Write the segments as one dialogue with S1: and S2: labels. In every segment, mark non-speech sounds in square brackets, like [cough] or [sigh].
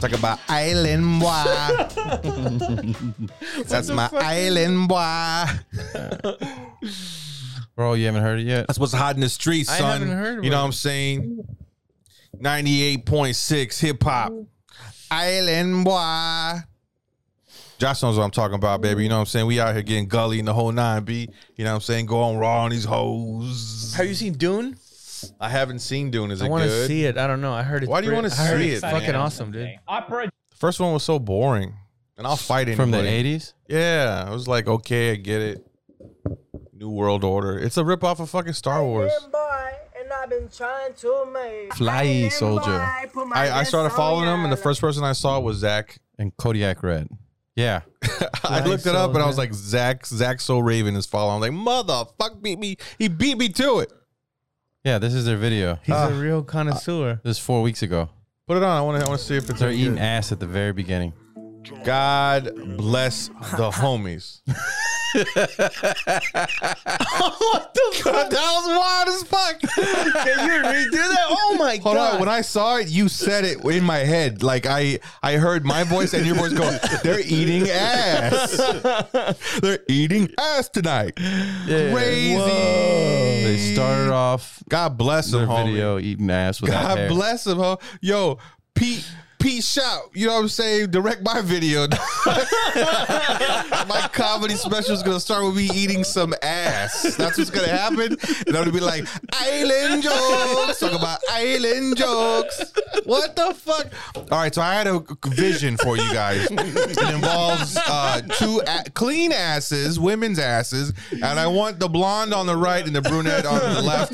S1: talk about island
S2: [laughs]
S1: boy. That's my island boy.
S2: Bro, you haven't heard it yet.
S1: That's what's hot in the streets,
S2: I
S1: son.
S2: haven't heard
S1: you know
S2: about
S1: what I'm saying? 98.6 hip hop. Island boy. Josh knows what I'm talking about, baby. You know what I'm saying? We out here getting gully in the whole nine B. You know what I'm saying? Go on raw on these hoes.
S2: Have you seen Dune?
S1: I haven't seen Dune. Is
S2: I
S1: it
S2: want to
S1: good?
S2: see it. I don't know. I heard it.
S1: Why do you wanna see it,
S2: Fucking
S1: man?
S2: awesome, dude.
S3: Opera
S1: The first one was so boring. And I'll fight anybody.
S2: From the '80s.
S1: Yeah. I was like, okay, I get it. New World Order. It's a ripoff of fucking Star Wars.
S4: boy, and I've been trying to make
S2: Fly Soldier
S1: I, I started following him, and the first person I saw was Zach.
S2: and Kodiak Red. Yeah,
S1: [laughs] I looked it up, and I was
S2: Soldier.
S1: like, Zach, Zach, so Raven is following. I'm like, motherfuck, beat me. He beat me to it.
S2: yeah. This is their video.
S1: He's a
S2: real connoisseur. this is four weeks ago.
S1: Put it on. I want to. I want to see if it's.
S2: They're
S1: any
S2: eating
S1: good.
S2: ass at the very beginning.
S1: God bless
S2: [laughs]
S1: the homies.
S2: what the
S1: [laughs] God, that was wild as fuck.
S2: [laughs] Can you redo that? Oh my
S1: Hold on. When I saw it, you said it in my head. Like I, I heard my voice and your voice go. They're eating
S2: [laughs]
S1: ass. They're eating ass tonight. Crazy.
S2: They started off
S1: God bless
S2: their
S1: them, homie.
S2: video eating ass without
S1: God
S2: hair.
S1: bless him, huh? Yo, Pete. Pete Shout, you know what I'm saying? Direct my video. [laughs] my comedy special is gonna start with me eating some ass. That's what's gonna happen. And I'm gonna be like, island jokes. Talk about island jokes. What the fuck? All right, so I had a vision for you guys. It involves uh, two a- clean asses, women's asses, and I want the blonde on the right and the brunette on the left.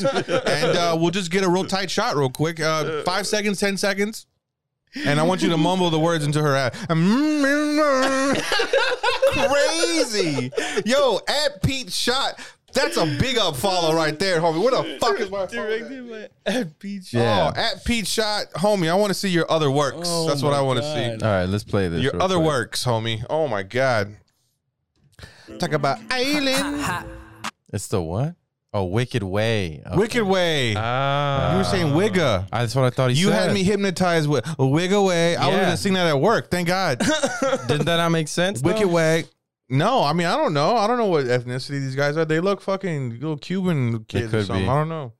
S1: And uh, we'll just get a real tight shot, real quick. Uh, five seconds, ten seconds. And I want you to mumble the words into her ass. Crazy. Yo, at Pete Shot. That's a big up follow right there, homie. What the fuck is my phone at?
S2: Yeah.
S1: Oh, at Pete Shot, homie. I want to see your other works.
S5: Oh
S1: That's what
S5: my
S1: I want to
S5: God.
S1: see.
S2: All right, let's play this.
S1: Your
S2: real
S1: other
S2: quick.
S1: works, homie. Oh my god. Talk about Island
S2: It's the what? Oh, Wicked Way. Okay.
S1: Wicked Way.
S2: Ah.
S1: you were saying Wigga.
S2: Ah, that's what I thought he
S1: You
S2: said.
S1: had me hypnotized with Wigga Way. I would
S2: Yeah.
S1: have seen that at work. Thank
S5: [laughs]
S1: God.
S2: Didn't that not make
S1: [laughs]
S2: sense?
S1: Wicked
S2: though?
S1: Way. No, I mean I don't know. I don't know what ethnicity these guys are. They look fucking little Cuban kids or
S2: could
S1: something.
S2: be.
S1: I don't know.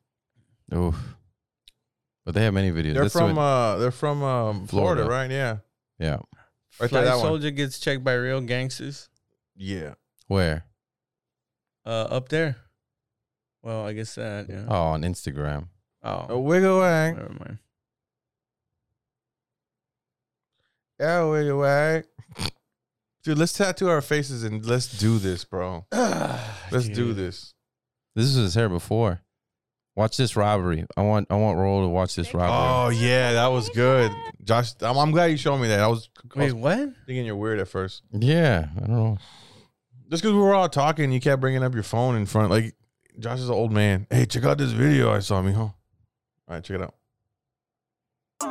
S2: Oof. But they have many videos.
S1: They're
S2: This
S1: from
S2: one-
S1: uh they're from um, Florida,
S2: Florida.
S1: right? Yeah.
S2: yeah.
S1: Right
S5: Fly
S1: there, that one.
S5: Soldier gets checked by real gangsters
S1: Yeah.
S2: Where?
S5: uh, up there. Well, I guess that. Yeah.
S2: Oh, on Instagram.
S1: A
S5: Oh,
S1: wiggle way.
S5: never mind.
S1: Yeah, wiggle way. Dude, let's tattoo our faces and let's do this, [sighs] bro. Let's do this.
S2: This was his hair before. Watch this robbery. I want I want Roll to watch this robbery.
S1: Oh yeah, that was good, Josh. I'm, I'm glad you showed me that. I was, I
S5: Wait,
S1: was
S5: what?
S1: thinking you're weird at first,
S5: Oh.
S2: Yeah. I don't know.
S1: just because we were all talking. You kept bringing up your phone in front. Like Josh is an old man. Hey, check out this video I saw me, huh? All right, check it out.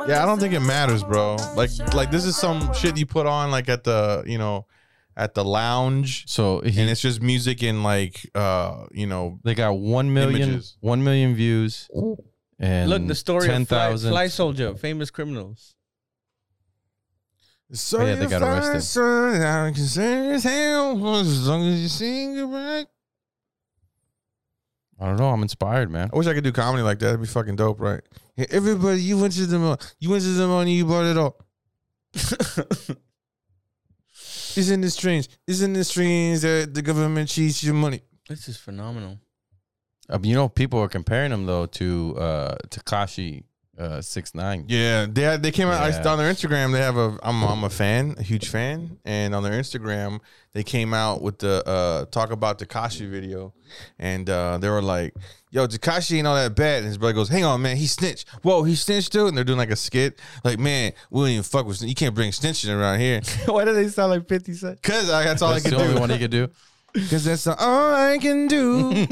S1: Yeah, I don't think it matters, bro. Like, like this is some shit you put on like at the, you know, at the lounge,
S2: So he,
S1: and it's just music and like, uh, you know,
S2: they got one million
S1: Images.
S2: one million views. And
S5: Look, the story
S2: ten
S5: of Fly,
S2: thousand.
S5: Fly Soldier, famous criminals.
S1: So
S2: Oh, yeah, they got arrested.
S1: I can say as hell as long as you sing it right.
S2: I don't know. I'm inspired, man.
S1: I wish I could do comedy like that. It'd be fucking dope, right? Hey, everybody, you went to the mall. You went to the mall and you bought it
S2: [laughs]
S1: all. Isn't it strange? Isn't it strange that the government cheats your money?
S5: This is phenomenal.
S1: [laughs]
S2: Uh, you know, people are comparing him though to uh Takashi uh six nine.
S1: Yeah, they had, they came out I-
S2: Yeah.
S1: on their Instagram. They have a I'm I'm a fan, a huge fan, and on their Instagram they came out with the uh, talk about Takashi video, and uh, they were like, "Yo, Takashi ain't all that bad." And his brother goes, "Hang on, man, he snitched. Whoa, he snitched too." And they're doing like a skit, like, "Man, we don't even fuck with. Sn- You can't bring snitching around here."
S5: Why do they sound like 50 Cent?
S1: Cause I, that's all
S2: That's
S1: I
S2: the
S1: can
S2: only
S1: do.
S2: one he
S5: [laughs]
S2: could do.
S1: Cause that's all I can
S2: [laughs]
S1: do.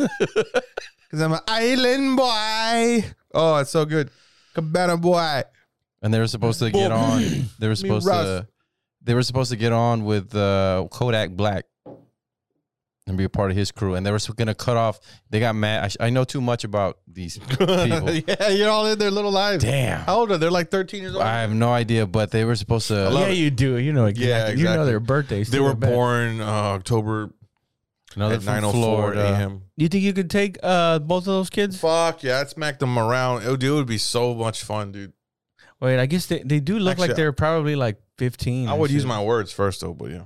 S1: Cause I'm an island boy. Oh, it's so good. Cabana boy.
S2: And they were supposed to get on. They were supposed
S1: rough.
S2: to. They were supposed to get on with uh, Kodak Black. and be a part of his crew. And they were gonna cut off. They got mad. I, sh- I know too much about these people.
S1: [laughs] yeah, you're all in their little lives.
S2: Damn.
S1: How old are they? They're like 13 years old.
S2: I have no idea, but they were supposed to.
S1: love
S5: yeah,
S1: it.
S5: you do. You know exactly.
S1: Yeah,
S5: You know
S1: exactly.
S5: their birthdays.
S1: they
S5: too, I
S1: were
S5: bet.
S1: born uh, October
S2: Another
S1: at
S2: from
S1: 9:04
S2: Florida.
S1: a.m.
S5: You think you could take uh, both of those kids?
S1: Fuck yeah, I'd smack them around. It would, it would be so much fun, dude.
S5: Wait, I guess they, they do look
S1: Actually,
S5: like they're probably like fifteen.
S1: I
S5: and
S1: would use
S5: shit. [laughs]
S1: my words first though, but yeah.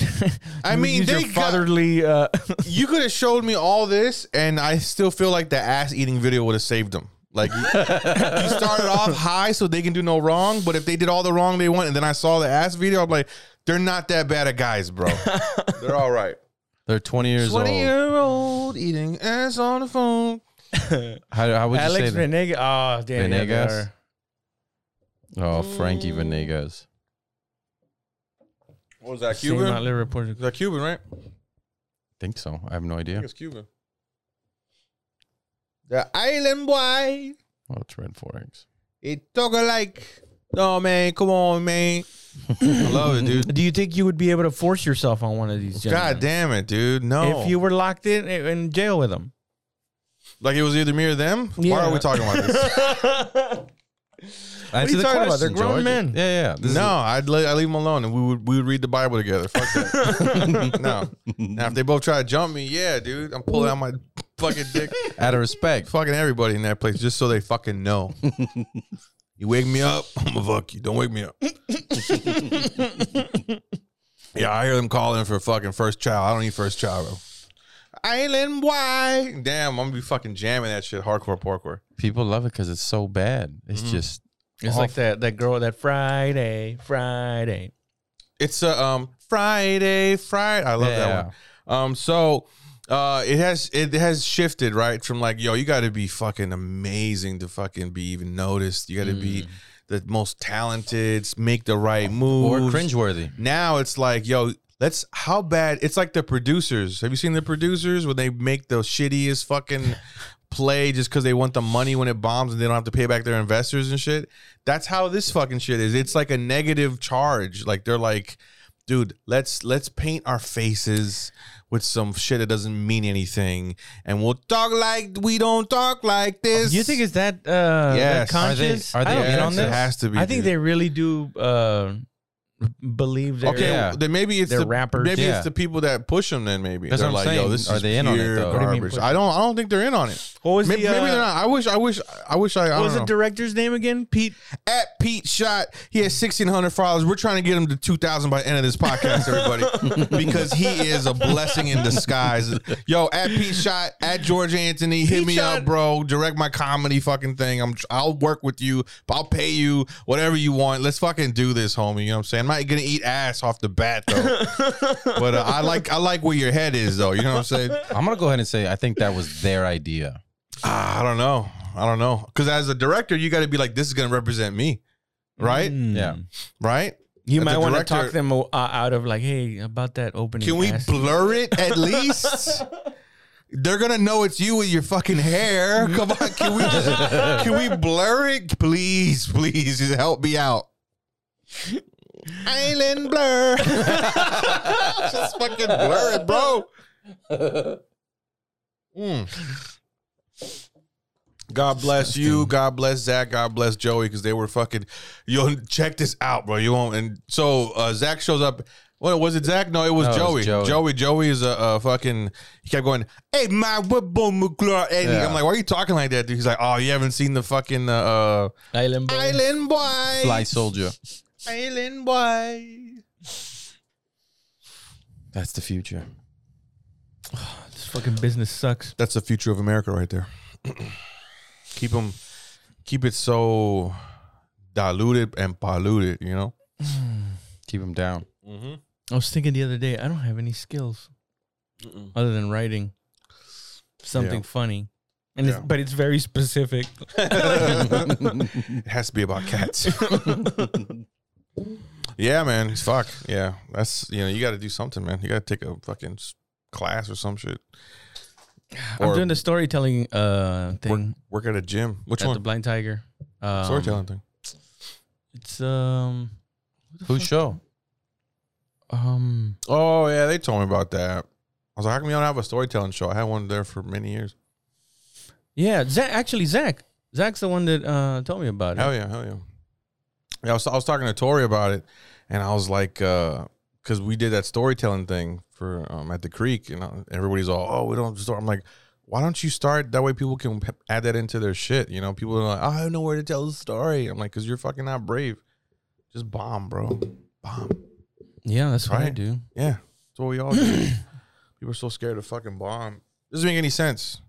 S1: I
S5: You would
S1: mean,
S5: use
S1: they
S5: your
S1: got-
S5: fatherly. Uh,
S1: [laughs]
S5: [laughs]
S1: you could have showed me all this, and I still feel like the ass eating video would have saved them. Like you you started off high, so they can do no wrong. But if they did all the wrong they want, and then I saw the ass video, I'm like, they're not that bad of guys, bro. they're all right.
S2: They're 20 years old.
S1: old eating ass on the phone.
S2: How, how would you
S5: Alex
S2: say that?
S5: Venegas. Oh, damn. yeah, they
S2: Venegas?
S5: are.
S2: Oh, Frankie Venegas.
S1: What was that
S5: Same
S1: Cuban?
S5: outlet reported.
S1: Is that Cuban, right?
S2: Think so. I have no
S1: I
S2: idea.
S1: think it's Cuban. The island boy,
S2: Oh, it's red forex.
S1: it took like, no man, come on man. I love it, dude.
S5: Do you think you would be able to force yourself on one of these? Gentlemen?
S1: God damn it, dude. No.
S5: If you were locked in in jail with them,
S1: like it was either me or them? Why are
S5: Yeah.
S1: we talking about
S5: [laughs]
S1: this?
S2: What
S5: are you talking about? They're grown men.
S2: Yeah, yeah. This is-
S1: no, I'd let, I leave them alone and we would we would read the Bible together. Fuck
S2: [laughs]
S1: that. no. Now if they both try to jump me, yeah, dude. I'm pulling out my fucking dick.
S2: [laughs] out of respect.
S1: fucking everybody in that place just so they fucking
S2: [laughs]
S1: know. you wake me up, I'm gonna fuck you. Don't wake
S2: [laughs]
S1: me up. yeah, I hear them calling for fucking first child. I don't need first child, bro. Island wide. Damn, I'm gonna be fucking jamming that shit hardcore parkour.
S2: People love it because it's so bad. It's
S5: Mm-hmm.
S2: just
S5: it's
S2: Awful.
S5: like that that girl that Friday, Friday.
S1: It's a um Friday, Friday. I love
S2: Yeah.
S1: that one. Um, so uh, it has it has shifted right from like yo, you got to be fucking amazing to fucking be even noticed. You got to be the most talented, make the right
S2: Mm. or
S1: moves.
S2: cringeworthy.
S1: Now it's like yo, let's how bad. It's like the producers. Have you seen the producers when they make the shittiest
S5: [laughs]
S1: fucking play just because they want the money when it bombs and they don't have to pay back their investors and shit. That's how this fucking shit is. It's like a negative charge. Like they're like, dude, let's let's paint our faces with some shit that doesn't mean anything, and we'll talk like we don't talk like this.
S5: You think it's that uh
S1: Yes.
S5: that
S1: Are
S2: they-
S5: conscious?
S2: are they
S5: I don't get
S2: addicts?
S5: on this.
S1: It has to be.
S5: I think
S1: dude.
S5: they really do uh believe that
S1: Okay,
S2: Yeah.
S1: then maybe it's
S5: They're
S1: the
S5: rappers.
S1: Maybe
S2: Yeah.
S1: it's the people that push them. Then maybe
S2: That's
S1: they're
S2: what
S1: like,
S2: I'm
S1: yo,
S2: saying.
S1: this
S2: Are
S1: is
S2: they in on it,
S1: pure
S2: though?
S5: What do you mean
S1: garbage.
S5: push?
S1: I don't. I don't think they're in on it.
S5: What was
S1: Maybe,
S5: the, uh,
S1: maybe they're not. I wish. I wish. I wish. I. I
S5: What
S1: don't
S5: was the
S1: know.
S5: director's name again? Pete
S1: at Pete Shot. He has sixteen hundred followers. We're trying to get him to two thousand by the end of this podcast,
S5: [laughs]
S1: everybody, because he is a blessing in disguise. Yo, at Pete Shot, at George Anthony, hit
S5: Pete
S1: me
S5: Shot.
S1: up, bro. Direct my comedy fucking thing. I'm I'll work with you. I'll pay you whatever you want. Let's fucking do this, homie. You know what I'm saying? I'm not gonna eat ass off the bat
S5: [laughs]
S1: though, but uh, I like I like where your head is though. You know what I'm saying?
S2: I'm gonna go ahead and say I think that was their idea.
S1: Ah, I don't know. I don't know. Because as a director, you got to be like, this is gonna represent me, right?
S5: Mm.
S2: Yeah.
S1: Right?
S5: You
S1: The
S5: might want to
S1: director-
S5: talk them uh, out of like, hey, about that opening.
S1: Can we
S5: ass-
S1: blur it at
S5: [laughs]
S1: least? They're gonna know it's you with your fucking hair.
S5: [laughs]
S1: Come on, can we just can we blur it, please? Please, just help me
S5: [laughs]
S1: out. Island blur. just fucking blur it, bro. Mm. God bless you. God bless Zach. God bless Joey because they were fucking. Yo, check this out, bro. You won't. And so uh, Zach shows up. What was it, Zach? No, it was,
S2: No, it
S1: Joey.
S2: was
S1: Joey.
S2: Joey.
S1: Joey. is a, a fucking. He kept going. Hey, my what boom McClure. And
S2: Yeah.
S1: I'm like, why are you talking like that, dude? He's like, oh, you haven't seen the fucking uh, uh,
S5: Island Boy.
S1: Island Boy.
S2: Fly soldier.
S1: Island Boy.
S2: That's the future.
S5: This fucking business sucks.
S1: That's the future of America, right there. [clears throat] keep them, keep it so diluted and polluted. You know. [laughs]
S2: Keep him down.
S5: I was thinking the other day, I don't have any skills other than writing something
S1: Yeah.
S5: funny, and
S1: Yeah.
S5: it's, but it's very specific.
S1: it has to be about cats. [laughs] yeah, man. Fuck. Yeah. That's, you know, you got to do something, man. You got to take a fucking s- class or some shit.
S5: I'm
S1: Or
S5: doing the storytelling uh
S1: work,
S5: thing
S1: work at a gym. Which
S5: at the
S1: one?
S5: Blind Tiger. Um,
S1: Storytelling thing.
S5: It's um
S2: Whose show?
S6: Um,
S1: Oh yeah, they told me about that. I was like, how come you don't have a storytelling show? I had one there for many years.
S6: yeah, Zach. Actually, Zach. Zach's the one that uh told me about it.
S1: Hell yeah, hell yeah. Yeah, I was, I was talking to Tori about it, and I was like, because we did that storytelling thing for um, at the creek, and uh, everybody's all, oh, we don't start. I'm like, why don't you start that way? People can p- add that into their shit. You know, people are like, I don't know where to tell the story. I'm like, because you're fucking not brave. Just bomb, bro. Bomb.
S6: Yeah, that's what I
S1: Right.
S6: do.
S1: Yeah, that's what we all do. People are so scared to fucking bomb. Doesn't make any sense.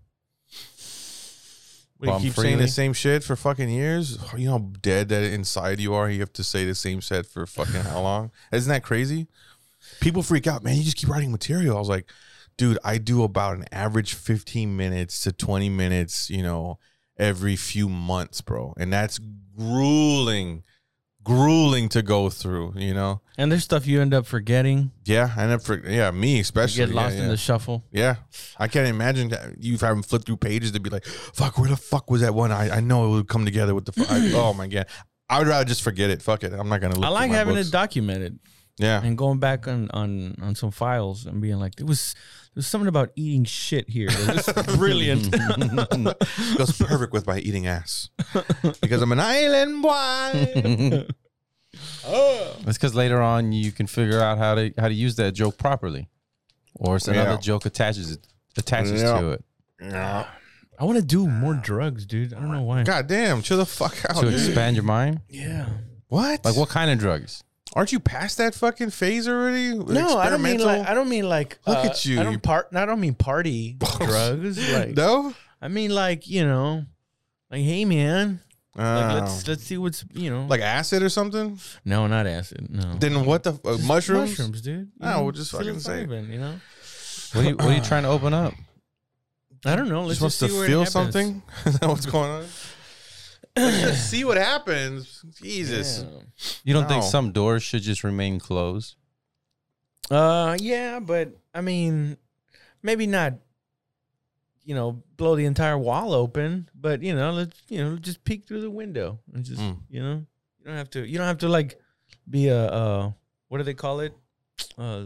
S1: When
S2: Bomb
S1: you keep saying the
S2: freely?
S1: same shit for fucking years, you know how dead that inside you are. You have to say the same shit for fucking
S6: [laughs]
S1: how long? Isn't that crazy? People freak out, man. You just keep writing material. I was like, dude, I do about an average 15 minutes to 20 minutes, you know, every few months, bro. And that's grueling, grueling to go through, you know?
S6: And there's stuff you end up forgetting.
S1: Yeah, I never. forg- Yeah, me
S6: You
S1: especially.
S6: get lost
S1: yeah,
S6: in
S1: yeah.
S6: the shuffle.
S1: Yeah, I can't imagine that you having flipped through pages to be like, "Fuck, where the fuck was that one?" I, I know it would come together with the. Fu- I, oh my god, I would rather just forget it. Fuck it, I'm not gonna. Look
S6: I
S1: through
S6: like
S1: my
S6: having
S1: books.
S6: it documented
S1: Yeah,
S6: and going back on on on some files and being like, there was there was something about eating shit here. It
S5: [laughs]
S6: was brilliant.
S1: it goes perfect with my eating
S5: [laughs]
S1: ass because I'm an island boy.
S2: That's because later on you can figure out how to how to use that joke properly, or it's another
S1: Yeah.
S2: joke attaches it attaches
S1: Yeah.
S2: to it.
S1: Yeah.
S6: I want to do more drugs, dude. I don't know why.
S1: God damn, chill the fuck out.
S2: To
S1: dude.
S2: expand your mind,
S6: Yeah.
S1: What?
S2: like what kind of drugs?
S1: Aren't you past that fucking phase already?
S5: No, I don't mean like I don't mean like
S1: Look
S5: uh,
S1: at you,
S5: I
S1: you-
S5: don't part I don't
S1: [laughs]
S5: mean party drugs. Like
S1: No.
S5: I mean like, you know, like hey man, like
S1: Uh,
S5: let's let's see what's you know
S1: Oh. like acid or something?
S6: No, not acid. No.
S1: Then what the uh, mushrooms?
S5: mushrooms, dude.
S1: No, we'll just fucking say it.
S5: psilocybin, you know.
S2: What are you, what are you trying to open up?
S5: I don't know. Let's
S1: Just wants
S5: just,
S1: to
S5: see where it
S1: feel
S5: happens.
S1: something. [laughs] Is that what's going on? Let's just see what happens. Jesus.
S2: You don't think
S1: No.
S2: some doors should just remain closed?
S5: Yeah. Uh yeah, but I mean maybe not you know, blow the entire wall open, but you know, let's you know, just peek through the window and just
S1: Mm.
S5: you know, you don't have to you don't have to like be a uh what do they call it? Uh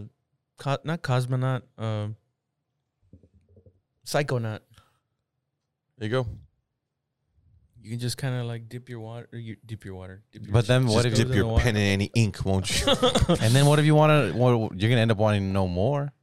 S5: co- not cosmonaut, uh psychonaut.
S1: There you go.
S5: You can just kind of like dip your water, or you dip your water. Dip your
S2: But then what
S1: What
S2: if
S1: if dip
S2: you,
S5: in the
S1: your
S5: water.
S1: pen in any ink, won't you?
S5: [laughs]
S2: and then what if you want to? What, you're gonna end up wanting to know more.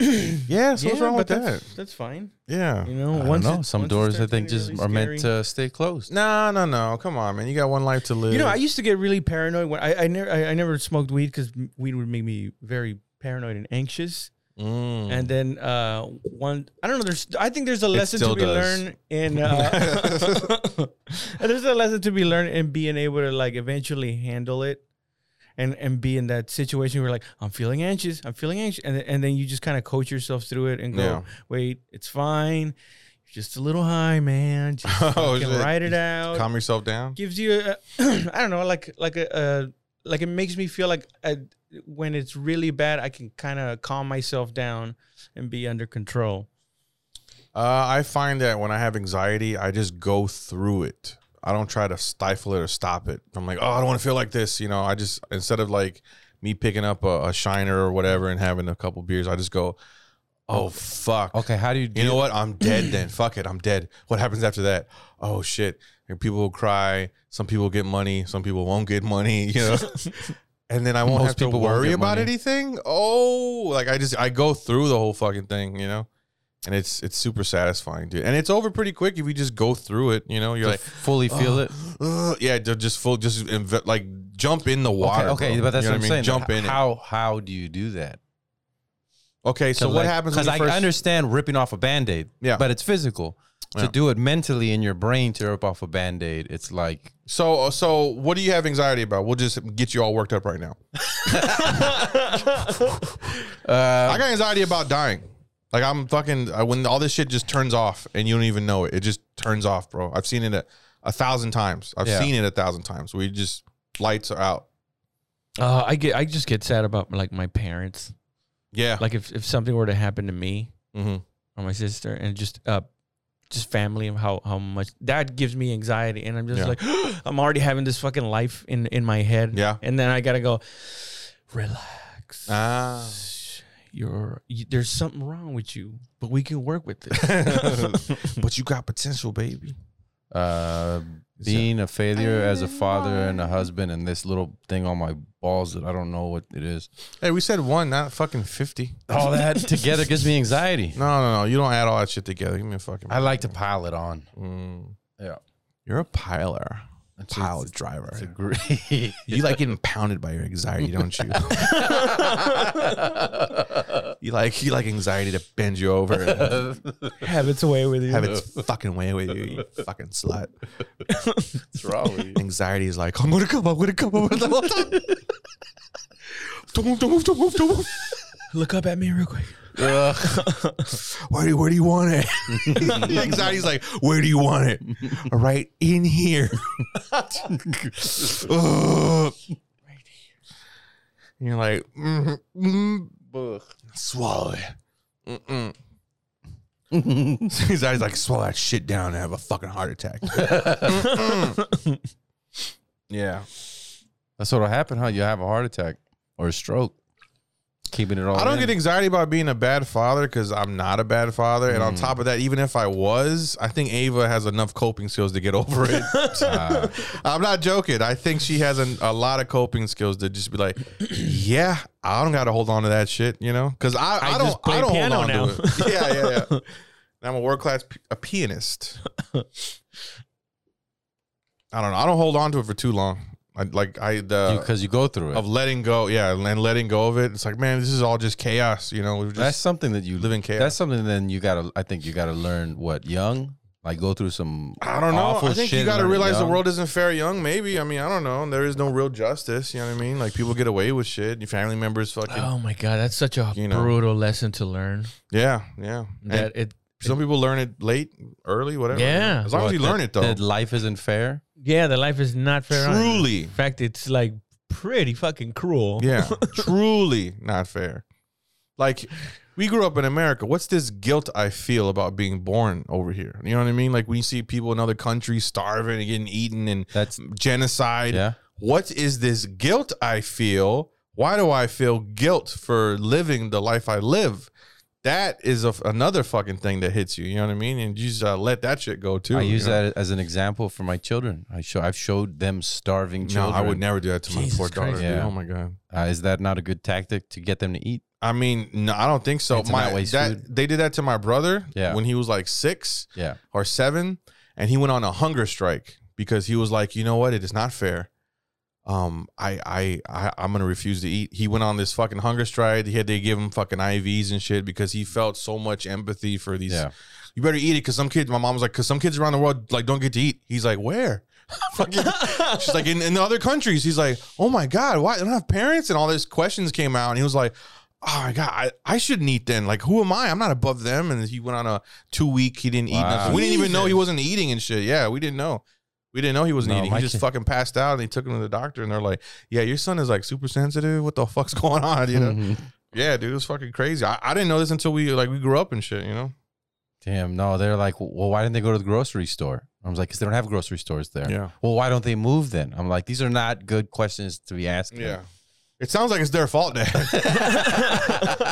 S1: yeah, so what's wrong with
S5: but
S1: that?
S5: that's, That's fine.
S1: Yeah.
S5: You know,
S2: I don't
S5: once
S2: know.
S5: it-
S2: some
S5: once it
S2: doors I
S5: starts
S2: think
S5: getting
S2: just
S5: really
S2: are
S5: scary-
S2: meant to stay closed.
S1: No, no, no. Come on, man. You got one life to live.
S5: You know,
S1: [laughs]
S5: I used to get really paranoid when I I never I, I never smoked weed because weed would make me very paranoid and anxious.
S1: Mm.
S5: And then uh one I don't know. There's I think there's a lesson
S1: still
S5: to be
S1: does.
S5: learned in. Uh,
S1: [laughs]
S5: there's a lesson to be learned in being able to like eventually handle it. And, and be in that situation where like I'm feeling anxious, I'm feeling anxious, and then- and then you just kind of coach yourself through it and go,
S1: Yeah.
S5: wait, it's fine, you're just a little high,
S1: [laughs]
S5: man, just
S1: Oh,
S5: fucking
S1: shit.
S5: write it out,
S1: calm yourself down.
S5: gives you a, [clears throat] I don't know like like a, uh like it makes me feel like I, when it's really bad I can kind of calm myself down and be under control.
S1: Uh, I find that when I have anxiety, I just go through it. I don't try to stifle it or stop it. I'm like, oh, I don't want to feel like this. You know, I just, instead of like me picking up a, a shiner or whatever and having a couple beers, I just go, oh, fuck.
S2: Okay, how do you do?
S1: You know what? I'm dead
S2: [clears throat]
S1: then. Fuck it. I'm dead. What happens after that? Oh shit. And people will cry. Some people get money. Some people won't get money. [laughs] You know. and then I won't
S2: Most
S1: have to
S2: people won't
S1: worry
S2: get
S1: about
S2: money.
S1: anything. Oh, like I just I go through the whole fucking thing. You know. And it's it's super satisfying, dude. And it's over pretty quick if you just go through it. You know, you're
S2: to
S1: like,
S2: fully feel it.
S1: "Ugh," yeah, ju- just full, just inve- like jump in the water.
S2: okay, okay
S1: bro.
S2: but that's
S1: You know
S2: what I'm
S1: I mean?
S2: saying.
S1: Jump in. it.
S2: How how do you do that?
S1: Okay, so
S2: To,
S1: what
S2: like-
S1: happens?
S2: Because
S1: when you
S2: I
S1: first-
S2: understand ripping off a band aid.
S1: Yeah.
S2: But it's physical.
S1: Yeah.
S2: To do it mentally in your brain to rip off a band aid, it's like
S1: So, so what do you have anxiety about? We'll just get you all worked up right now. [laughs] Uh, I got anxiety about dying. Like I'm fucking I, when all this shit just turns off and you don't even know it. It just turns off, bro. I've seen it a, a thousand times. I've
S2: Yeah.
S1: seen it a thousand times. We just lights are out.
S6: Uh, I get I just get sad about like my parents.
S1: Yeah.
S6: Like if, if something were to happen to me
S1: mm-hmm.
S6: or my sister and just uh just family and how how much that gives me anxiety and [gasps] I'm just
S1: Yeah.
S6: like I'm already having this fucking life in in my head.
S1: Yeah.
S6: And then I got to go
S5: relax.
S1: [laughs] Ah.
S5: [sighs] You're you, there's something wrong with you, but we can work with this.
S1: but you got potential, baby.
S2: Uh, being a failure as a father and a husband, and this little thing on my balls that I don't know what it is.
S1: Hey, we said one, not fucking 50.
S2: All Oh, that [laughs] together gives me anxiety.
S1: No, no, no. You don't add all that shit together. Give me a fucking.
S2: I like to pile it on.
S1: Mm.
S2: Yeah.
S1: You're a piler.
S2: It's a-
S1: Pile driver.
S2: It's
S1: [laughs]
S2: a [laughs] great.
S1: You like getting pounded by your anxiety, don't you? you like you like anxiety to bend you over
S2: [laughs]
S1: and
S5: [laughs] Have its way with you.
S1: have its fucking way with you, you fucking slut.
S2: What's wrong with you?
S1: Anxiety is like, I'm gonna come, I'm gonna come, I'm gonna come. Don't move, don't move, don't move, don't move.
S5: Look up at me real quick.
S1: Where do, where do you want it? [laughs] The Anxiety's like, where do you want [laughs] it? Right in here. Ugh. [laughs] You're like, mm, mm, swallow it. Mm-mm. [laughs] Anxiety's like, swallow that shit down and have a fucking heart [laughs] attack. Mm-mm. yeah.
S2: That's what'll happen, huh? You have a heart attack or a stroke. Keeping it all.
S1: I don't
S2: in.
S1: get anxiety about being a bad father because I'm not a bad father. And on top of that, even if I was, I think Ava has enough coping skills to get over it.
S2: Ah.
S1: I'm not joking. I think she has an, a lot of coping skills to just be like, [clears throat] yeah, I don't got to hold on to that shit, you know? Because I, I,
S5: I
S1: don't,
S5: just play
S1: I don't hold
S5: piano
S1: on
S5: now.
S1: to it. [laughs] Yeah, yeah,
S5: [laughs]
S1: yeah. I'm a world class p- a pianist. I don't know. I don't hold on to it for too long. I, like I the
S2: because you go through it.
S1: of letting go, yeah, and letting go of it. It's like, man, this is all just chaos, you know. We're
S2: that's
S1: just
S2: something that you
S1: living chaos.
S2: That's something. Then you gotta. I think you gotta learn what young. Like go through some.
S1: I don't know.
S2: Awful
S1: I think
S2: shit
S1: you got to
S2: when you're
S1: realize the
S2: young.
S1: world isn't fair, young. Maybe I mean I don't know. There is no real justice. You know what I mean? Like people get away with shit. Your family members fucking
S5: Oh my god, that's such a
S1: You know.
S5: brutal lesson to learn.
S1: yeah, yeah. And
S5: That it
S1: some people learn it late, early, whatever.
S5: Yeah.
S1: as long as
S2: What,
S1: you learn
S2: that-
S1: it though.
S2: That life isn't fair.
S5: yeah, the life is not fair. on you.
S1: Truly.
S5: in fact, it's like pretty fucking cruel.
S1: Yeah,
S2: [laughs]
S1: truly not fair. Like we grew up in America. What's this guilt I feel about being born over here? You know what I mean? Like when you see people in other countries starving and getting eaten and
S2: That's
S1: genocide.
S2: yeah.
S1: What is this guilt I feel? Why do I feel guilt for living the life I live? That is a, another fucking thing that hits you. You know what I mean? And you just uh, let that shit go too.
S2: I use
S1: you know?
S2: that as an example for my children. I show I've showed them starving
S1: No,
S2: children.
S1: I would never do that to my
S5: Jesus
S1: poor daughter.
S5: Christ,
S1: dude.
S2: yeah.
S1: Oh my god.
S2: Uh, is that not a good tactic to get them to eat?
S1: I mean, no, I don't think so.
S2: It's
S1: my
S2: not waste
S1: that
S2: food.
S1: they did that to my brother
S2: Yeah.
S1: when he was like six
S2: Yeah.
S1: or seven, and he went on a hunger strike because he was like, you know what, it is not fair. Um, I I, I I'm gonna refuse to eat. He went on this fucking hunger strike. He had they give him fucking IVs and shit because he felt so much empathy for these.
S2: Yeah.
S1: You better eat it because some kids. My mom was like, because some kids around the world like don't get to eat. He's like, where? [laughs] Fucking- She's like in, in the other countries. He's like, oh my god, why I don't have parents? And all these questions came out, and he was like, oh my god, I, I shouldn't eat then. Like, who am I? I'm not above them. And he went on a two week. He didn't eat
S2: Wow.
S1: nothing. We didn't even know he wasn't eating and shit. Yeah, we didn't know. We didn't know he wasn't
S2: No,
S1: eating.
S2: my
S1: He just
S2: kid-
S1: fucking passed out, and they took him to the doctor, and they're like, "Yeah, your son is like super sensitive. What the fuck's [laughs] going on?" You know?
S2: Mhm.
S1: Yeah, dude, it's fucking crazy. I, I didn't know this until we like we grew up and shit. You know?
S2: [laughs] Damn. No, they're like, well, why didn't they go to the grocery store? I was like, because they don't have grocery stores there.
S1: Yeah.
S2: Well, why don't they move then? I'm like, these are not good questions to be asking.
S1: Yeah. It sounds like it's their fault, Dad.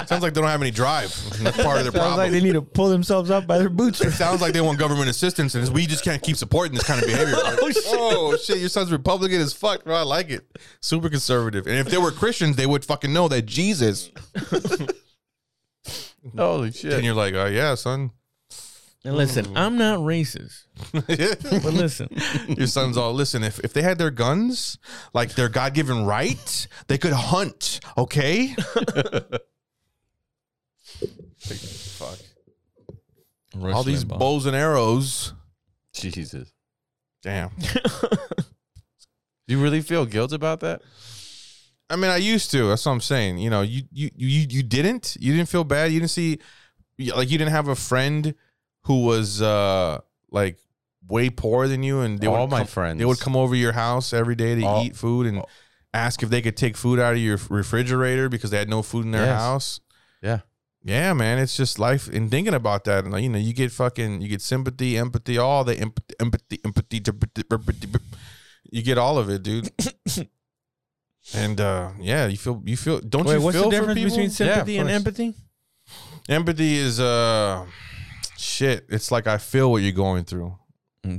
S1: sounds like they don't have any drive. That's part of their problem.
S5: Like they need to pull themselves up by
S1: [laughs]
S5: their boots.
S1: it sounds like they want government assistance, and we just can't keep supporting this kind of behavior. oh, shit. your son's Republican as fuck, bro. I like it. Super conservative. And if they were Christians, they would fucking know that Jesus.
S2: Holy
S1: And
S2: shit.
S1: you're like, oh, yeah, son. [laughs]
S5: And listen, I'm not racist, but listen,
S1: your son's all, listen, if, if they had their guns, like their God given right, they could hunt, okay? fuck. [laughs] All these bows and arrows.
S2: [laughs] Jesus.
S1: Damn.
S2: Do you really feel guilt about that?
S1: I mean, I used to. That's what I'm saying. You know, you you you you didn't. You didn't feel bad. You didn't see, like, you didn't have a friend who was uh like way poorer than you, and they
S2: All
S1: would
S2: my
S1: come,
S2: friends.
S1: They would come over your house every day to
S2: All-
S1: eat food and ask if they could take food out of your refrigerator because they had no food in their
S2: Yes.
S1: house.
S2: Yeah.
S1: Yeah, man, it's just life. And thinking about that, and you know, you get fucking, you get sympathy, empathy, all the empathy,
S2: [laughs]
S1: empathy, empathy, empathy, empathy, empathy you get all of it, dude. And uh, yeah, you feel you feel. Don't
S5: Wait,
S1: you
S5: what's
S1: feel
S5: the
S1: for
S5: difference
S1: people?
S5: between sympathy
S2: Yeah, of
S5: and
S2: course.
S5: empathy?
S1: Empathy is uh, shit. It's like I feel what you're going through.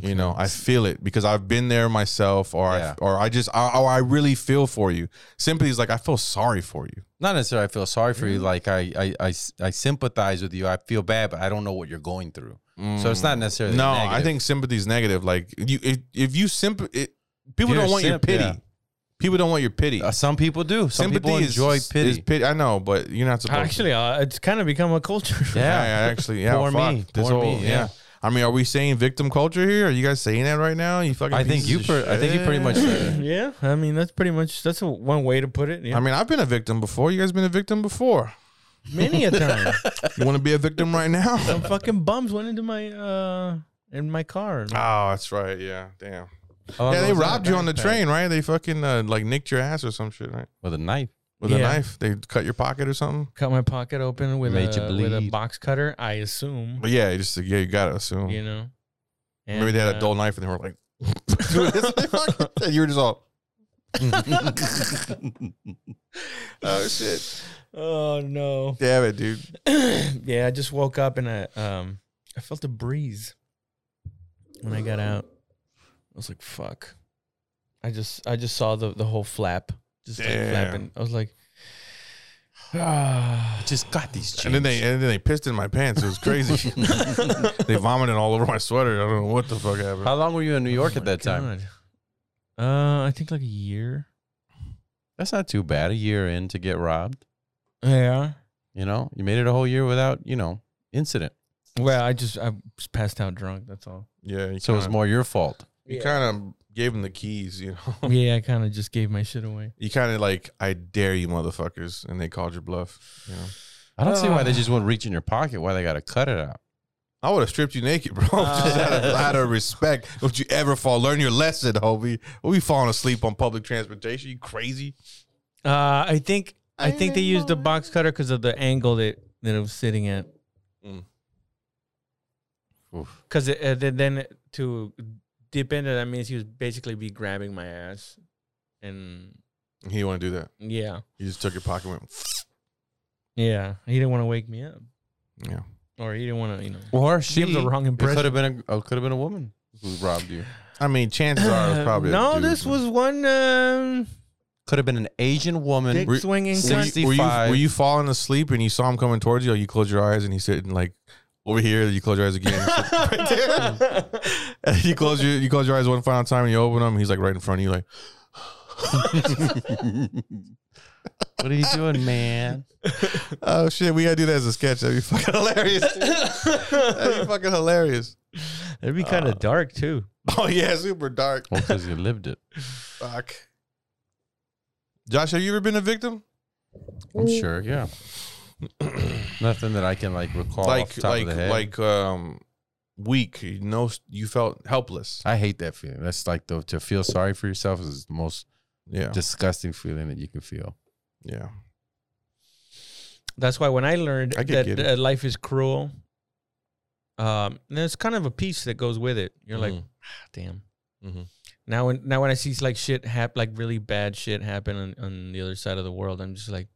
S1: You know, I feel it because I've been there myself, or
S2: Yeah.
S1: I, or I just, I, or I really feel for you. Sympathy is like I feel sorry for you.
S2: Not necessarily. I feel sorry for
S1: Mm-hmm.
S2: you. Like I, I, I, s- I sympathize with you. I feel bad, but I don't know what you're going through. So it's not necessarily.
S1: Mm. No, I
S2: negative.
S1: think sympathy is negative. Like you, if, if you simp, it, people
S2: You're
S1: don't want
S2: simp,
S1: your pity.
S2: yeah.
S1: People don't want your pity.
S2: Uh, some people do. Some
S1: sympathy
S2: people enjoy
S1: is,
S2: pity.
S1: is pity. I know, but you're not supposed.
S5: Actually, uh, it's kind of become a culture.
S1: to.
S2: yeah.
S1: yeah, yeah, actually, yeah.
S2: Poor
S1: fuck.
S2: me.
S1: This
S2: Poor
S1: whole,
S2: me,
S1: yeah.
S2: yeah.
S1: I mean, are we saying victim culture here? Are you guys saying that right now? You fucking.
S2: I think
S1: pieces
S2: you.
S1: of
S2: Per- I think you pretty much.
S1: shit.
S2: Said it.
S5: [laughs] yeah. I mean, that's pretty much that's a, one way to put it. Yeah.
S1: I mean, I've been a victim before. You guys been a victim before.
S5: Many a time,
S1: You want to be a victim right
S2: [laughs]
S1: now?
S5: some fucking bums went into my uh in my car.
S1: [laughs] Oh, that's right. Yeah, damn.
S2: Oh,
S1: yeah, they
S2: those are
S1: robbed you on the
S2: backpack.
S1: train, right? They fucking uh, like nicked your ass or some shit, right?
S2: with a knife.
S1: With a
S5: Yeah.
S1: knife, they cut your pocket or something.
S5: Cut my pocket open with
S2: Made you
S5: a with a
S2: bleed.
S5: box cutter. I assume.
S1: But yeah, you just yeah, you gotta assume.
S5: You know.
S1: Maybe they had a
S5: And, uh,
S1: dull knife and they were like, [laughs] and you were just all, oh shit,
S5: Oh no. [clears throat]
S1: damn it, dude.
S5: yeah, I just woke up and I um I felt a breeze when I got out. I was like, fuck. I just I just saw the the whole flap just like
S1: Damn.
S5: flapping. I was
S1: [sighs]
S5: like, [sighs] ah.
S2: Just got these. Chains.
S1: And then they and then they pissed in my pants. It was
S2: [laughs]
S1: crazy. they vomited all over my sweater. I don't know what the fuck happened.
S2: How long were you in New
S1: Oh
S2: York at that time?
S5: God. Uh, I think like a year.
S2: That's not too bad. A year in to get robbed.
S5: Yeah.
S2: You know, you made it a whole year without you know incident.
S5: Well, I just I just passed out drunk. That's [laughs] all.
S1: Yeah, you
S2: So it's
S1: kinda-
S2: more your fault.
S1: You kind of gave them the keys, you know. [laughs]
S5: yeah, I kind of just gave my shit away.
S1: You kind of like, I dare you, motherfuckers, and they called your bluff. You know,
S2: I don't see why
S5: Uh,
S2: they just wouldn't reach in your pocket. Why they got to cut it out?
S1: I would have stripped you naked, bro. [laughs] Just out of, out of respect. Don't you ever fall? Learn your lesson, homie. Will be falling asleep on public transportation? You crazy?
S5: Uh, I think I think they used the box cutter because of the angle that that it was sitting at.
S1: Mm.
S2: Oof.
S5: Because uh, then, then to dip into that means he would basically be grabbing my ass, and
S1: He didn't want to do that.
S5: yeah,
S1: He just took your pocket and went.
S5: yeah, he didn't want to wake me up,
S1: Yeah.
S5: or he didn't want to, you know.
S2: Or she
S5: the wrong
S2: It
S5: impression.
S2: could have been a could have been a woman who robbed you.
S1: I mean, chances are it
S5: [sighs]
S1: was probably a
S5: no,
S1: dude.
S5: this was one um,
S2: Could have been an Asian woman.
S5: dick
S1: Were-
S5: swinging.
S1: Were
S5: cunt.
S1: you, were, you,
S2: 65.
S1: were you falling asleep and you saw him coming towards you? Or you closed your eyes and he's sitting like over here. You close your eyes again. Right there. [laughs] And you close your you close your eyes one final time and you open them. He's like right in front of you. Like
S2: [laughs] What are you doing, man?
S1: oh shit, we gotta do that as a sketch. That'd be fucking hilarious. dude. That'd be fucking hilarious.
S5: It'd be
S1: Uh,
S5: kind of dark too.
S1: Oh yeah, super dark.
S2: Well, because you lived it.
S1: Fuck. Josh, have you ever been a victim?
S2: I'm sure. [clears throat] Yeah. Nothing that I can like recall off
S1: like
S2: the top
S1: like
S2: of the head.
S1: like um weak. You know, you felt helpless.
S2: I hate that feeling. That's like the to feel sorry for yourself is the most Oh.
S1: Yeah.
S2: disgusting feeling that you can [laughs] feel.
S1: yeah.
S5: That's why when I learned
S1: I get
S5: that uh,
S1: it.
S5: life is cruel, um, there's kind of a piece that goes with it. You're like,
S1: Mhm.
S5: ah, damn.
S1: Mhm.
S5: Now when now when I see like shit happen, like really bad shit happen on, on the other side of the world, I'm just like,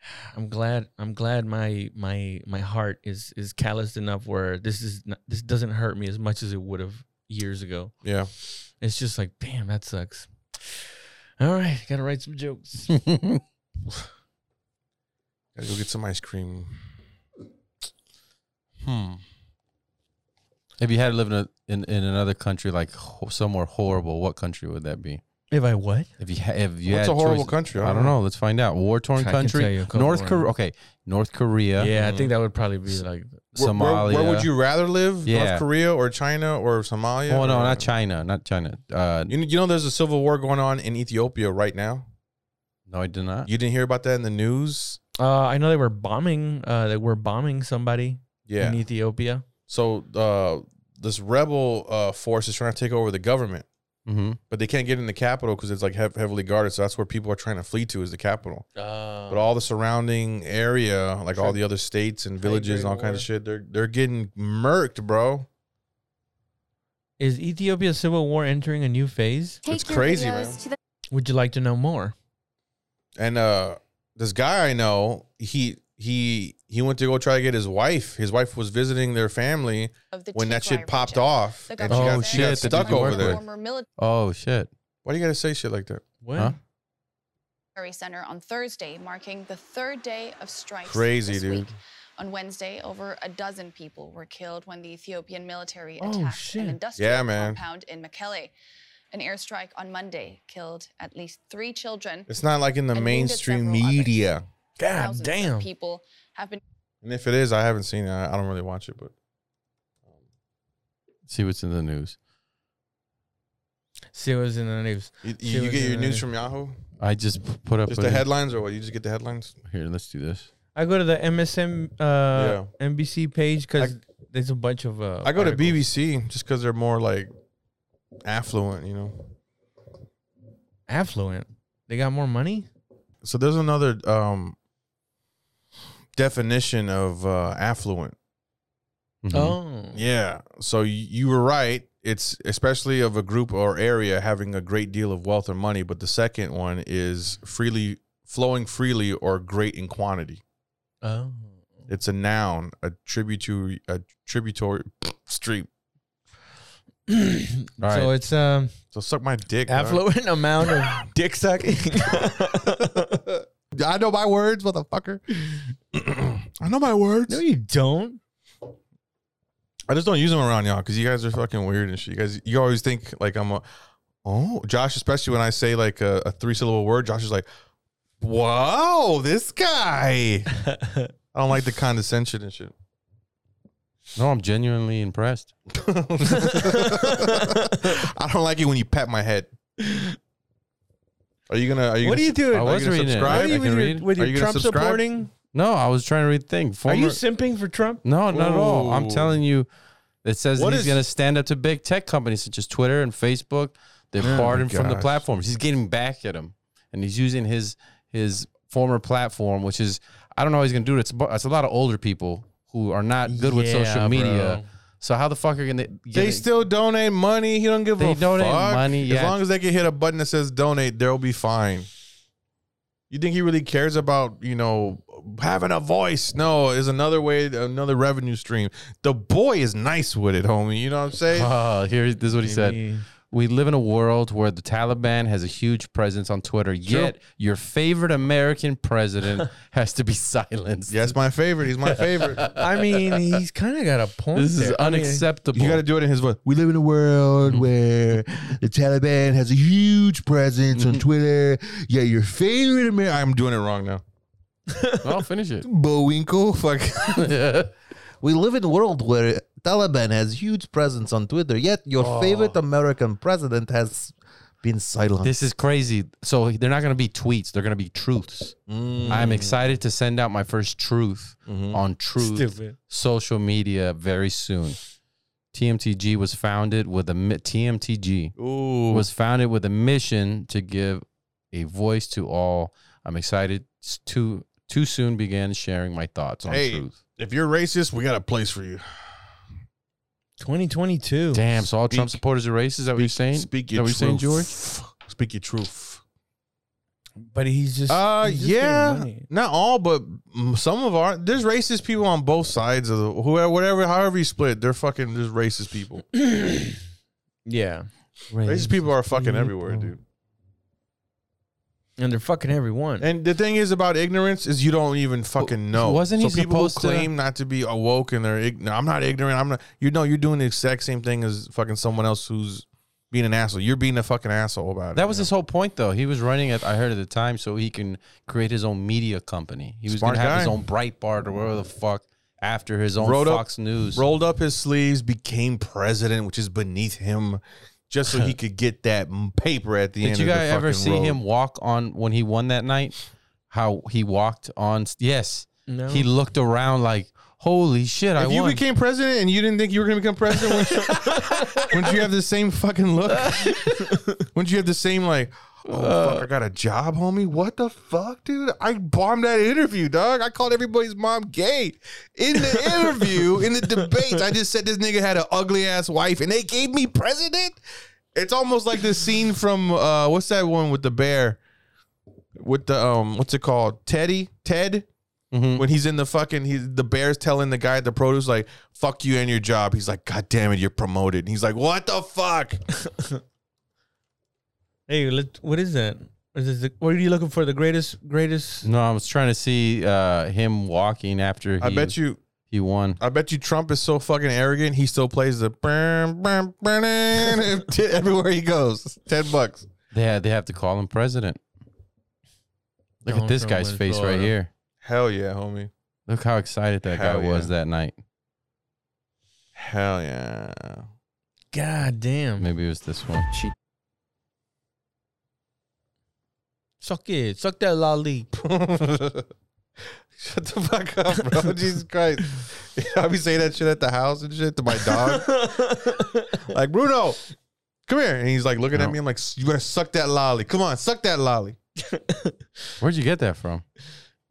S5: [sighs] I'm glad I'm glad my my my heart is is calloused enough where this is not, this doesn't hurt me as much as it would have years ago.
S1: Yeah.
S5: It's just like, damn, that sucks. All right, gotta write some jokes.
S1: Gotta go get some ice cream. Hmm.
S2: If you had to live in, a, in in another country, like ho- somewhere horrible, what country would that be?
S5: if I what?
S2: If you ha- if you
S1: What's
S2: had
S1: a horrible
S2: choices-
S1: country?
S2: I don't know. Let's find out. War
S5: I
S2: torn
S5: can tell you
S2: country.
S5: a couple
S2: North
S5: right
S2: Korea.
S5: now.
S2: Okay, North Korea.
S5: Yeah, I think that would probably be like
S1: Where- where-
S2: Somalia.
S1: Where, would you rather live? North
S2: Yeah.
S1: Korea or China or Somalia?
S2: Oh no,
S1: or-
S2: not China. Not China. Uh,
S1: You, you know, there's a civil war going on in Ethiopia right now.
S2: no, I did not.
S1: You didn't hear about that in the news?
S5: Uh, I know they were bombing. Uh, they were bombing somebody
S1: Yeah.
S5: in
S2: E-
S5: Ethiopia.
S1: so uh, this rebel uh, force is trying to take over the government,
S2: hmm
S1: but they can't get in the capital because it's like hev- heavily guarded. So that's where people are trying to flee to is the capital.
S5: Uh,
S1: But all the surrounding area, like all the other states and villages and all kinds of shit, they're they're getting murked, bro.
S5: is Ethiopia's civil war entering a new phase?
S1: It's crazy, man.
S5: Would you like to know more?
S1: and uh this guy I know, he he he went to go try to get his wife. His wife was visiting their family
S7: Of the
S1: when that
S7: Tetuai
S1: shit popped
S7: region.
S1: off,
S7: The
S1: and she
S7: government
S1: got,
S2: Oh,
S1: she got
S2: shit, that
S1: stuck
S2: didn't
S1: over
S2: work
S1: there.
S2: with.
S7: Former military
S2: Oh shit.
S1: Why do you gotta say shit like that?
S3: What?
S2: Huh?
S7: center on Thursday, marking the third day of strikes.
S1: Crazy,
S7: this
S1: dude.
S7: Week. On Wednesday, over a dozen people were killed when the Ethiopian military
S3: Oh,
S7: attacked
S3: shit.
S7: an industrial
S1: Yeah, man.
S7: compound in Mekelle. An airstrike on Monday killed at least three children.
S1: It's not like in the
S7: And wounded
S1: mainstream
S7: several others.
S1: media.
S3: God
S7: Thousands
S3: damn.
S7: of people have been
S1: And if it is, I haven't seen it. I I don't really watch it, but
S2: See what's in the news.
S5: See what's in the news.
S1: you,
S5: See
S1: you, you
S5: what's
S1: get
S5: in
S1: your
S5: the
S1: news
S5: news.
S1: from Yahoo.
S2: I just p- put up
S1: Just
S2: a-
S1: the headlines, or what? You just get the headlines.
S2: Here, let's do this.
S5: I go to the MSM uh, NBC page because there's a bunch of. Uh,
S1: I go to
S5: articles.
S1: BBC just because they're more like affluent, you know.
S5: Affluent. They got more money.
S1: So there's another um definition of uh affluent.
S2: Mhm.
S5: Oh.
S1: Mm-hmm. Yeah. So y- you were right. It's especially of a group or area having a great deal of wealth or money, but the second one is freely flowing freely or great in quantity.
S5: Oh.
S1: It's a noun, a tributary a tributary [sniffs] stream.
S2: right.
S5: So it's um
S1: So suck my dick. dog.
S5: affluent amount of
S2: [laughs]
S5: dick [laughs] sucking.
S4: I know my words, motherfucker.
S1: [clears throat] I know my words.
S5: no, you don't.
S1: I just don't use them around y'all because you guys are fucking weird and shit. You guys, you always think like I'm a, oh, Josh, especially when I say like a, a three syllable word, Josh is like, whoa, this guy. I don't like the condescension and shit.
S2: No, I'm genuinely impressed.
S1: I don't like it when you pat my head. Are you gonna? Are you?
S5: What
S1: gonna,
S5: do you do?
S2: I
S1: Are
S2: was
S1: you gonna
S2: reading it.
S1: subscribe?
S2: I
S5: What are you
S2: can
S5: with your,
S2: read.
S5: with
S1: Are
S5: your
S1: you gonna
S5: Trump
S1: subscribe?
S5: supporting?
S2: No, I was trying to read thing.
S5: Are
S2: Former-
S5: you simping for Trump?
S2: No, not at all. I'm
S1: Whoa.
S2: telling you, it says
S1: What
S2: that he's
S1: is-
S2: going to stand up to big tech companies such as Twitter and Facebook. They've barred him from the
S1: Oh gosh.
S2: platforms. He's getting back at him, and he's using his his former platform, which is I don't know how he's going to do it. It's, a- it's a lot of older people who are not good with social
S5: Yeah,
S2: media. So how the fuck are going to
S1: They still donate money. He don't give
S2: They
S1: a
S2: donate
S1: fuck.
S2: money, yeah.
S1: As long as they can hit a button that says donate, they'll be fine. You think he really cares about you know having a voice? No, is another way, another revenue stream. The boy is nice with it, homie. You know what I'm saying?
S2: [laughs] [laughs] Oh, here this is what he said. We live in a world where the Taliban has a huge presence on Twitter, yet your favorite American
S1: [laughs]
S2: president has to be silenced.
S1: Yes, my favorite. He's
S2: [laughs]
S1: my favorite.
S5: I [laughs] mean, he's kind of got a point.
S2: This is
S5: there. I mean,
S2: unacceptable.
S1: you got to do it in his voice.
S4: We live in a world
S2: Mm-hmm.
S4: where the Taliban has a huge presence
S2: Mm-hmm.
S4: on Twitter. Yeah, your favorite American.
S1: I'm doing it wrong now.
S2: I'll finish it.
S4: Bowinkle. Fuck. [laughs] we live in a world where Taliban has huge presence on Twitter, yet your
S1: Oh.
S4: favorite American president has been silent.
S2: This is crazy. So they're not going to be tweets. They're going to be truths.
S1: Mm.
S2: I'm excited to send out my first truth
S1: Mm-hmm.
S2: on truth
S5: Stupid.
S2: social media very soon. TMTG was founded with a mi- TMTG
S1: Ooh,
S2: was founded with a mission to give a voice to all. I'm excited s- to too soon began sharing my thoughts on
S1: Hey.
S2: truth.
S1: if you're racist, we got a place for you.
S5: 2022.
S2: Damn, so all Trump
S1: Speak-
S2: supporters are racist? Is that what you're saying?
S1: Speak
S2: Is
S1: your
S2: that what
S1: truth.
S2: you're saying, George?
S1: Speak your truth.
S5: But he's just.
S1: Uh,
S5: he's just getting
S1: yeah,
S5: money.
S1: not all, but mm, some of our there's racist people on both sides of the whoever, whatever, however you split. They're fucking just racist people.
S5: Yeah.
S1: racist people are fucking everywhere,
S5: people.
S1: dude.
S5: And they're fucking everyone.
S1: And the thing is about ignorance is you don't even fucking know.
S2: wasn't he
S1: so people who
S2: supposed to-
S1: claim not to be awoke and they're ignorant? I'm not ignorant. I'm not. You know, you're doing the exact same thing as fucking someone else who's being an asshole. You're being a fucking asshole about it.
S2: That was his whole point, though. He was running at I heard at the time so he can create his own media company. He was
S1: Smart
S2: going to have his
S1: guy.
S2: own Breitbart or whatever the fuck after his own
S1: Wrote up-
S2: Fox News.
S1: rolled up his sleeves, became president, which is beneath him, just
S2: [laughs]
S1: so he could get that m- paper at the end.
S2: Did you
S1: of the
S2: guys ever
S1: fucking
S2: see
S1: road.
S2: him walk on when he won that night? How he walked on? Yes,
S5: no.
S2: he looked around like, "Holy shit, I
S1: If you
S2: won!"
S1: became president and you didn't think you were going to become president, wouldn't you, wouldn't you have the same fucking look? [laughs] wouldn't you have the same like, oh fuck, I got a job, homie? What the fuck, dude? I bombed that interview, dog. I called everybody's mom gay in the interview, in the debate. I just said this nigga had an ugly ass wife, and they gave me president. It's almost like the scene from uh, what's that one with the bear? with the um what's it called Teddy Ted
S2: Mm-hmm.
S1: when he's in the fucking he's the Bears telling the guy at the produce like fuck you and your job he's like god damn it you're promoted and he's like what the fuck
S5: Hey, let, what is that? Is this the, what are you looking for? The greatest, greatest.
S2: No, I was trying to see uh, him walking after he,
S1: I bet you
S2: he won.
S1: I bet you Trump is so fucking arrogant he still plays the brum, brum, brum, [laughs] everywhere he goes ten bucks
S2: They had, they have to call him president. Look at
S3: Donald
S2: this
S3: Trump
S2: guy's
S3: wins
S2: face right
S3: Florida.
S2: here.
S1: hell yeah homie
S2: Look how excited that
S1: Hell
S2: guy was
S1: yeah.
S2: that night.
S1: hell yeah
S5: God damn!
S2: Maybe it was this one.
S5: Suck it, suck that lolly.
S1: [laughs] Shut the fuck up, bro. [laughs] Jesus Christ. I be saying that shit at the house and shit to my [laughs] dog. like, Bruno, come here. And he's like looking at me. I'm like, you better suck that lolly. Come on, suck that lolly.
S2: Where'd you get that from?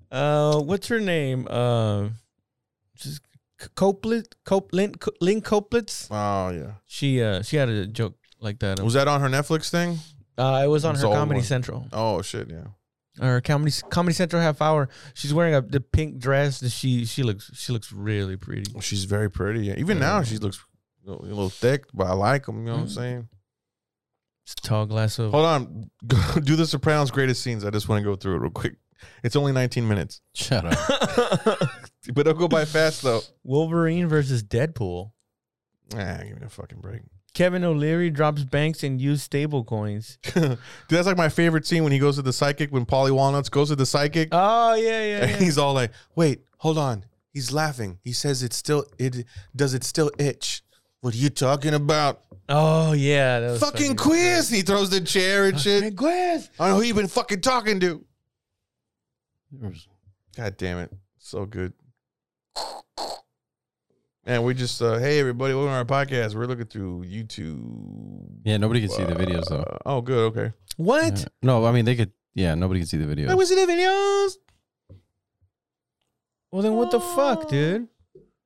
S5: Uh, what's her name? Uh, just C- Copeland, Copeland, Co- Lynn Copeland's.
S1: Oh, yeah.
S5: She uh, she had a joke like that.
S1: Was that on her Netflix thing?
S5: Uh, it was on
S1: It's
S5: her
S1: all
S5: Comedy
S1: one.
S5: Central.
S1: Oh, shit, yeah.
S5: Her Comedy Comedy Central half hour. She's wearing a the pink dress. That she she looks she looks really pretty.
S1: Well, she's very pretty. Yeah. Mm. Even now, she looks a little- a little thick, but I like them. You know what I'm saying?
S5: It's a tall glass of.
S1: Hold on. [laughs] Go do the Sopranos greatest scenes. I just want to go through it real quick. It's only 19 minutes,
S2: Shut up.
S1: but it'll go by fast, [laughs] though.
S5: [laughs] Wolverine versus Deadpool.
S1: Ah, give me a fucking break.
S5: Kevin O'Leary drops banks and used stable coins.
S1: [laughs] Dude, that's like my favorite scene when he goes to the psychic when Polly Walnuts goes to the psychic
S5: Oh yeah, yeah.
S1: and [laughs] he's all like, "Wait, hold on." He's laughing. He says, "It's still it does it still itch." What are you talking about?
S5: Oh yeah, that was
S1: Fucking quiz. And He throws the chair and
S2: [laughs]
S1: shit.
S5: quiz.
S1: I don't know who you been fucking talking to. God damn it. So good. And we just uh, hey everybody, welcome to our podcast. We're looking through YouTube.
S2: Yeah, nobody could see the videos though.
S1: Uh, oh, good. Okay.
S5: What?
S2: No, I mean they could. Yeah, nobody could see the
S1: Hey,
S2: videos.
S1: we see the videos.
S5: Well then, what the fuck, dude?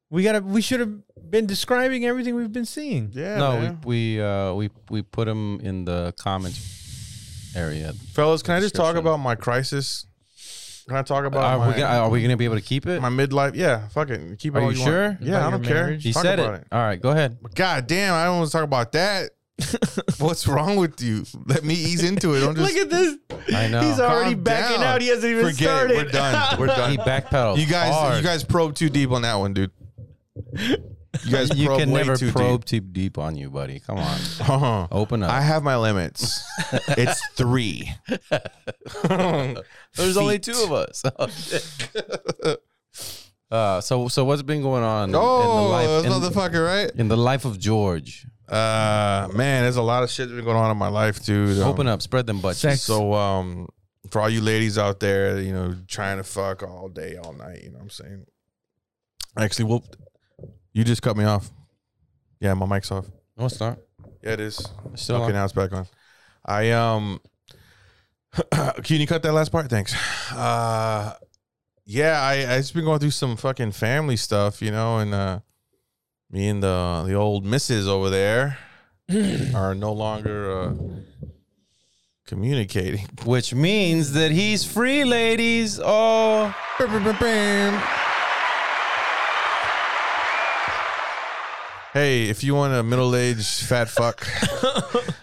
S5: We gotta. We should have been describing everything we've been seeing. [laughs]
S1: Yeah.
S2: No,
S1: man.
S2: we we uh, we we put them in the comments area.
S1: Fellas, can I just talk
S2: Description.
S1: about my crisis? Can I talk about
S2: Are
S1: my,
S2: we, gonna, are we gonna be able to keep it?
S1: my midlife? Yeah, fuck it. Keep it
S2: Are
S1: all
S2: you
S1: want.
S2: sure?
S1: Yeah,
S5: About
S1: I don't
S5: your
S1: care.
S5: marriage?
S2: He
S1: Talk
S2: said it.
S1: about
S2: All right, go ahead.
S1: But God damn, I don't want to talk about
S2: [laughs]
S1: that. What's wrong with you? Let me ease into it. Don't just
S5: at this.
S2: I know.
S1: already backing out. He
S5: hasn't even
S1: forget it. We're
S2: [laughs]
S5: [laughs]
S1: done. We're
S2: he
S1: done.
S2: backpedals.
S1: You guys,
S2: hard.
S1: you guys probe too deep on that one, dude. You guys,
S2: You
S1: probe
S2: can
S1: way
S2: never
S1: too
S2: probe Oh. too deep on you, buddy. Come on,
S1: Deep. Uh-huh.
S2: open up.
S1: I have my limits.
S2: [laughs]
S1: it's three.
S2: There's only two of us. [laughs] Oh, shit. uh, so so what's been going on in-
S1: Oh,
S2: in, the
S1: that's
S2: life,
S1: motherfucker, right?
S2: in, in the life of George?
S1: Uh, man, there's a lot of shit that's been going on in my life, dude. Um,
S2: Open up, spread them butts.
S5: Sex.
S1: So um for all you ladies out there, you know, trying to fuck all day, all night, you know what I'm saying? Actually, well you just cut me off. Yeah, my mic's off.
S2: No, it's not.
S1: Yeah, it is.
S2: It's still
S1: okay,
S2: on.
S1: now it's back on. I um [clears throat] can you cut that last part? Thanks. Uh yeah, I I just been going through some fucking family stuff, you know, and uh me and the the old missus over there are no longer uh communicating.
S2: Which means that he's free, ladies. Oh,
S1: Hey, if you want a middle-aged fat fuck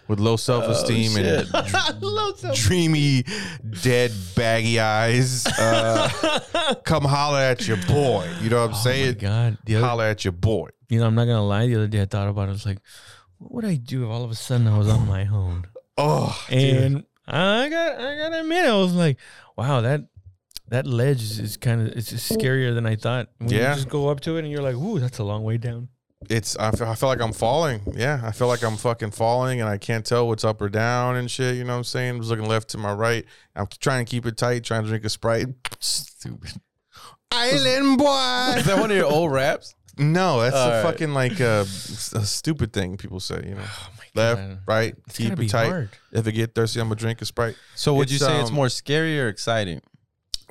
S1: with low self-esteem and dreamy, dead, baggy eyes, uh, come holler at your boy. You know what I'm saying?
S5: Oh God, the other,
S1: Holler at your boy.
S5: you know, I'm not gonna lie. The other day, I thought about it. I was like, what would I do if all of a sudden I was on
S1: [laughs]
S5: my own?
S1: Oh,
S5: And I got, I gotta admit, I was like, wow, that that ledge is, is kind of it's just scarier than I thought. When
S1: Yeah.
S5: you just go up to it and you're like, ooh, that's a long way down.
S1: it's I feel, I feel like I'm falling. Yeah, I feel like I'm fucking falling, and I can't tell what's up or down and shit. You know what I'm saying? I was looking left to my right. I'm trying to keep it tight, trying to drink a sprite.
S2: stupid.
S1: [laughs] Island boy.
S2: Is that one of your old raps?
S1: [laughs] No, that's a
S2: All right.
S1: fucking like uh, s- a stupid thing people say. You know,
S2: Oh
S1: left,
S5: God.
S1: right, keep
S5: gotta be
S1: it tight.
S5: hard.
S1: If I get thirsty, I'm gonna drink a sprite.
S2: So would you
S1: It's,
S2: say it's
S1: um,
S2: more scary or exciting?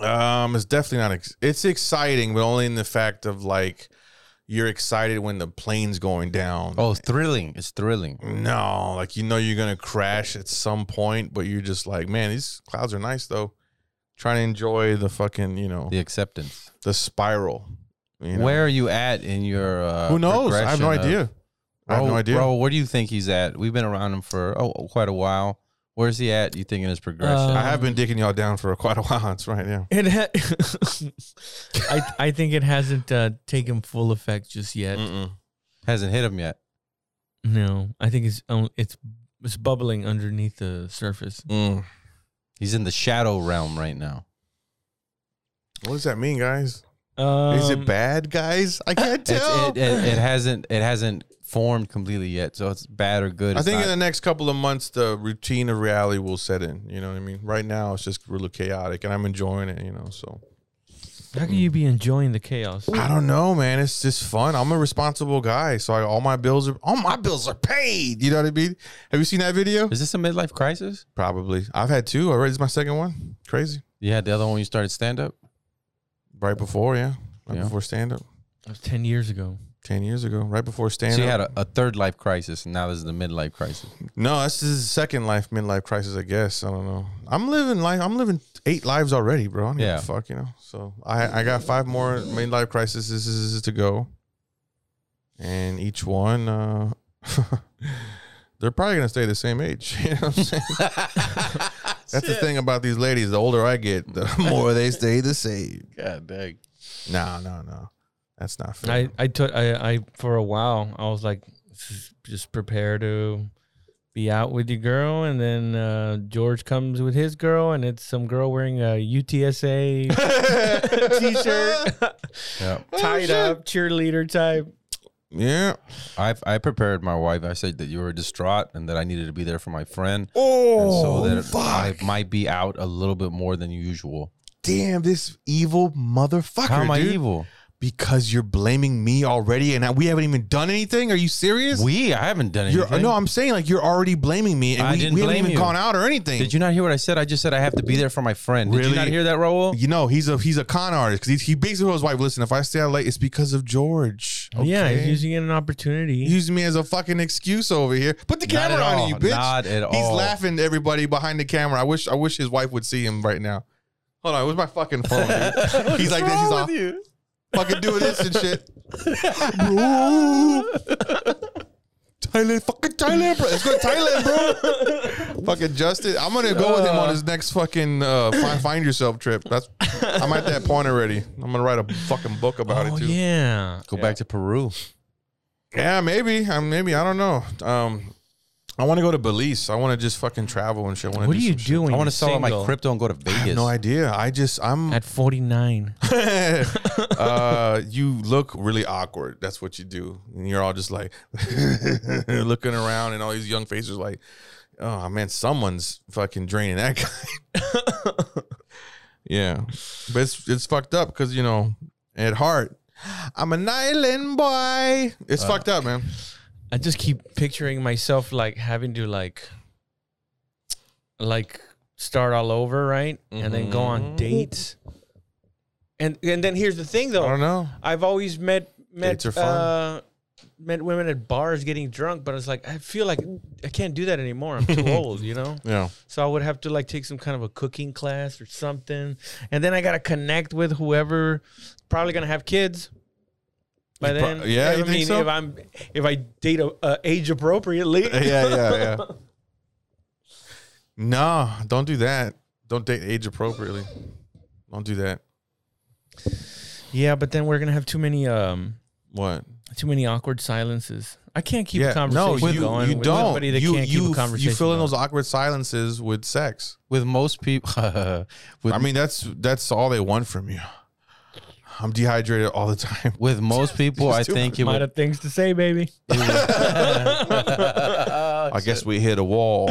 S1: Um, it's definitely not. Ex- it's exciting, but only in the fact of like you're excited when the plane's going down.
S2: Oh, thrilling. It's thrilling.
S1: no, like you know you're gonna crash at some point, but you're just like, man, these clouds are nice though. trying to enjoy the fucking, you know,
S2: The acceptance.
S1: the spiral. You know?
S2: Where are you at in your? Uh,
S1: Who knows? I have no
S2: progression of-
S1: idea. I have
S2: Bro-
S1: no idea.
S2: Bro, where do you think he's at? We've been around him for oh quite a while. Where's he at? You think in his progression?
S1: I have been dicking y'all down for [laughs] quite a while. That's right. Yeah.
S5: It ha- [laughs] I I think it hasn't uh, taken full effect just yet.
S2: Hasn't hit him yet.
S5: No, I think it's on- it's it's bubbling underneath the surface.
S1: Mm.
S2: He's in the shadow realm right now.
S1: What does that mean, guys?
S5: Um,
S1: Is it bad, guys? I can't
S2: It's,
S1: tell.
S2: it, it, it hasn't it hasn't formed completely yet. So it's bad or good.
S1: I
S2: it's
S1: think
S2: not-
S1: in the next couple of months, the routine of reality will set in. You know what I mean? Right now, it's just really chaotic, and I'm enjoying it. You know, so
S5: How can you be enjoying the chaos?
S1: I don't know, man. It's just fun. I'm a responsible guy, so I, all my bills are all my bills are paid. You know what I mean? Have you seen that video?
S2: is this a midlife crisis?
S1: Probably. I've had two already. It's my second one. Crazy.
S2: You had the other one when you started stand up.
S1: Right before, yeah. Right
S2: Yeah.
S1: before stand up,
S5: That was ten years ago.
S1: ten years ago. Right before stand
S2: So
S1: up.
S2: you had a, a third life crisis, and now this is the midlife crisis.
S1: No, this is the second life, midlife crisis, I guess. I don't know. I'm living life. I'm living eight lives already, bro. I don't yeah.
S2: Yeah.
S1: fuck, you know. So I I got five more midlife crises to go, and each one, uh, [laughs] they're probably gonna stay the same age. [laughs] You know what I'm
S2: [laughs]
S1: saying? That's the thing about these ladies. The older I get,
S2: [laughs]
S1: the more they stay the same.
S2: God dang.
S1: No, no, no. That's not fair.
S5: I I took I I for a while I was like "Just- just prepare to be out with your girl, and then uh, George comes with his girl, and it's some girl wearing a
S1: [laughs]
S5: UTSA
S1: Oh,
S5: t-shirt,
S2: Yeah.
S5: tied up, cheerleader type.
S1: yeah.
S2: I I prepared my wife. I said that you were distraught and that I needed to be there for my friend. Oh, and so that I might be out a little bit more than usual.
S1: Damn, this evil motherfucker.
S2: How am I
S1: dude.
S2: evil?
S1: Because you're blaming me already, and we haven't even done anything. Are you serious?
S2: We I haven't done
S1: You're,
S2: anything.
S1: no, I'm saying like you're already blaming me, and
S2: I
S1: we,
S2: didn't
S1: we haven't
S2: blame
S1: even
S2: you.
S1: gone out or anything.
S2: Did you not hear what I said? I just said I have to be there for my friend. Did
S1: Really?
S2: you not hear that, Raul?
S1: You know, he's a he's a con artist because he, he basically told his wife, "Listen, if I stay out late, it's because of George."
S5: Yeah,
S1: okay?
S5: he's using it as an opportunity.
S1: He's using me as a fucking excuse over here. Put the
S2: Not
S1: camera
S2: at
S1: on
S2: all.
S1: you, bitch.
S2: Not at
S1: he's
S2: all.
S1: laughing to everybody behind the camera. I wish I wish his wife would see him right now. Hold on, where's my fucking phone?
S2: [laughs]
S1: Dude? he's like this. He's all fucking doing this and shit. bro. Thailand, fucking Thailand, bro. Let's go to Thailand, bro. fucking Justin, I'm gonna go with him on his next fucking uh, find, find yourself trip. That's I'm at that point already. I'm gonna write a fucking book about
S5: oh
S1: it too.
S5: yeah,
S2: Go back to Peru.
S1: Yeah, maybe. Um, maybe I don't know. Um, I want to go to Belize. I want to just fucking travel and shit. I wanna
S5: what
S1: do
S5: are you
S1: some shit.
S5: doing?
S2: I want to sell all my
S5: single
S2: crypto and go to Vegas.
S1: No idea. I just I'm.
S5: at forty nine.
S1: [laughs] uh, you look really awkward. That's what you do, and you're all just like [laughs] looking around, and all these young faces like, oh man, someone's fucking draining that guy. [laughs] yeah, but it's it's fucked up because you know at heart. I'm an island boy. It's fucked up, man.
S5: I just keep picturing myself like having to like like start all over, right? And then go
S1: Mm-hmm.
S5: on dates. And and then here's the thing
S1: I don't
S5: though.
S1: know.
S5: I've always met met
S1: Dates are fun.
S5: uh met women at bars getting drunk, but it's like I feel like I can't do that anymore. I'm
S1: [laughs]
S5: too old, you know?
S1: Yeah.
S5: So I would have to like take some kind of a cooking class or something. And then I gotta connect with whoever probably gonna have kids. By
S1: pro-
S5: then,
S1: yeah,
S5: I
S1: you
S5: mean,
S1: think so?
S5: if I'm if I date a, uh, age appropriately,
S1: yeah, yeah, yeah. No, don't do that. Don't date age appropriately. Don't do that.
S5: yeah. But then we're gonna have too many um
S1: What?
S5: too many awkward silences. I can't keep
S1: yeah,
S5: a conversation
S1: no, you,
S5: going.
S1: you
S5: with
S1: don't.
S5: Somebody that
S1: you
S5: can't
S1: you,
S5: keep a conversation
S1: you fill in
S5: going.
S1: those awkward silences with sex.
S2: [laughs] With most people, with
S1: I mean, that's that's all they want from you. I'm dehydrated all the time.
S2: with
S1: [laughs]
S2: most people, I think it
S5: Might
S2: would
S5: have things to say, baby.
S1: I guess we hit a wall.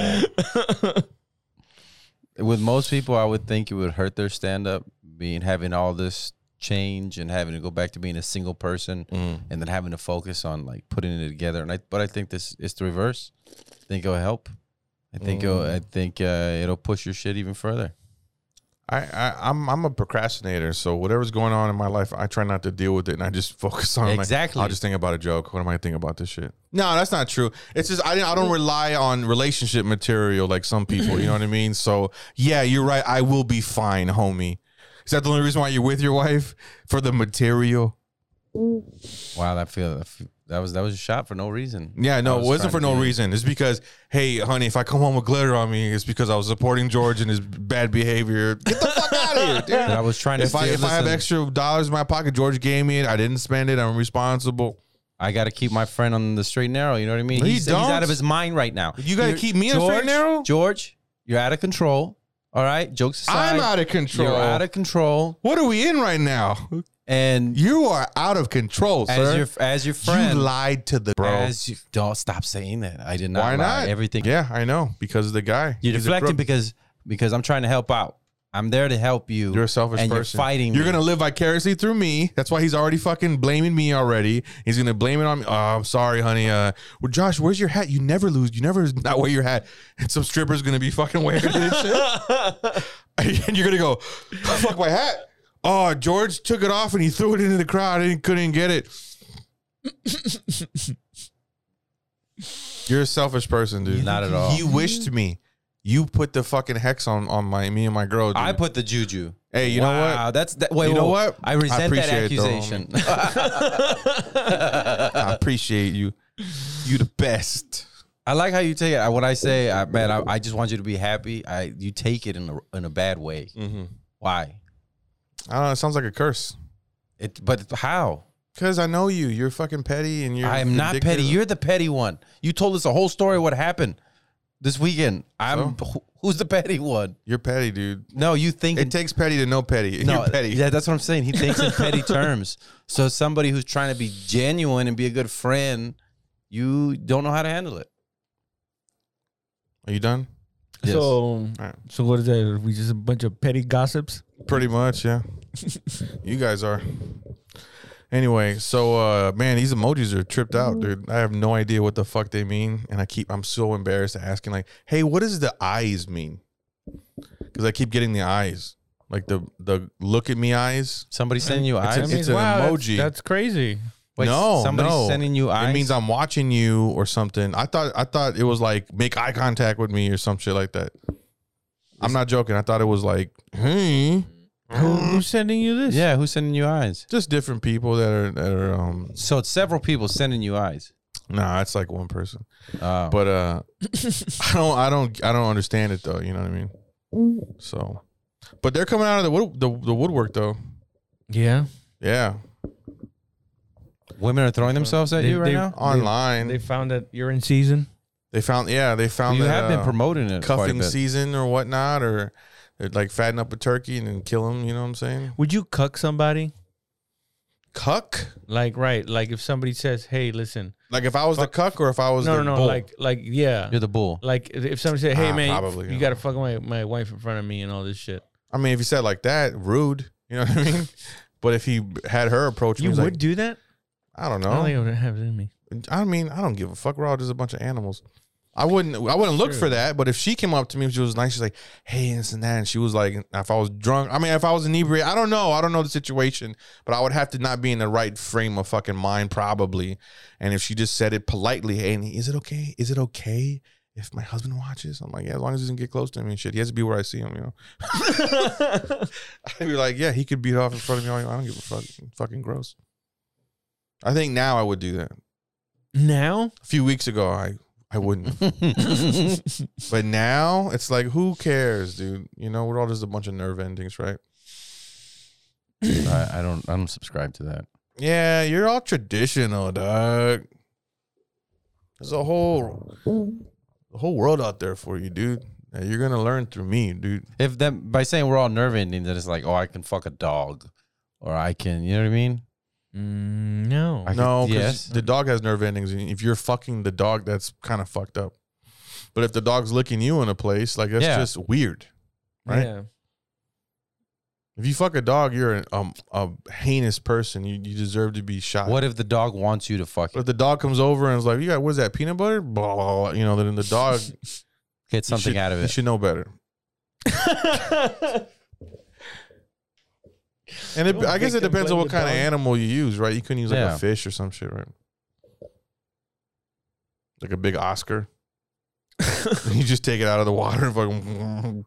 S2: with most people, I would think it would hurt their stand up being having all this change and having to go back to being a single person
S1: Mm.
S2: and then having to focus on like putting it together. And I, but I think this is the reverse.
S1: Mm.
S2: I think it'll help. I think it'll, I think uh, it'll push your shit even further.
S1: I, I I'm I'm a procrastinator, so whatever's going on in my life, I try not to deal with it, and I just [laughs] focus on like,
S2: Exactly.
S1: I'll just think about a joke. What am I thinking about this shit? No, that's not true. It's just I didn't, I don't rely on relationship material like some people. You know what I mean? So yeah, you're right. I will be fine, homie. Is that the only reason why you're with your wife for the material?
S2: Wow, that feel that was that was a shot for no reason.
S1: Yeah,
S2: I
S1: no, it
S2: was
S1: wasn't for
S2: trying
S1: no
S2: to be-
S1: reason. It's because, hey, honey, if I come home with glitter on me, it's because I was supporting George and his bad behavior. Get the fuck out of here, [laughs] dude.
S2: I was trying to.
S1: If I
S2: steer-
S1: if I have
S2: listen,
S1: extra dollars in my pocket, George gave me it. I didn't spend it. I'm responsible.
S2: I got to keep my friend on the straight and narrow. You know what I mean?
S1: No, you
S2: he's, he's out
S1: don't.
S2: of his mind right now.
S1: You gotta
S2: You're-
S1: keep me on the straight and narrow?
S2: George, you're out of control. All right, jokes aside,
S1: I'm out of control.
S2: You're out of control,
S1: what are we in right now?
S2: and
S1: You are out of control,
S2: as
S1: sir.
S2: your as your friend,
S1: you lied to the bro.
S2: as you, don't stop saying that. I did not.
S1: Why
S2: lie.
S1: not?
S2: Everything
S1: Yeah, I know because of the guy.
S2: you're
S1: He's a
S2: deflecting
S1: crook.
S2: because because I'm trying to help out. I'm there to help you.
S1: You're a selfish
S2: and
S1: person.
S2: You're fighting.
S1: You're
S2: me.
S1: gonna live vicariously through me. That's why he's already fucking blaming me already. He's gonna blame it on me. Oh, I'm sorry, honey. Uh, well, Josh, where's your hat? You never lose. You never not wear your hat. And some stripper's gonna be fucking wearing this
S2: [laughs]
S1: shit. and you're gonna go, fuck my hat. Oh, George took it off and he threw it into the crowd and couldn't get it. You're a selfish person, dude.
S2: Not at all.
S1: You wished me. You put the fucking hex on on my me and my girl. Dude.
S2: I put the juju.
S1: Hey, you know what?
S2: Wow, that's that. Wait,
S1: You know
S2: whoa,
S1: what?
S2: I
S1: I
S2: resent that
S1: appreciate it, though,
S2: accusation.
S1: [laughs]
S2: [laughs]
S1: I appreciate you. You the best.
S2: I like how you take it. What I say, I, man, I, I just want you to be happy. I you take it in a in a bad way.
S1: Mm-hmm.
S2: Why?
S1: I don't know. It sounds like a curse.
S2: It, but how?
S1: Cause I know you. You're fucking petty, and you're.
S2: I am not
S1: vindictive.
S2: petty. You're the petty one. You told us the whole story of what happened this weekend.
S1: Oh.
S2: I'm who- who's the petty one?
S1: You're petty, dude.
S2: No, you think
S1: It takes petty to know petty. [laughs]
S2: no,
S1: you're petty.
S2: Yeah, that's what I'm saying. He
S1: [laughs]
S2: thinks in petty terms. So somebody who's trying to be genuine and be a good friend, you don't know how to handle it.
S1: Are you done?
S2: Yes.
S5: So,
S1: Alright.
S5: so what is that? Are we just a bunch of petty gossips?
S1: Pretty much,
S2: [laughs]
S1: yeah. you guys are. Anyway, so uh man, these emojis are tripped out, dude. I have no idea what the fuck they mean, and I keep I'm so embarrassed to asking like, "Hey, what does the eyes mean?" Cuz I keep getting the eyes. Like the the look at me eyes.
S2: somebody sending you
S1: It's
S2: eyes.
S1: a- it's an emoji.
S5: That's, that's
S1: [gasps]
S5: crazy.
S2: Wait,
S1: no,
S2: somebody's
S1: no.
S2: sending you eyes.
S1: It means I'm watching you or something. I thought I thought it was like make eye contact with me or some shit like that. I'm not joking. I thought it was like, hey,
S5: Who, who's sending you this?
S2: yeah, who's sending you eyes?
S1: just different people that are that are um.
S2: So it's several people sending you eyes.
S1: Nah, it's like one person.
S2: Oh.
S1: But
S2: [laughs]
S1: uh, I don't, I don't, I don't understand it though. You know what I mean? So, but they're coming out of the wood, the, the woodwork though.
S5: Yeah.
S1: Yeah,
S2: women are throwing themselves at
S5: They-
S2: you right
S5: they-
S2: now.
S1: online. They,
S5: They found that you're in season.
S1: found, yeah, they found
S2: you
S1: that,
S2: have been
S1: uh,
S2: promoting it quite a
S1: cuffing
S2: bit.
S1: season or whatnot, or they'd like fatten up a turkey and then kill him. You know what I'm saying?
S5: Would you cuck somebody?
S1: Cuck?
S5: Like, right? Like, if somebody says, "Hey, listen,"
S1: Like if I was the cuck or if I was
S5: no,
S1: the
S5: no, no,
S1: bull?
S5: like, like, yeah,
S2: You're the
S5: [laughs]
S2: bull.
S5: like, if if somebody said, "Hey,
S1: Ah,
S5: man,
S1: probably,
S5: you
S1: yeah.
S5: got to fuck my my wife in front of me and all this shit,"
S1: I mean, if you said like that, rude. You know what I mean? [laughs] But if he had her approach, me,
S5: you
S1: he's
S5: would
S1: like, "Oh."
S5: do that?
S1: I don't
S5: I don't think
S1: know.
S5: I would have it in me.
S1: I mean, I don't give a fuck. We're all just a bunch of animals. I wouldn't. I wouldn't look for that. But if she came up to me, she was nice. She's like, "Hey, this and that," and she was like, "If I was drunk, I mean, if I was inebriated, I don't know. I don't know the situation, but I would have to not be in the right frame of fucking mind, probably. And if she just said it politely, "Hey, and is it okay? Is it okay if my husband watches?" I'm like, "Yeah, as long as he doesn't get close to me and shit. He has to be where I see him, you know." I'd be like, "Yeah, he could beat off in front of me. all he- I don't give a fuck. Fucking gross." I think now I would do that
S5: Now,
S1: a few weeks ago I I [laughs] wouldn't. but now it's like who cares, dude? You know, we're all just a bunch of nerve endings, right?
S2: I, I don't. I don't subscribe to that.
S1: Yeah, you're all traditional, dog. There's a whole the whole world out there for you, dude. that you're gonna learn through me, dude.
S2: If that by saying we're all nerve endings, that it's like, oh, I can fuck a dog, or I can. You know what I mean?
S5: Mm, no,
S2: I
S1: No,
S2: Could,
S1: because
S2: yes.
S1: the dog has nerve endings, and if you're fucking the dog, that's kind of fucked up. But if the dog's licking you in a place, like that's
S2: Yeah.
S1: just weird, right?
S5: Yeah.
S1: If you fuck a dog, you're an, um, a heinous person. You, you deserve to be shot.
S2: What if the dog wants you to fuck
S1: But if
S2: it?
S1: the dog comes over and is like, "You got what's that peanut butter?" Blah, blah, blah, you know. Then the dog
S2: Get [laughs] something
S1: should,
S2: out of
S1: You
S2: it.
S1: should know better. And it,
S5: Don't
S1: I guess it
S5: make them
S1: depends on
S5: blame
S1: what
S5: the
S1: kind of
S5: dog.
S1: animal you use, right? You couldn't use like
S2: Yeah.
S1: a fish or some shit, right? Like a big Oscar. [laughs] you just take it out of the water and fucking.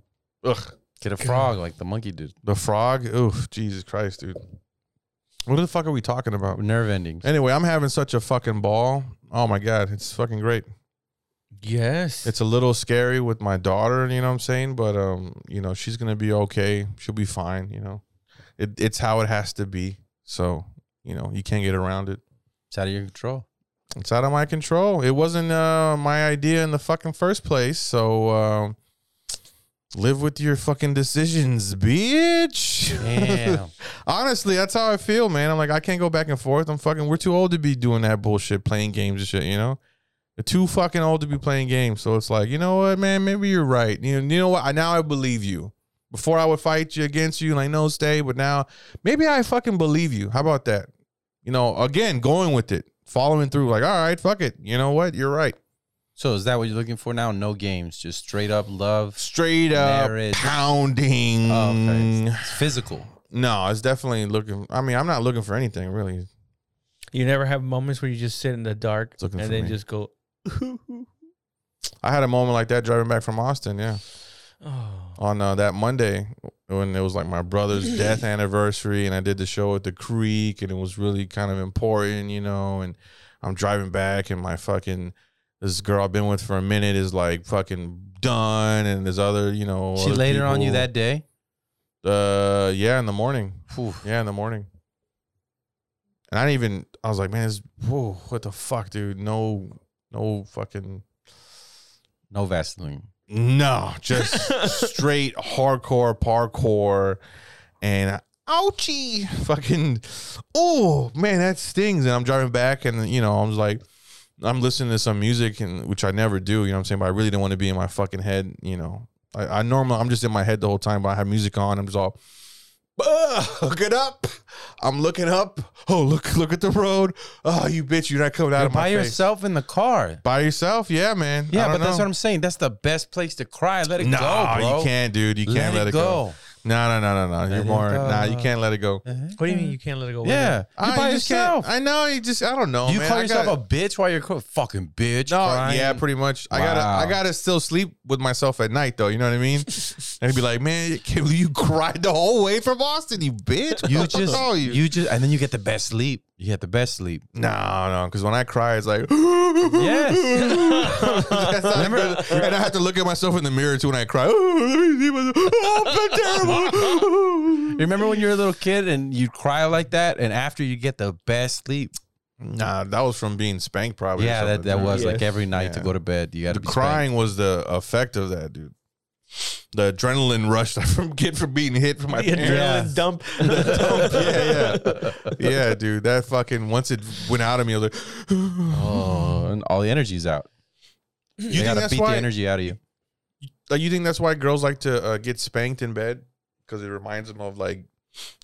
S1: [laughs] Ugh,
S2: Get a frog like the monkey did.
S1: the frog. Oof, Jesus Christ, dude. What the fuck are we talking about?
S2: Nerve endings.
S1: Anyway, I'm having such a fucking ball. Oh my god, it's fucking great.
S5: [laughs] Yes.
S1: It's a little scary with my daughter, you know what I'm saying? But um, you know, she's gonna be okay. She'll be fine, you know. It, it's how it has to be. So, you know, you can't get around it.
S2: It's out of your control.
S1: It's out of my control. It wasn't uh, my idea in the fucking first place. So um live with your fucking decisions, bitch.
S2: Damn.
S1: Honestly, that's how I feel, man. I'm like, I can't go back and forth. I'm fucking, we're too old to be doing that bullshit, playing games and shit, you know? We're too fucking old to be playing games. So it's like, you know what, man? Maybe you're right. You know, you know what? I, now I believe you. Before I would fight you against you, like, no, stay. But now, maybe I fucking believe you. How about that? You know, again, going with it, following through, like, all right, fuck it. You know what? You're right.
S2: [laughs] so is that what you're looking for now? No games, just straight up love.
S1: Straight up
S2: Marriage.
S1: pounding.
S2: Oh, okay. It's- It's physical.
S1: No, it's definitely looking. I mean, I'm not looking for anything really.
S5: you never have moments where you just sit in the dark
S1: It's
S5: and
S1: looking for
S5: then
S1: me.
S5: just go,
S1: I had a moment like that driving back from Austin. Yeah.
S5: oh.
S1: on uh, that Monday when it was like my
S2: [clears throat]
S1: brother's death anniversary, and I did the show at the creek, and it was really kind of important, you know. And I'm driving back, and my fucking this girl I've been with for a minute is like fucking done, and there's other, you know,
S2: She
S1: other
S2: laid it on you
S1: people.
S2: that day.
S1: uh, yeah, in the morning,
S2: Whew.
S1: yeah, in the morning. And I didn't even. I was like, man, this, whoa, what the fuck, dude? No, no fucking
S2: No Vaseline.
S1: No,
S2: [laughs]
S1: just straight hardcore parkour and ouchie fucking oh man that stings and I'm driving back and you know I was like I'm listening to some music and which I never do, you know what I'm saying? But I really don't want to be in my fucking head, you know. I, I normally I'm just in my head the whole time, but I have music on, I'm just all "Ugh, look it up. I'm looking up. Oh look look at the road. Oh you bitch, you're not coming out
S2: You're
S1: of my
S2: by
S1: face.
S2: yourself in the car.
S1: By yourself, yeah, man.
S2: Yeah,
S1: I
S2: but
S1: don't
S2: that's
S1: know.
S2: what I'm saying. That's the best place to cry. Let it
S1: No,
S2: go, bro.
S1: you can't, dude. You can't let, it go. No, no, no, no, no. You're
S2: it
S1: more.
S2: go.
S1: Nah, you can't let it go.
S5: What do you mean you can't let it go? away?
S2: Yeah, you're
S1: I
S2: by
S1: just
S2: yourself.
S1: Can't, I know. You just. I don't know.
S2: you
S1: man.
S2: call
S1: I
S2: yourself
S1: gotta-
S2: a bitch while you're cr- fucking bitch.
S1: No,
S2: crying.
S1: yeah, pretty much. I gotta,
S2: Wow.
S1: I gotta still sleep with myself at night, though. You know what I
S2: [laughs]
S1: mean? and be like, man, can, you cried the whole way from Boston, you bitch.
S2: You
S1: What the
S2: [laughs] just,
S1: hell
S2: you. just, and then you get the best sleep. You get the best [laughs] sleep.
S1: No, no, because when I cry, it's
S2: [laughs]
S1: like, [laughs]
S2: Yes.
S1: That's not good. and I have to look at myself in the mirror too when I cry. [laughs]
S2: [laughs]
S1: Oh, I'm terrible.
S2: You remember when you were a little kid and you'd cry like that, and after you get the best sleep.
S1: Nah, that was from being spanked, probably. or
S2: Oh, Yeah, that,
S1: something,
S2: that
S1: dude.
S2: was like every night to
S1: Yeah.
S2: go to bed. You got
S1: The
S2: to be crying.
S1: crying was the effect of that, dude. The adrenaline rush [laughs] I from get from being hit from my
S5: The
S1: parents.
S2: [laughs]
S5: adrenaline dump.
S1: [laughs] yeah,
S5: [laughs]
S1: yeah, yeah, dude. That fucking once it went out of me, I was like,
S2: Oh, [gasps] and all the energy's out.
S1: you
S2: You
S1: think
S2: got to
S1: that's
S2: beat
S1: why?
S2: the energy out of you.
S1: like, you think that's why girls like to uh, get spanked in bed because it reminds them of like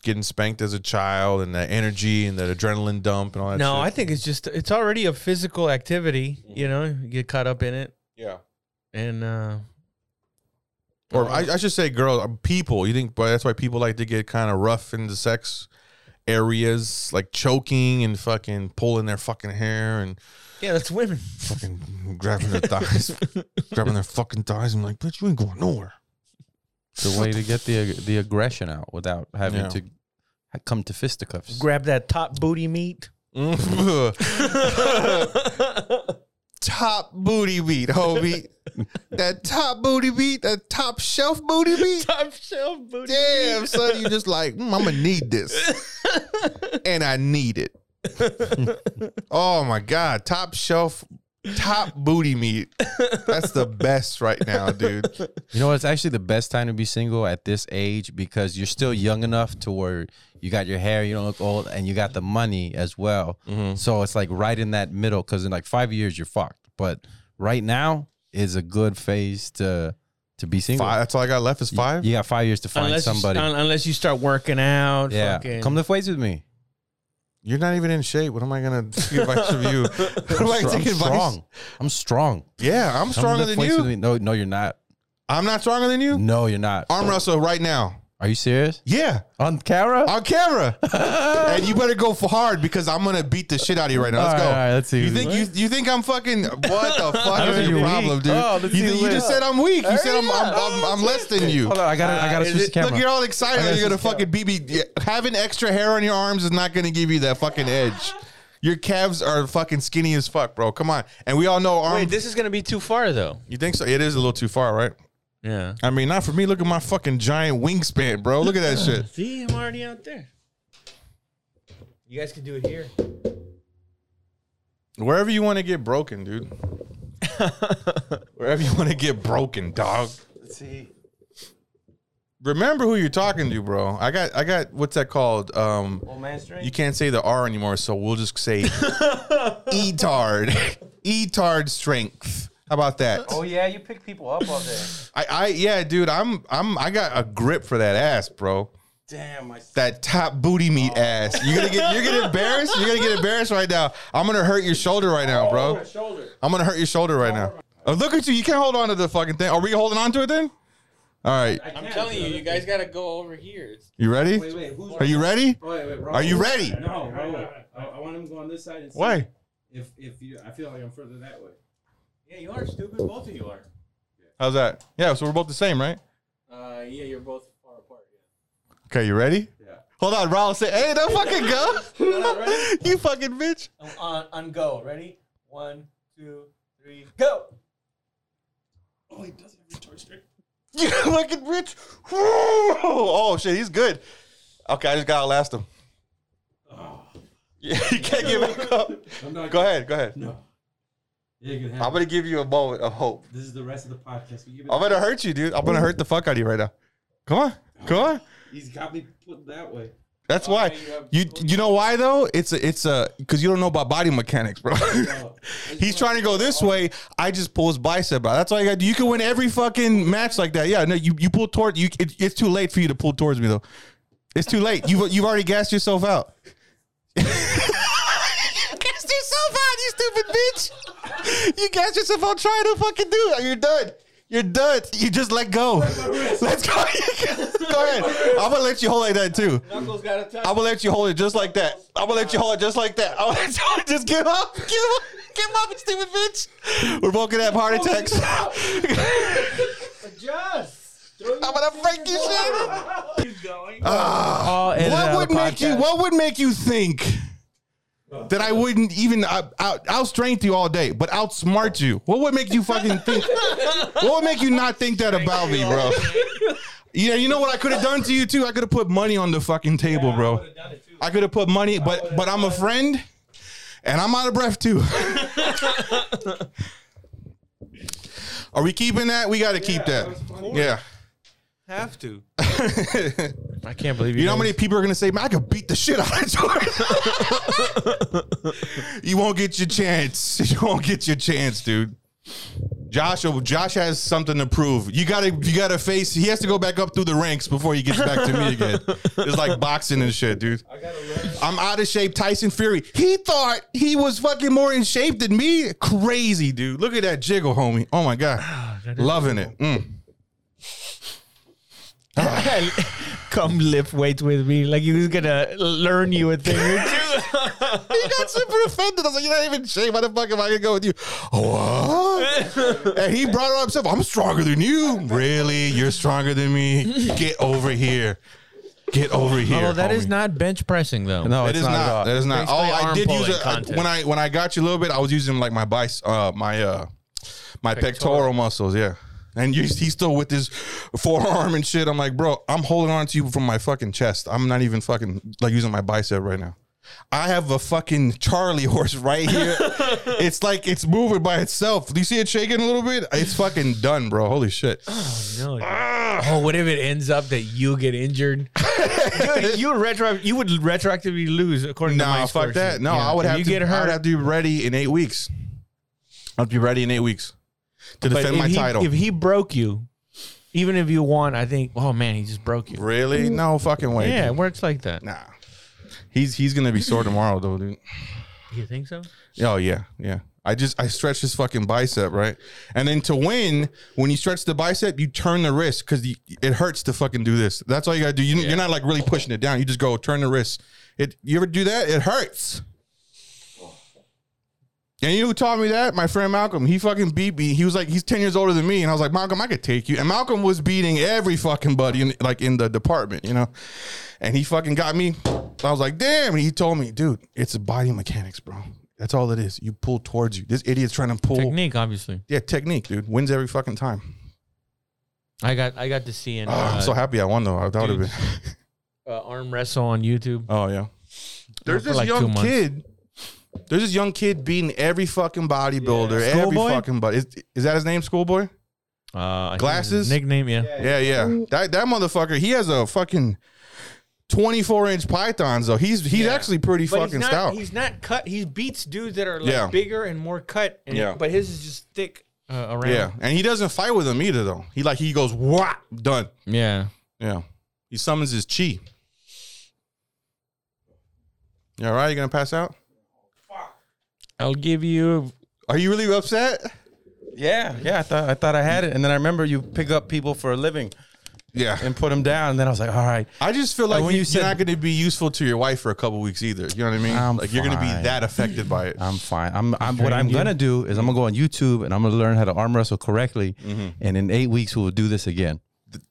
S1: getting spanked as a child and that energy and that adrenaline dump and all that.
S5: no, I
S1: shit.
S5: think it's just it's already a physical activity. You know, you get caught up in it,
S1: yeah.
S5: and uh,
S1: Or I, I should say, girls, uh, people. You think, but that's why people like to get kind of rough in the sex areas, like choking and fucking pulling their fucking hair and
S5: yeah, that's women.
S1: fucking grabbing their [laughs] thighs, grabbing their fucking thighs. I'm like, bitch, you ain't going nowhere.
S2: It's a way to get the the aggression out without having
S1: Yeah.
S2: to ha- come to fisticuffs.
S5: Grab that top booty meat.
S1: [laughs] top booty beat, [laughs] homie. that top booty beat, that top shelf booty beat.
S5: [laughs] Top shelf booty.
S1: Damn, son, you just like, mm, I'm gonna need this, and I need it. oh my god, top shelf, top booty meat. That's the best right now, dude.
S2: You know, what? it's actually the best time to be single at this age because you're still young enough to where you got your hair, you don't look old, and you got the money as well.
S1: Mm-hmm.
S2: So it's like right in that middle because in like five years you're fucked. But right now is a good phase to to be single.
S1: Five, that's all I got left is five.
S2: You got five years to find
S5: Unless
S2: somebody.
S5: You, un- unless you start working out.
S2: yeah,
S5: Fucking,
S2: come lift weights with me.
S1: You're not even in shape. What am I gonna [laughs] take advice from
S2: [laughs]
S1: you? What am I
S2: I'm
S1: gonna take advice?
S2: strong. I'm strong.
S1: Yeah, I'm
S2: Come
S1: stronger
S2: lift
S1: than
S2: weights with
S1: you.
S2: me. No, no, you're not.
S1: I'm not stronger than you.
S2: No, you're not.
S1: Arm wrestle right now.
S2: Are you serious?
S1: Yeah,
S2: On camera?
S1: on
S2: [laughs]
S1: camera. and you better go for hard because I'm gonna beat the shit out of you right now. Let's
S2: All
S1: go.
S2: right, all right, let's see
S1: You
S2: who-
S1: think you, you think I'm fucking what
S2: [laughs]
S1: the fuck
S2: think
S1: is your
S2: you're
S1: problem,
S2: weak.
S1: dude?
S2: Oh,
S1: you,
S2: let's see
S1: thi-
S2: who
S1: you
S2: wins.
S1: just said I'm weak. You said I'm
S2: Hurry
S1: I'm,
S2: up.
S1: I'm, I'm less than you.
S2: Hold on, I gotta, I
S5: Uh,
S2: gotta switch the camera.
S1: Look, you're all excited.
S2: gotta
S1: You're gonna
S2: switch the
S1: fucking beat me. Yeah, Having extra hair on your arms is not gonna give you that fucking edge. Your calves are fucking skinny as fuck, bro. Come on. And we all know arm.
S5: Wait, this is gonna be too far though.
S1: you think so? It is a little too far, right?
S5: Yeah.
S1: I mean, not for me. Look at my fucking giant wingspan, bro. Look at
S2: [laughs]
S1: that shit.
S5: See, I'm already out there. You guys can do it here.
S1: Wherever you want to get broken,
S2: [laughs]
S1: dude. Wherever you want to get broken, dog.
S2: see.
S1: Remember who you're talking to, bro. I got I got what's that called? Um
S5: man strength.
S1: you can't say the R anymore, so we'll just
S8: [laughs]
S1: say etard. [laughs] etard strength. How about that?
S8: Oh,
S5: Oh,
S2: yeah, you pick people up all day.
S1: I, I yeah, dude, I'm I'm I got a grip for that ass, bro.
S2: Damn, I
S1: That top booty meat
S8: Oh.
S1: ass. You're gonna get you're gonna embarrassed? You're gonna get embarrassed right now. I'm gonna hurt your shoulder right now,
S8: Oh,
S1: bro.
S2: shoulder.
S1: I'm gonna hurt your shoulder right now. Oh, look at you. You can't hold on to the fucking thing. Are we holding on to it then? All right.
S5: I'm telling you, you guys gotta go over here. It's
S1: You ready?
S8: Wait, who's?
S1: Are you ready?
S8: Wait, wait, wrong.
S1: Are you ready?
S8: No, bro. I, I want him to go on this side. And see
S1: Why?
S8: If if you, I feel like I'm further that way.
S5: yeah, you are stupid. Both of you are.
S1: How's that? Yeah, so we're both the same, right?
S8: Uh, yeah, you're both far apart.
S1: Okay, you ready?
S8: Yeah.
S1: Hold on, Raul say, hey, don't fucking go. [laughs] you fucking bitch.
S5: I'm on on go. Ready? One, two, three, go.
S8: Oh, he doesn't have retard straight.
S1: [laughs] You fucking bitch. Woo! Oh shit, he's good. Okay, I just gotta last him.
S5: Oh.
S1: Yeah, [laughs] you can't give back up.
S8: I'm not.
S1: Go ahead, go ahead.
S8: No. Yeah, you can have.
S1: I'm gonna give you a moment of hope.
S8: this is the rest of the podcast. We give it
S1: I'm gonna hurt you, dude. I'm gonna hurt the fuck out of you right now. Come on, come on.
S8: He's got me put that way.
S1: That's why you you know why though? It's a it's a because you don't know about body mechanics, bro. [laughs] He's trying to go this way. I just pull his bicep out. That's all you got. to do. You can win every fucking match like that. Yeah, no, you you pull toward you. It, it's too late for you to pull towards me though. It's too late. You've you've already gassed yourself out. [laughs] you gassed yourself out, you stupid bitch. You gassed yourself out trying to fucking do it. You're done. You're done. You just let go. Let's go. go [laughs] ahead. I'm gonna let you hold like that too.
S8: Knuckles got to
S1: I'm gonna let you hold it just like that. I'm gonna let you hold it just like that. I'm gonna let you hold it. Just give up. Give up. Give up, you stupid bitch. We're both gonna have heart attacks.
S8: Adjust.
S1: I'm gonna break your shit.
S9: All edited out
S1: What
S9: of
S1: would
S9: the
S1: make you?
S9: podcast.
S1: What would make you think that I wouldn't even out, out outstrength you all day, but outsmart you? What would make you fucking think? What would make you not think that about me, bro? Yeah, you know what I could have done to you too. I could have put money on the fucking table, bro. I could have put money, but but I'm a friend, and I'm out of breath too. [laughs] Are we keeping that? We got to keep that. Yeah.
S5: Have to. I can't believe
S1: [laughs]
S5: you.
S1: You know how many people are gonna say, "Man, I could beat the shit out of Jordan." [laughs] you won't get your chance. [laughs] You won't get your chance, dude. Josh, Josh has something to prove. You gotta, you gotta face. He has to go back up through the ranks before he gets back to me again. It's like boxing and shit, dude. I'm out of shape. Tyson Fury. He thought he was fucking more in shape than me. Crazy, dude. Look at that jiggle, homie. Oh my
S5: Ah,
S1: god, loving it. Mm. Ah.
S5: Come lift weights with me, like he was gonna learn you a thing or two.
S1: [laughs] He got super offended. I was like, you're not even ashamed. Why the fuck am I gonna go with you? What? and he brought it up himself. I'm stronger than you. Really? You're stronger than me. Get over here. Get over here.
S5: Although Oh, that
S1: homie.
S5: is not bench pressing though.
S2: No,
S1: It
S2: it's
S1: is
S2: not. uh, at all.
S1: not. That is not.
S5: Basically
S1: Oh, I
S5: arm
S1: did
S5: pulling
S1: use it
S5: contest.
S1: when I when I got you a little bit. I was using like my bice, uh, my uh, my pectoral, muscles. Yeah. And you, he's still with his forearm and shit. I'm like, bro, I'm holding on to you from my fucking chest. I'm not even fucking like using my bicep right now. I have a fucking Charlie horse right
S5: [laughs]
S1: here. it's like it's moving by itself. Do you see it shaking a little bit? It's fucking done, bro. Holy shit.
S5: No. Oh, what if it ends up that you get injured? [laughs] Dude, you retro you would retroactively lose according to my
S1: No, fuck
S5: score
S1: that.
S5: sheet.
S1: No,
S5: Yeah.
S1: I would
S5: If
S1: have
S5: you
S1: to.
S5: get
S1: I
S5: hurt.
S1: would have to be ready in eight weeks. I'd be ready in eight weeks to
S5: but
S1: defend
S5: if
S1: my
S5: he,
S1: title.
S5: If he broke you, even if you won, I think, oh man, he just broke you.
S1: really? No fucking way.
S5: Mm. Yeah,
S1: dude.
S5: it works like that.
S1: Nah. He's he's gonna be sore tomorrow though, dude.
S5: You think so?
S1: Oh yeah, yeah. I just I stretch this fucking bicep right, and then to win, when you stretch the bicep, you turn the wrist because it hurts to fucking do this. That's all you gotta do. You, You're not like really pushing it down. You just go turn the wrist. It. You ever do that? It hurts. And you know who taught me that? My friend Malcolm. He fucking beat me. He was like, he's ten years older than me, and I was like, Malcolm, I could take you. And Malcolm was beating every fucking buddy, in, like in the department, you know. And he fucking got me. I was like, damn. And he told me, dude, it's body mechanics, bro. That's all it is. You pull towards you. This idiot's trying to pull.
S5: Technique, obviously.
S1: Yeah, technique, dude. Wins every fucking time.
S5: I got I got to see an
S1: Oh, I'm so happy I won though. I thought it
S5: dude.
S1: been. [laughs]
S5: uh, arm wrestle on YouTube.
S1: Oh yeah. There's
S5: for
S1: this
S5: like two
S1: young
S5: months.
S1: kid. There's this young kid beating every fucking bodybuilder,
S5: Yeah.
S1: every
S5: Schoolboy?
S1: fucking buddy. Is, is that his name, Schoolboy?
S5: Uh, I think
S1: Glasses?
S5: nickname, yeah.
S1: Yeah, yeah. That that motherfucker, he has a fucking 24 inch pythons though. He's he's
S5: Yeah.
S1: actually pretty
S5: But
S1: fucking
S5: he's not,
S1: stout.
S5: He's not cut. He beats dudes that are like
S1: Yeah.
S5: bigger and more cut. And,
S1: Yeah.
S5: But his is just thick uh, around.
S1: Yeah, and he doesn't fight with him either though. He like he goes whap done.
S5: Yeah.
S1: Yeah, he summons his chi. You all right? You gonna pass out?
S5: I'll give you.
S1: Are you really upset?
S2: Yeah, yeah. I thought I thought I had it, and then I remember you pick up people for a living
S1: Yeah,
S2: and put them down, and then I was like, all right.
S1: I just feel like
S2: when
S1: you,
S2: you said-
S1: are not gonna be useful to your wife for a couple weeks either. You know what I mean?
S2: I'm
S1: like you're gonna be
S2: fine.
S1: that affected by it.
S2: I'm fine. I'm, I'm what I'm gonna do is I'm gonna go on YouTube and I'm gonna learn how to arm wrestle correctly, and in eight weeks we will do this again.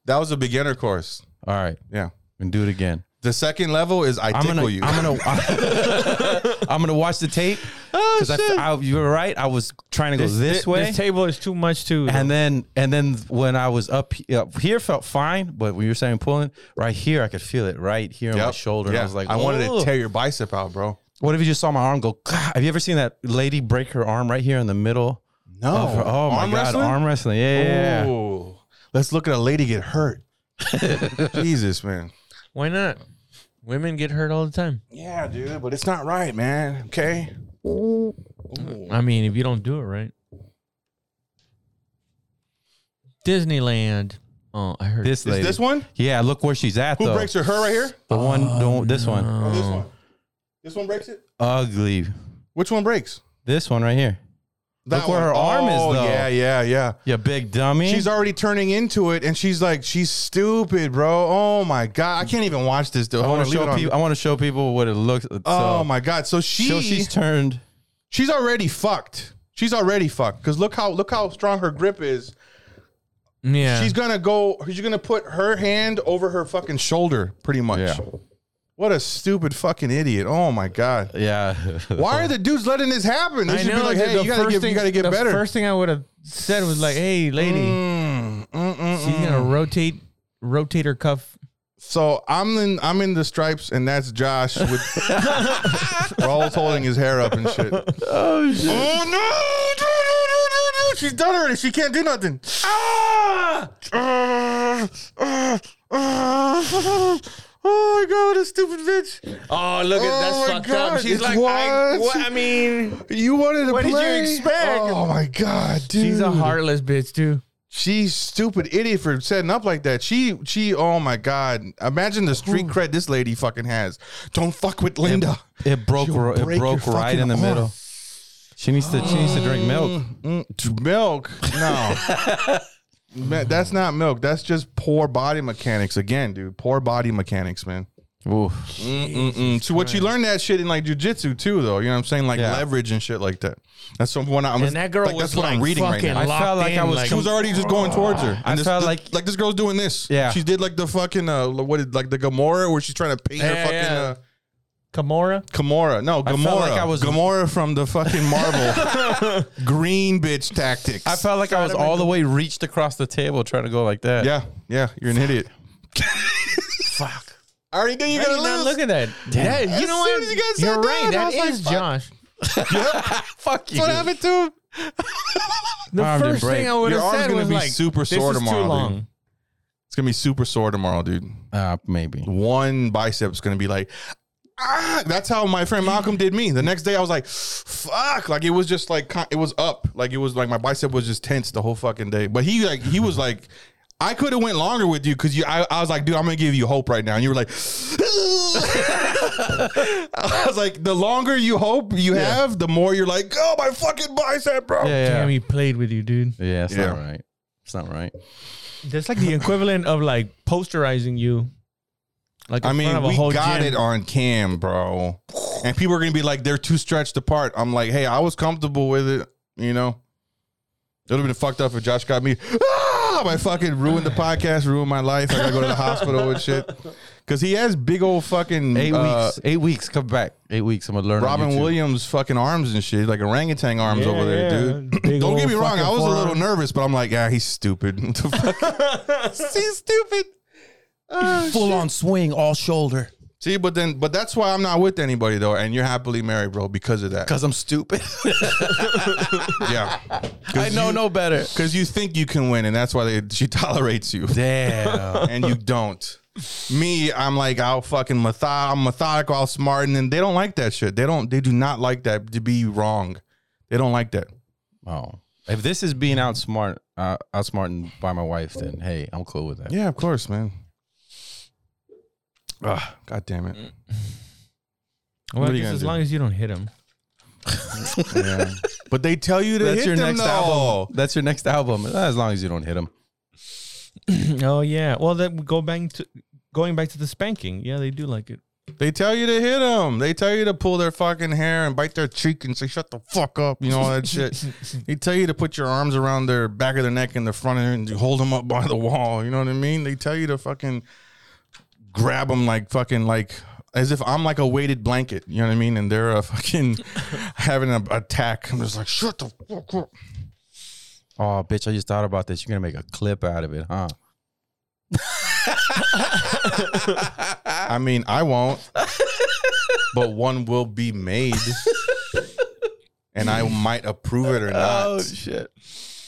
S1: That was a beginner course.
S2: All right,
S1: Yeah.
S2: and do it again.
S1: The second level is I
S2: I'm
S1: tickle
S2: gonna,
S1: you.
S2: I'm gonna, [laughs] I'm gonna watch the tape because I, you were right. I was trying to go Oh, this, way,
S5: This table is too much to.
S2: and then and then when I was up, he- up here, felt fine, but when you were saying pulling right here, I could feel it right here on my
S1: Yep.
S2: shoulder. And
S1: Yeah.
S2: I was like,
S1: I wanted
S2: "Oh."
S1: to tear your bicep out, bro.
S2: What if you just saw my arm go? Have you ever seen that lady break her arm right here in the middle?
S1: No.
S2: of her- oh my
S1: Arm
S2: god,
S1: wrestling?
S2: arm wrestling. Yeah, yeah, yeah.
S1: Ooh. Let's look at a lady get hurt. [laughs] Jesus, man.
S5: why not? Women get hurt all the time.
S1: Yeah, dude, but it's not right, man. Okay.
S5: I mean, if you don't do it right. Disneyland. Oh, I heard.
S2: This
S1: Is
S2: lady.
S1: this one?
S2: Yeah, look where she's at
S1: Who
S2: though.
S1: breaks her? Uh. Her right here?
S2: the one, the one- this one,
S1: Or
S5: Um,
S1: this one? This one breaks it?
S2: ugly.
S1: Which one breaks?
S2: This one right here.
S1: That
S2: Look where her arm is,
S1: Oh,
S2: though.
S1: Yeah, yeah, yeah.
S2: You big dummy.
S1: She's already turning into it, and she's like, she's stupid, bro. Oh my god, I can't even watch this, dude.
S2: I want to
S1: leave it
S2: show
S1: on-
S2: people. I want to show people what it looks.
S1: Oh
S2: so-
S1: my god, so she
S2: So she's turned.
S1: she's already fucked. She's already fucked because look how look how strong her grip is.
S5: Yeah.
S1: She's gonna go. She's gonna put her hand over her fucking shoulder, pretty much.
S2: Yeah.
S1: What a stupid fucking idiot! Oh my god.
S2: Yeah. [laughs]
S1: Why are the dudes letting this happen? They
S5: I
S1: should
S5: know.
S1: be like,
S5: the-
S1: hey,
S5: the
S1: you gotta
S5: first
S1: get,
S5: thing,
S1: you gotta get
S5: the
S1: better.
S5: First thing I would have said was like, "Hey, lady,
S1: Mm, mm, mm,
S5: she's gonna
S1: mm.
S5: rotate, rotate her cuff."
S1: So I'm in, I'm in the stripes, and that's Josh
S5: [laughs]
S1: with Rawls holding his hair up and shit.
S2: Oh, shit.
S1: Oh no! No, no, no, no, no. She's done already. She can't do nothing. Ah! Ah! Ah! Ah! Oh my god, a stupid bitch!
S5: Oh, look
S1: at- that's Oh my fucked up. God, She's it's like, I- what? what- I
S5: mean,
S1: You wanted to
S5: What did you
S1: play?
S5: expect?
S1: Oh my god, dude!
S5: she's a heartless bitch too.
S1: She's stupid idiot for setting up like that. She she. Oh my god! Imagine the street cred this lady fucking has. Don't fuck with Linda.
S2: It broke.
S1: She'll
S2: ro-
S1: break
S2: It broke
S1: your
S2: right in the
S1: fucking
S2: middle.
S1: arm.
S2: She needs to. She needs to drink milk.
S1: Mm, t- milk? No.
S2: [laughs]
S1: Ma- That's not milk. That's just poor body mechanics again, dude. Poor body mechanics, man. Mm,
S2: Oof.
S1: Mm-mm. So what you learn that shit in like jujitsu too, though. You know what I'm saying? Like
S2: Yeah.
S1: leverage and shit like that. That's some- when I'm.
S5: And that girl
S1: like,
S5: was
S1: that's
S5: like
S1: what I'm reading right
S5: fucking
S1: now.
S2: I
S5: locked
S2: felt like
S5: in,
S2: I was
S5: like,
S1: She was already just going towards her.
S2: I
S1: this,
S2: felt
S1: this-
S2: like-
S1: like this girl's doing this.
S2: Yeah.
S1: she did like the fucking uh, what did like the Gamora where she's trying to paint her
S5: Yeah,
S1: fucking
S5: yeah.
S1: uh,
S5: Kimura.
S1: Gamora. No,
S2: I
S1: Gamora.
S2: felt like I was-
S1: Gamora from the fucking
S2: [laughs]
S1: Marvel green bitch tactics.
S2: I felt like I was all the way reached across the table trying to go like that.
S1: Yeah, yeah, you're an idiot.
S5: Fuck.
S1: I already knew you're
S5: I did not look at that. That-
S1: As
S5: you know
S1: soon
S5: what?
S1: as you guys said
S5: are
S1: that,
S5: right.
S1: I
S5: That
S1: was like,
S5: is
S1: fuck.
S5: Josh.
S2: Fuck you.
S1: What happened to him?
S5: The
S2: Arm didn't
S5: first
S2: break.
S5: thing I would
S1: Your
S5: have
S1: arm's
S5: said
S1: gonna
S5: was
S1: be
S5: like,
S1: super
S5: "This
S1: sore
S5: is too
S1: tomorrow, dude."
S5: long."
S1: It's gonna be super sore tomorrow, dude.
S2: Uh, maybe.
S1: One bicep's gonna be like, ah. That's how my friend Malcolm did me. The next day, I was like, fuck. Like it was just like con- it was up. Like it was like my bicep was just tense the whole fucking day. But he like he was like. I could have went longer with you because you. I, I was like, dude, I'm gonna give you hope right now, and you were like, [laughs] I was like, the longer you hope you have, the more you're like, oh my fucking bicep, bro.
S2: Yeah,
S5: Damn,
S2: yeah.
S5: he played with you, dude.
S2: Yeah, it's
S1: Yeah.
S2: not right. It's not right.
S5: That's like the equivalent of like posterizing you. Like in
S1: I
S5: front
S1: mean,
S5: of a
S1: we
S5: whole
S1: got
S5: gym.
S1: it on cam, bro. And people are gonna be like, they're too stretched apart. I'm like, hey, I was comfortable with it, you know. It would have been fucked up if Josh got me. Ah, I fucking ruined the podcast, ruined my life. I gotta go to the hospital and shit. Cause he has big old fucking
S2: Eight
S1: uh,
S2: weeks. Eight weeks. Come back. Eight weeks. I'm gonna learn. on
S1: Robin
S2: YouTube.
S1: Williams fucking arms and shit, like orangutan arms
S5: Yeah,
S1: over there,
S5: yeah.
S1: dude.
S5: Big
S1: Don't get
S5: old
S1: me wrong,
S5: fucking
S1: I was a little
S5: forearm.
S1: nervous, but I'm like, yeah, he's stupid. [laughs] What the fuck? he's stupid.
S2: Full on swing, all shoulder.
S1: See, but then, but that's why I'm not with anybody though, and you're happily married, bro, because of that.
S2: Cause I'm stupid.
S1: Yeah,
S2: [laughs] I know no better.
S1: because you think you can win, and that's why they, she [laughs] tolerates you,
S2: [laughs] [laughs] Damn.
S1: and you don't. Me, I'm like, I'll fucking method, I'm methodical, I'll smart, and then they don't like that shit. They don't, they do not like that to be wrong. They don't like that.
S2: oh. If this is being outsmart, uh, outsmarted by my wife, then hey, I'm cool with that.
S1: Yeah, of course, man. Ugh, God damn
S2: Mm.
S1: it.
S5: Well,
S1: What are
S5: I
S1: you
S5: guess
S1: gonna
S5: as
S1: do?
S5: long as you don't hit
S1: [clears throat]
S5: him.
S1: Yeah. But they tell you to
S2: That's
S1: hit
S2: your
S1: them
S2: next
S1: though.
S2: album. That's your next album. As long as you don't hit him.
S5: oh yeah. Well, then we go back to going back to the spanking. Yeah, they do like it.
S1: They tell you to hit them. They tell you to pull their fucking hair and bite their cheek and say, shut the fuck up. You know, all that shit. They tell you to put your arms around their back of their neck and the front of their, and hold them up by the wall. You know what I mean? They tell you to fucking grab them like fucking like as if I'm like a weighted blanket. You know what I mean? And they're a fucking having an attack. I'm just like, shut the fuck up.
S2: Oh, bitch! I just thought about this. You're gonna make a clip out of it, huh?
S1: I mean, I won't, but one will be made, and I might approve it or not.
S2: shit!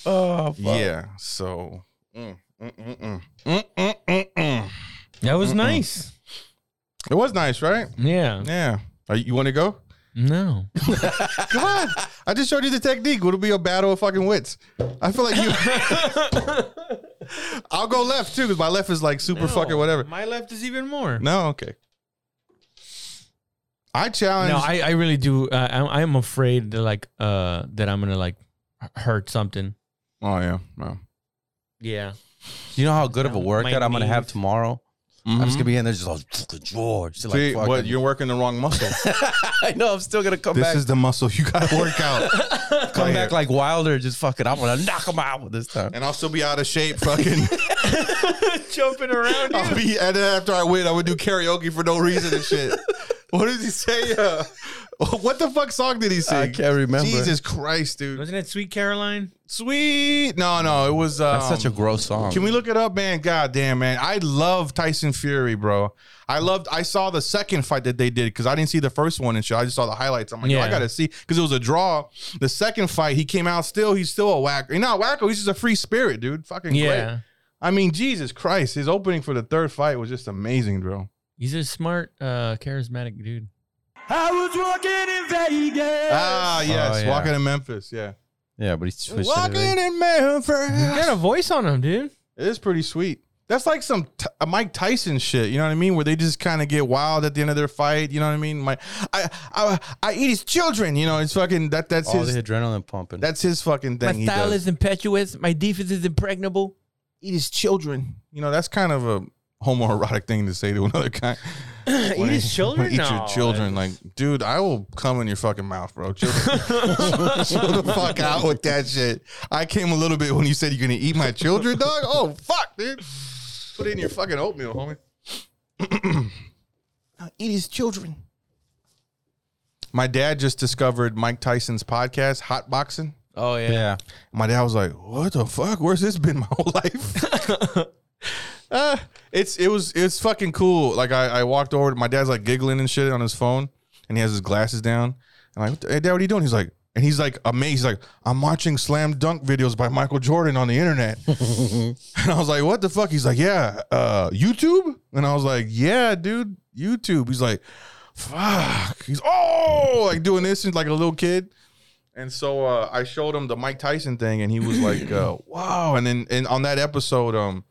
S2: Oh
S1: yeah. So. mm, mm, mm, mm. Mm, mm, mm, mm.
S5: That was nice.
S1: It was nice, right?
S5: Yeah.
S1: Yeah. Are you want to go?
S5: No.
S1: Come on. I just showed you the technique. It'll be a battle of fucking wits. I feel [laughs] like you. I'll go left too, because my left is like super fucking whatever.
S5: My left is even more.
S1: No, okay. I challenge.
S5: No, I, I really do. Uh, I'm, I'm afraid that like uh that I'm gonna like hurt something.
S1: oh yeah. Wow.
S5: Yeah.
S2: You know how good of a
S5: My
S2: workout I'm gonna have
S5: knees.
S2: tomorrow. I'm just gonna be in there, just all fucking George. Just
S1: Mm-hmm. See,
S2: like,
S1: what
S2: fucking-
S1: you're working the wrong [laughs] muscle.
S2: [laughs] I know. I'm still gonna come
S1: this
S2: back.
S1: is the muscle you gotta work out.
S2: come
S1: right here.
S2: back like Wilder. Just fucking. I'm gonna knock him out this time.
S1: and I'll still be out of shape. [laughs] Fucking
S5: Jumping around.
S1: I'll be and then after I win, I would do karaoke for no reason and shit. [laughs] what did he say? Uh, [laughs] what the fuck song did he sing?
S2: I can't remember.
S1: Jesus Christ, dude.
S5: [laughs] Wasn't it Sweet Caroline?
S1: Sweet. No, no, it was. Um,
S2: That's such a gross song.
S1: Can we look it up, man? God damn, man. I love Tyson Fury, bro. I loved I saw the second fight that they did because I didn't see the first one and shit. I just saw the highlights. I'm like, yo, I
S5: Yeah.
S1: gotta see. Because it was a draw. The second fight, he came out still, he's still a whack. He's not a wacko, he's just a free spirit, dude. Fucking
S5: Yeah.
S1: great. I mean, Jesus Christ. His opening for the third fight was just amazing, bro.
S5: He's a smart, uh, charismatic dude.
S1: Ah, yes.
S2: Oh, yeah.
S1: Walking in Memphis, yeah.
S2: Yeah, but he's twisted.
S1: Walking in Memphis.
S5: He got a voice on him, dude.
S1: It is pretty sweet. That's like some t- a Mike Tyson shit. You know what I mean? Where they just kind of get wild at the end of their fight. You know what I mean? My, I, I, I eat his children. You know, it's fucking that. That's
S2: All
S1: his.
S2: the adrenaline pumping.
S1: That's his fucking thing. he does.
S5: impetuous. My defense is [clears throat] impregnable.
S1: eat his children. You know, that's kind of a homoerotic thing to say to another guy. eat
S5: his children?
S1: Eat your
S5: No,
S1: children. Like, dude, I will come in your fucking mouth, bro.
S5: [laughs]
S1: Chill, chill the fuck out with that shit. I came a little bit when you said you're gonna eat my children, dog. Oh fuck, dude. Put it in your fucking oatmeal, homie. [clears throat] Now eat his children. My dad just discovered Mike Tyson's podcast, Hot Boxing.
S5: Oh yeah.
S2: yeah.
S1: My dad was like, "What the fuck? Where's this been my [laughs] whole life?" uh, it's it was it's fucking cool. Like I, I walked over. My dad's like giggling and shit on his phone, and he has his glasses down. And like, hey dad, what are you doing? He's like, and he's like amazed. He's like, I'm watching slam dunk videos by Michael Jordan on the
S2: [laughs]
S1: internet. and I was like, what the fuck? He's like, yeah, uh, YouTube. And I was like, yeah, dude, YouTube. He's like, fuck. He's oh, like doing this and like a little kid. And so uh, I showed him the Mike Tyson thing, and he was like,
S2: [laughs]
S1: uh, "Wow!" And then and on that episode, um,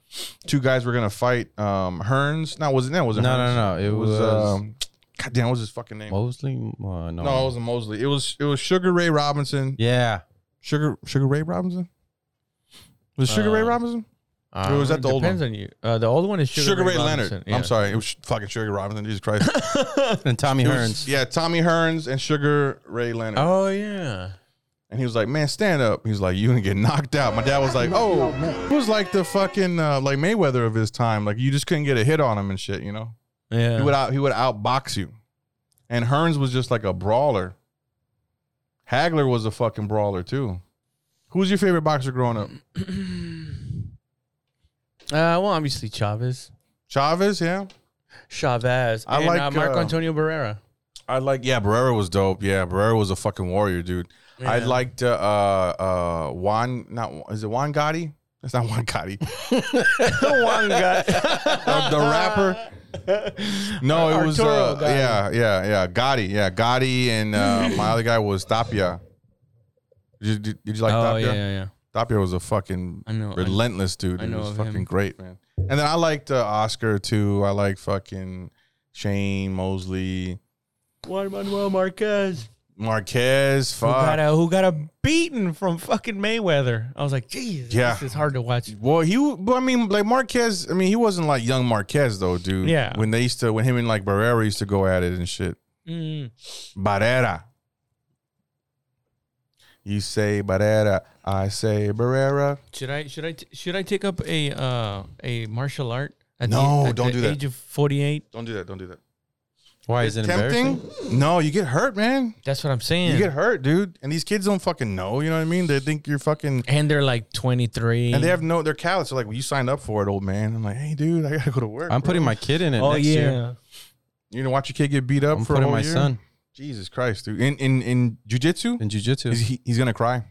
S1: two guys were gonna fight um, Hearns. No, wasn't that wasn't
S2: No,
S1: Hearns.
S2: no, no. It
S1: It was,
S2: was-
S1: um, God damn, what was his fucking name?
S2: Mosley? Uh, no.
S1: No, it wasn't Mosley. It was it was Sugar Ray Robinson.
S2: Yeah.
S1: Sugar Sugar Ray Robinson. Was it Sugar Ray
S5: Um,
S1: Robinson? Or was that the old
S5: Depends
S1: one?
S5: on you. Uh, the old one is Sugar,
S1: Sugar, Ray,
S5: Robinson.
S1: Leonard.
S5: Yeah.
S1: I'm sorry, it was sh- fucking Sugar Ray Robinson. Jesus
S5: [laughs]
S1: Christ.
S2: And Tommy
S1: It was-
S2: Hearns.
S1: yeah, Tommy Hearns and Sugar Ray Leonard.
S5: Oh yeah.
S1: And he was like, "Man, stand up." He was like, "You gonna get knocked out." My dad was like, "Oh, it was like the fucking uh, like Mayweather of his time. Like you just couldn't get a hit on him and shit. You know,
S5: Yeah.
S1: he would out he would outbox you." And Hearns was just like a brawler. Hagler was a fucking brawler too. Who was your favorite boxer growing up?
S5: Uh, well, obviously Chavez,
S1: Chavez, yeah.
S5: Chavez.
S1: I
S5: I and,
S1: like,
S5: like uh, Marco
S1: uh,
S5: Antonio Barrera.
S1: I like yeah, Barrera was dope. Yeah, Barrera was a fucking warrior, dude. I
S5: Yeah.
S1: liked uh uh uh Juan not is it Juan Gotti? It's not Juan Gotti.
S5: [laughs] Juan guy.
S1: [laughs] Uh, the rapper. No, it was
S5: Arturo
S1: uh,
S5: Gotti.
S1: yeah, yeah, yeah. Gotti, yeah, Gotti, and uh, my other guy was Tapia. Did you, did, did you like
S5: oh
S1: Tapia?
S5: yeah, yeah, yeah.
S1: Tapia was a fucking
S5: I know, I-
S1: relentless dude.
S5: I
S1: He
S5: know
S1: was
S5: of
S1: fucking
S5: him.
S1: great, man. And then I liked uh, Oscar too. I like fucking Shane Mosley,
S5: Juan Manuel Marquez.
S1: Marquez.
S5: Who got
S1: Fuck.
S5: a who got a beaten from fucking Mayweather? I was like, jeez,
S1: Yeah.
S5: this is hard to watch.
S1: Well, he, but I mean, like Marquez. I mean, he wasn't like young Marquez though, dude.
S5: Yeah.
S1: When they used to, when him and like Barrera used to go at it and shit.
S5: Mm.
S1: Barrera. You say Barrera, I say Barrera.
S5: Should I should I t- should I take up a uh, a martial art? At
S1: No,
S5: at
S1: don't do that.
S5: Age of forty eight.
S1: Don't do that. Don't do that.
S2: Why is it
S1: Tempting?
S2: embarrassing?
S1: No, you get hurt, man.
S5: That's what I'm saying.
S1: You get hurt, dude. And these kids don't fucking know. You know what I mean? They think you're fucking.
S5: and they're like twenty three.
S1: And they have no. They're callous. They're like, well, you signed up for it, old man. I'm like, hey, dude, I gotta go to work.
S2: I'm
S1: bro.
S2: putting my kid in it
S5: Oh
S2: next
S5: yeah.
S2: year.
S1: You know, watch your kid get beat up
S2: I'm
S1: for a
S2: putting
S1: whole
S2: my
S1: year?
S2: son
S1: Jesus Christ, dude. In in in jujitsu,
S2: in jujitsu.
S1: he's, he, he's gonna cry.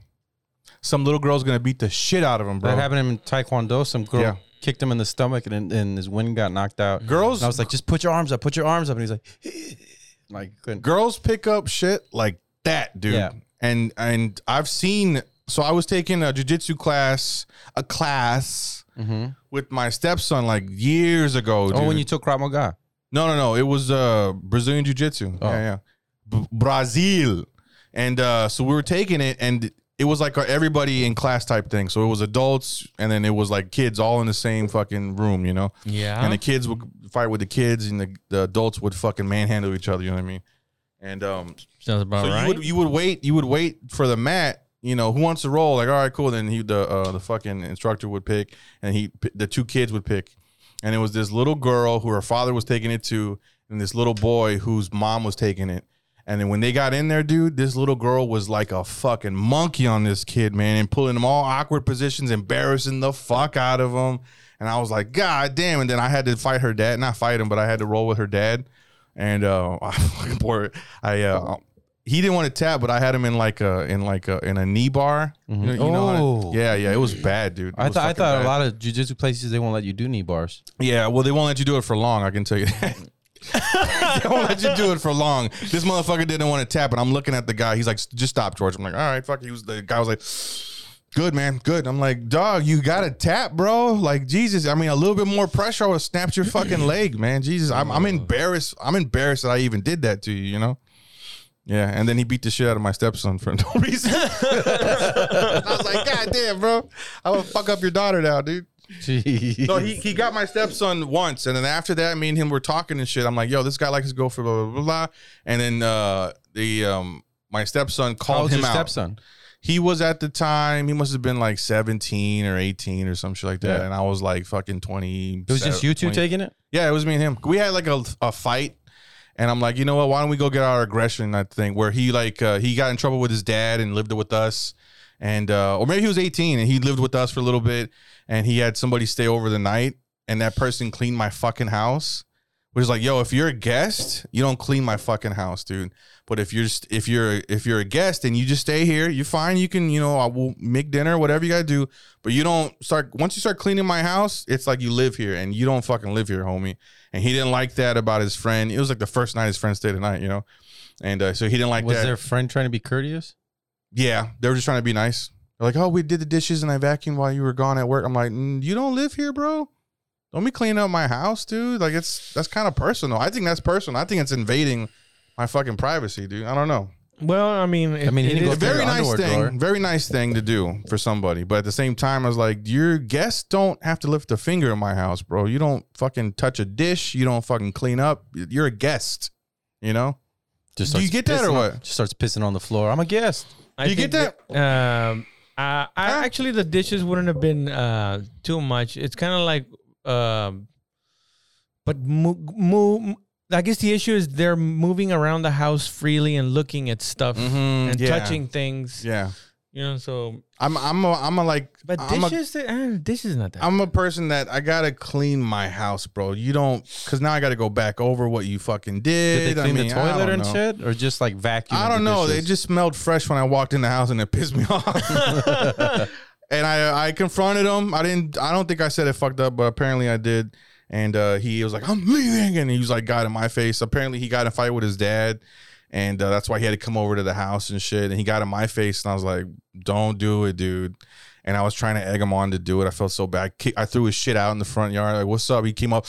S1: Some little girl's gonna beat the shit out of him, bro.
S2: That happened in Taekwondo. Some girl
S1: Yeah.
S2: kicked him in the stomach, and and his wind got knocked out.
S1: Girls-
S2: And I was like, just put your arms up, put your arms up, and he's like, [laughs] like couldn't.
S1: girls pick up shit like that, dude.
S2: Yeah.
S1: And and I've seen so I was taking a jujitsu class, a class
S2: Mm-hmm.
S1: with my stepson like years ago.
S2: Oh, when
S1: dude.
S2: you took Krav Maga,
S1: No, no, no. It was uh Brazilian Jiu Jitsu. Yeah, yeah. B- Brazil. And uh so we were taking it and it was like a everybody in class type thing. So it was adults and then it was like kids all in the same fucking room, you know?
S5: Yeah.
S1: And the kids would fight with the kids and the, the adults would fucking manhandle each other, you know what I mean? And um
S5: Sounds about
S1: so
S5: right.
S1: you would you would wait you would wait for the mat. You know who wants to roll? Like all right, cool. Then he the uh, the fucking instructor would pick, and he the two kids would pick, and it was this little girl who her father was taking it to, and this little boy whose mom was taking it. And then when they got in there, dude, this little girl was like a fucking monkey on this kid, man, and pulling him all awkward positions, embarrassing the fuck out of him. And I was like, God damn! And then I had to fight her dad, not fight him, but I had to roll with her dad. And uh, [laughs] I fucking poor, I uh, he didn't want to tap, but I had him in like a in like a in a knee bar. You know, you know how to-
S2: Oh.
S1: yeah, yeah, it was bad, dude. It
S2: I
S1: was
S2: thought I
S1: fucking
S2: thought
S1: bad.
S2: a lot of jujitsu places they won't let you do knee
S1: [laughs]
S2: bars.
S1: Yeah, well, they won't let you do it for long. I can tell you that. [laughs] they won't let you do it for long. This motherfucker didn't want to tap, and I'm looking at the guy. He's like, "Just stop, George." I'm like, "All right, fuck." He was the guy was like, "Good man, good." I'm like, "Dog, you got to tap, bro." Like Jesus, I mean, a little bit more pressure, I would snap your fucking leg, man. Jesus, I'm, I'm embarrassed. I'm embarrassed that I even did that to you. You know. Yeah, and then he beat the shit out of my stepson for [laughs] no reason. I was like, God damn, bro. I would fuck up your daughter now, dude.
S2: Jeez.
S1: No,
S2: [laughs]
S1: he, he got my stepson once, and then after that, me and him were talking and shit. I'm like, yo, this guy likes to go for blah blah blah, blah. and then uh, the um, my stepson
S2: How
S1: called
S2: old's
S1: him
S2: your
S1: out.
S2: stepson?
S1: He was at the time he must have been like 17 or 18 or some shit like that,
S2: Yeah.
S1: and I was like fucking 20.
S2: It was just you two taking it.
S1: Yeah, it was me and him. We had like a, a fight, and I'm like, you know what? Why don't we go get our aggression? I think where he like uh, he got in trouble with his dad and lived with us, and uh, or maybe he was 18 and he lived with us for a little bit, and he had somebody stay over the night, and that person cleaned my fucking house. Which is like, yo, if you're a guest, you don't clean my fucking house, dude. But if you're st- if you're if you're a guest and you just stay here, you're fine. You can, you know, I will make dinner, whatever you gotta do. But you don't start once you start cleaning my house, it's like you live here and you don't fucking live here, homie. And he didn't like that about his friend. It was like the first night his friend stayed the night, you know. And uh, so he didn't like
S2: was
S1: that.
S2: their friend trying to be courteous?
S1: Yeah, they were just trying to be nice. They're like, "Oh, we did the dishes and I vacuumed while you were gone at work." I'm like, mm, "You don't live here, bro. Don't be cleaning up my house, dude. Like it's that's kind of personal. I think that's personal. I think it's invading my fucking privacy, dude. I don't know.
S5: Well, I mean,
S2: I mean, he didn't go through
S1: Very
S2: your
S1: nice
S2: underwear
S1: thing.
S2: drawer.
S1: Very nice thing to do for somebody. But at the same time, I was like, your guests don't have to lift a finger in my house, bro. You don't fucking touch a dish. You don't fucking clean up. You're a guest. You know?
S2: Just
S1: Do you get
S2: starts
S1: that or
S2: pissing on-
S1: what?
S2: Just starts pissing on the floor. I'm a guest.
S5: I
S1: Do you get
S5: think
S1: that? Ah.
S5: Um, I, I
S1: Huh?
S5: actually the dishes wouldn't have been uh too much. It's kind of like um, but mo- mo- I guess the issue is they're moving around the house freely and looking at stuff
S1: Mhm,
S5: and
S1: yeah.
S5: touching things.
S1: Yeah.
S5: You know, so
S1: I'm I'm a, I'm a like
S5: but
S1: I'm a,
S5: dishes, eh, dishes not that.
S1: I'm a person that I gotta clean my house, bro. You don't, cause now I gotta go back over what you fucking did.
S2: Did they clean
S1: I mean,
S2: the
S1: I
S2: toilet
S1: don't
S2: and
S1: know.
S2: shit, or just like vacuum?
S1: I don't know. They just smelled fresh when I walked in the house, and it pissed me [laughs]
S2: [laughs]
S1: off. and I I confronted him. I didn't. I don't think I said it fucked up, but apparently I did. And uh, he was like, "I'm leaving," and he was like, "Got in my face." Apparently, he got in a fight with his dad, and uh, that's why he had to come over to the house and shit. And he got in my face, and I was like, "Don't do it, dude." And I was trying to egg him on to do it. I felt so bad. I kick- I threw his shit out in the front yard. Like, what's up? He came up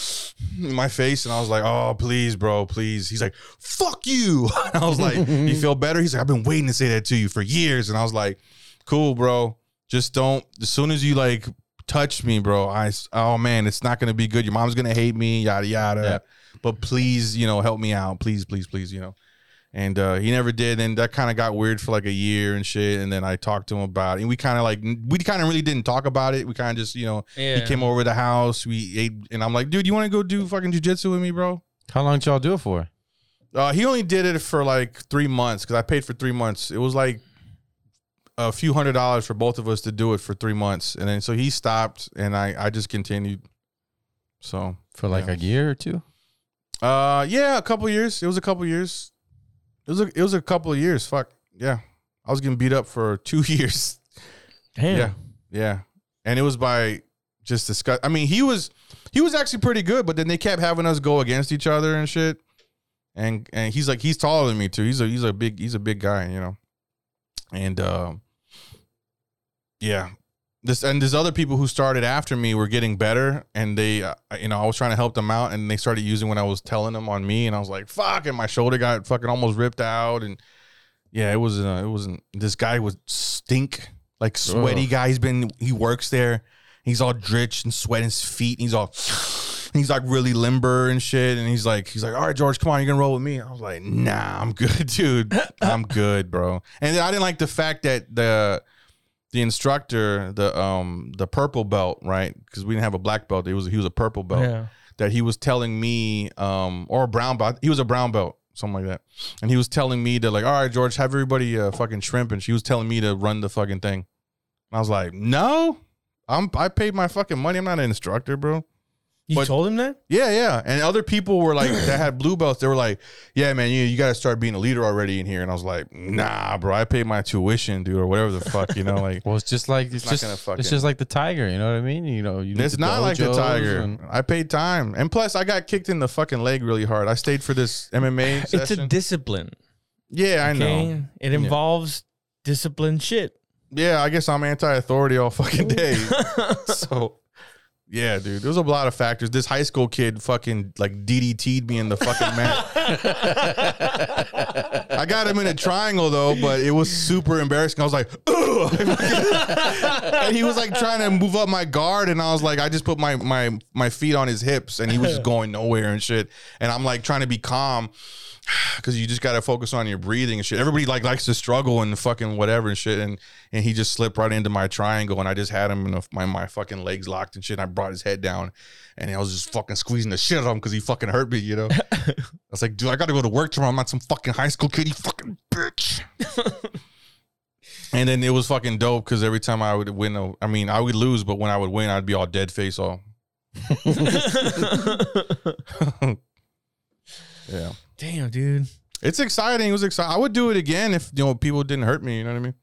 S1: in my face, and I was like, "Oh, please, bro, please." He's like, "Fuck you." [laughs] And I was like, "You feel better?" He's like, "I've been waiting to say that to you for years." And I was like, "Cool, bro. Just don't. As soon as you like touch me, bro, I s- oh man, it's not gonna be good. Your mom's gonna hate me. Yada yada. But please, you know, help me out. Please, please, please, you know." and uh, he never did. And that kind of got weird for like a year and shit. And then I talked to him about it, and we kind of like we kind of really didn't talk about it. We kind of just you know
S5: yeah.
S1: he came over the house, we ate, and I'm like, dude, you want to go do fucking jujitsu with me, bro?
S2: How long did y'all do it for?
S1: Uh, he only did it for like three months because I paid for three months. It was like a few hundred dollars for both of us to do it for three months, and then so he stopped, and I I just continued. So
S2: For like
S1: Yeah.
S2: a year or two.
S1: uh, yeah, a couple years. It was a couple years. It was a, it was a couple of years. Fuck yeah, I was getting beat up for two [laughs] years.
S5: Damn.
S1: Yeah, yeah, and it was by just discuss. I mean, he was he was actually pretty good, but then they kept having us go against each other and shit. And and he's like he's taller than me too. He's a he's a big he's a big guy, you know. And um, yeah, this and there's other people who started after me were getting better, and they uh, you know I was trying to help them out, and they started using what I was telling them on me, and I was like fuck, and my shoulder got fucking almost ripped out, and yeah, it was uh, it wasn't. This guy would stink like sweaty
S2: Ugh.
S1: guy. He's been he works there. He's all drenched and sweating his feet. And he's all he's like really limber and shit. And he's like he's like, all right, George, come on, you're gonna roll with me. I was like, nah, I'm good, [laughs] dude. I'm good, bro. And then I didn't like the fact that the the instructor, the um the purple belt, right? Because we didn't have a black belt. It was he was a purple belt
S5: Yeah.
S1: that he was telling me um or a brown belt he was a brown belt something like that and he was telling me to like all right george have everybody uh, fucking shrimp and she was telling me to run the fucking thing and i was like no i'm i paid my fucking money i'm not an instructor bro
S5: You
S1: But-
S5: told him that?
S1: yeah yeah and other people were like that had blue belts they were like yeah man you, you gotta start being a leader already in here and i was like nah bro i paid my tuition dude or whatever the fuck you know like
S2: Well, it's just like it's,
S1: not
S2: just
S1: gonna fucking-
S2: it's just like the tiger. You know what I mean? You know, [laughs] you need
S1: It's
S2: the
S1: not like the
S2: dojos
S1: tiger.
S2: and-
S1: I paid time, and plus I got kicked in the fucking leg really hard. I stayed for this
S2: [laughs]
S1: MMA
S5: It's a
S1: session.
S5: discipline.
S1: yeah, I
S5: Okay?
S1: know.
S5: It involves discipline shit.
S1: [laughs] Yeah, I guess I'm anti-authority all fucking day. so, yeah, dude, there's a lot of factors. This high school kid fucking like DDT'd me in the fucking mat. I got him in a triangle though, but it was super embarrassing. I was like, "Ugh." and he was like trying to move up my guard, and I was like, I just put my my my feet on his hips, and he was just going nowhere and shit. And I'm like trying to be calm [sighs] because you just gotta focus on your breathing and shit. Everybody like likes to struggle and fucking whatever and shit, and and he just slipped right into my triangle, and I just had him in a, my my fucking legs locked and shit. And I brought his head down, and I was just fucking squeezing the shit out of him because he fucking hurt me, you know. I was like, dude, I gotta go to work tomorrow. I'm not some fucking high school kid, you fucking bitch. and then it was fucking dope because every time I would win, a- I mean, I would lose, but when I would win, I'd be all dead face all. yeah.
S5: Damn, dude.
S1: It's exciting. It was exciting. I would do it again if you know people didn't hurt me. You know what I mean?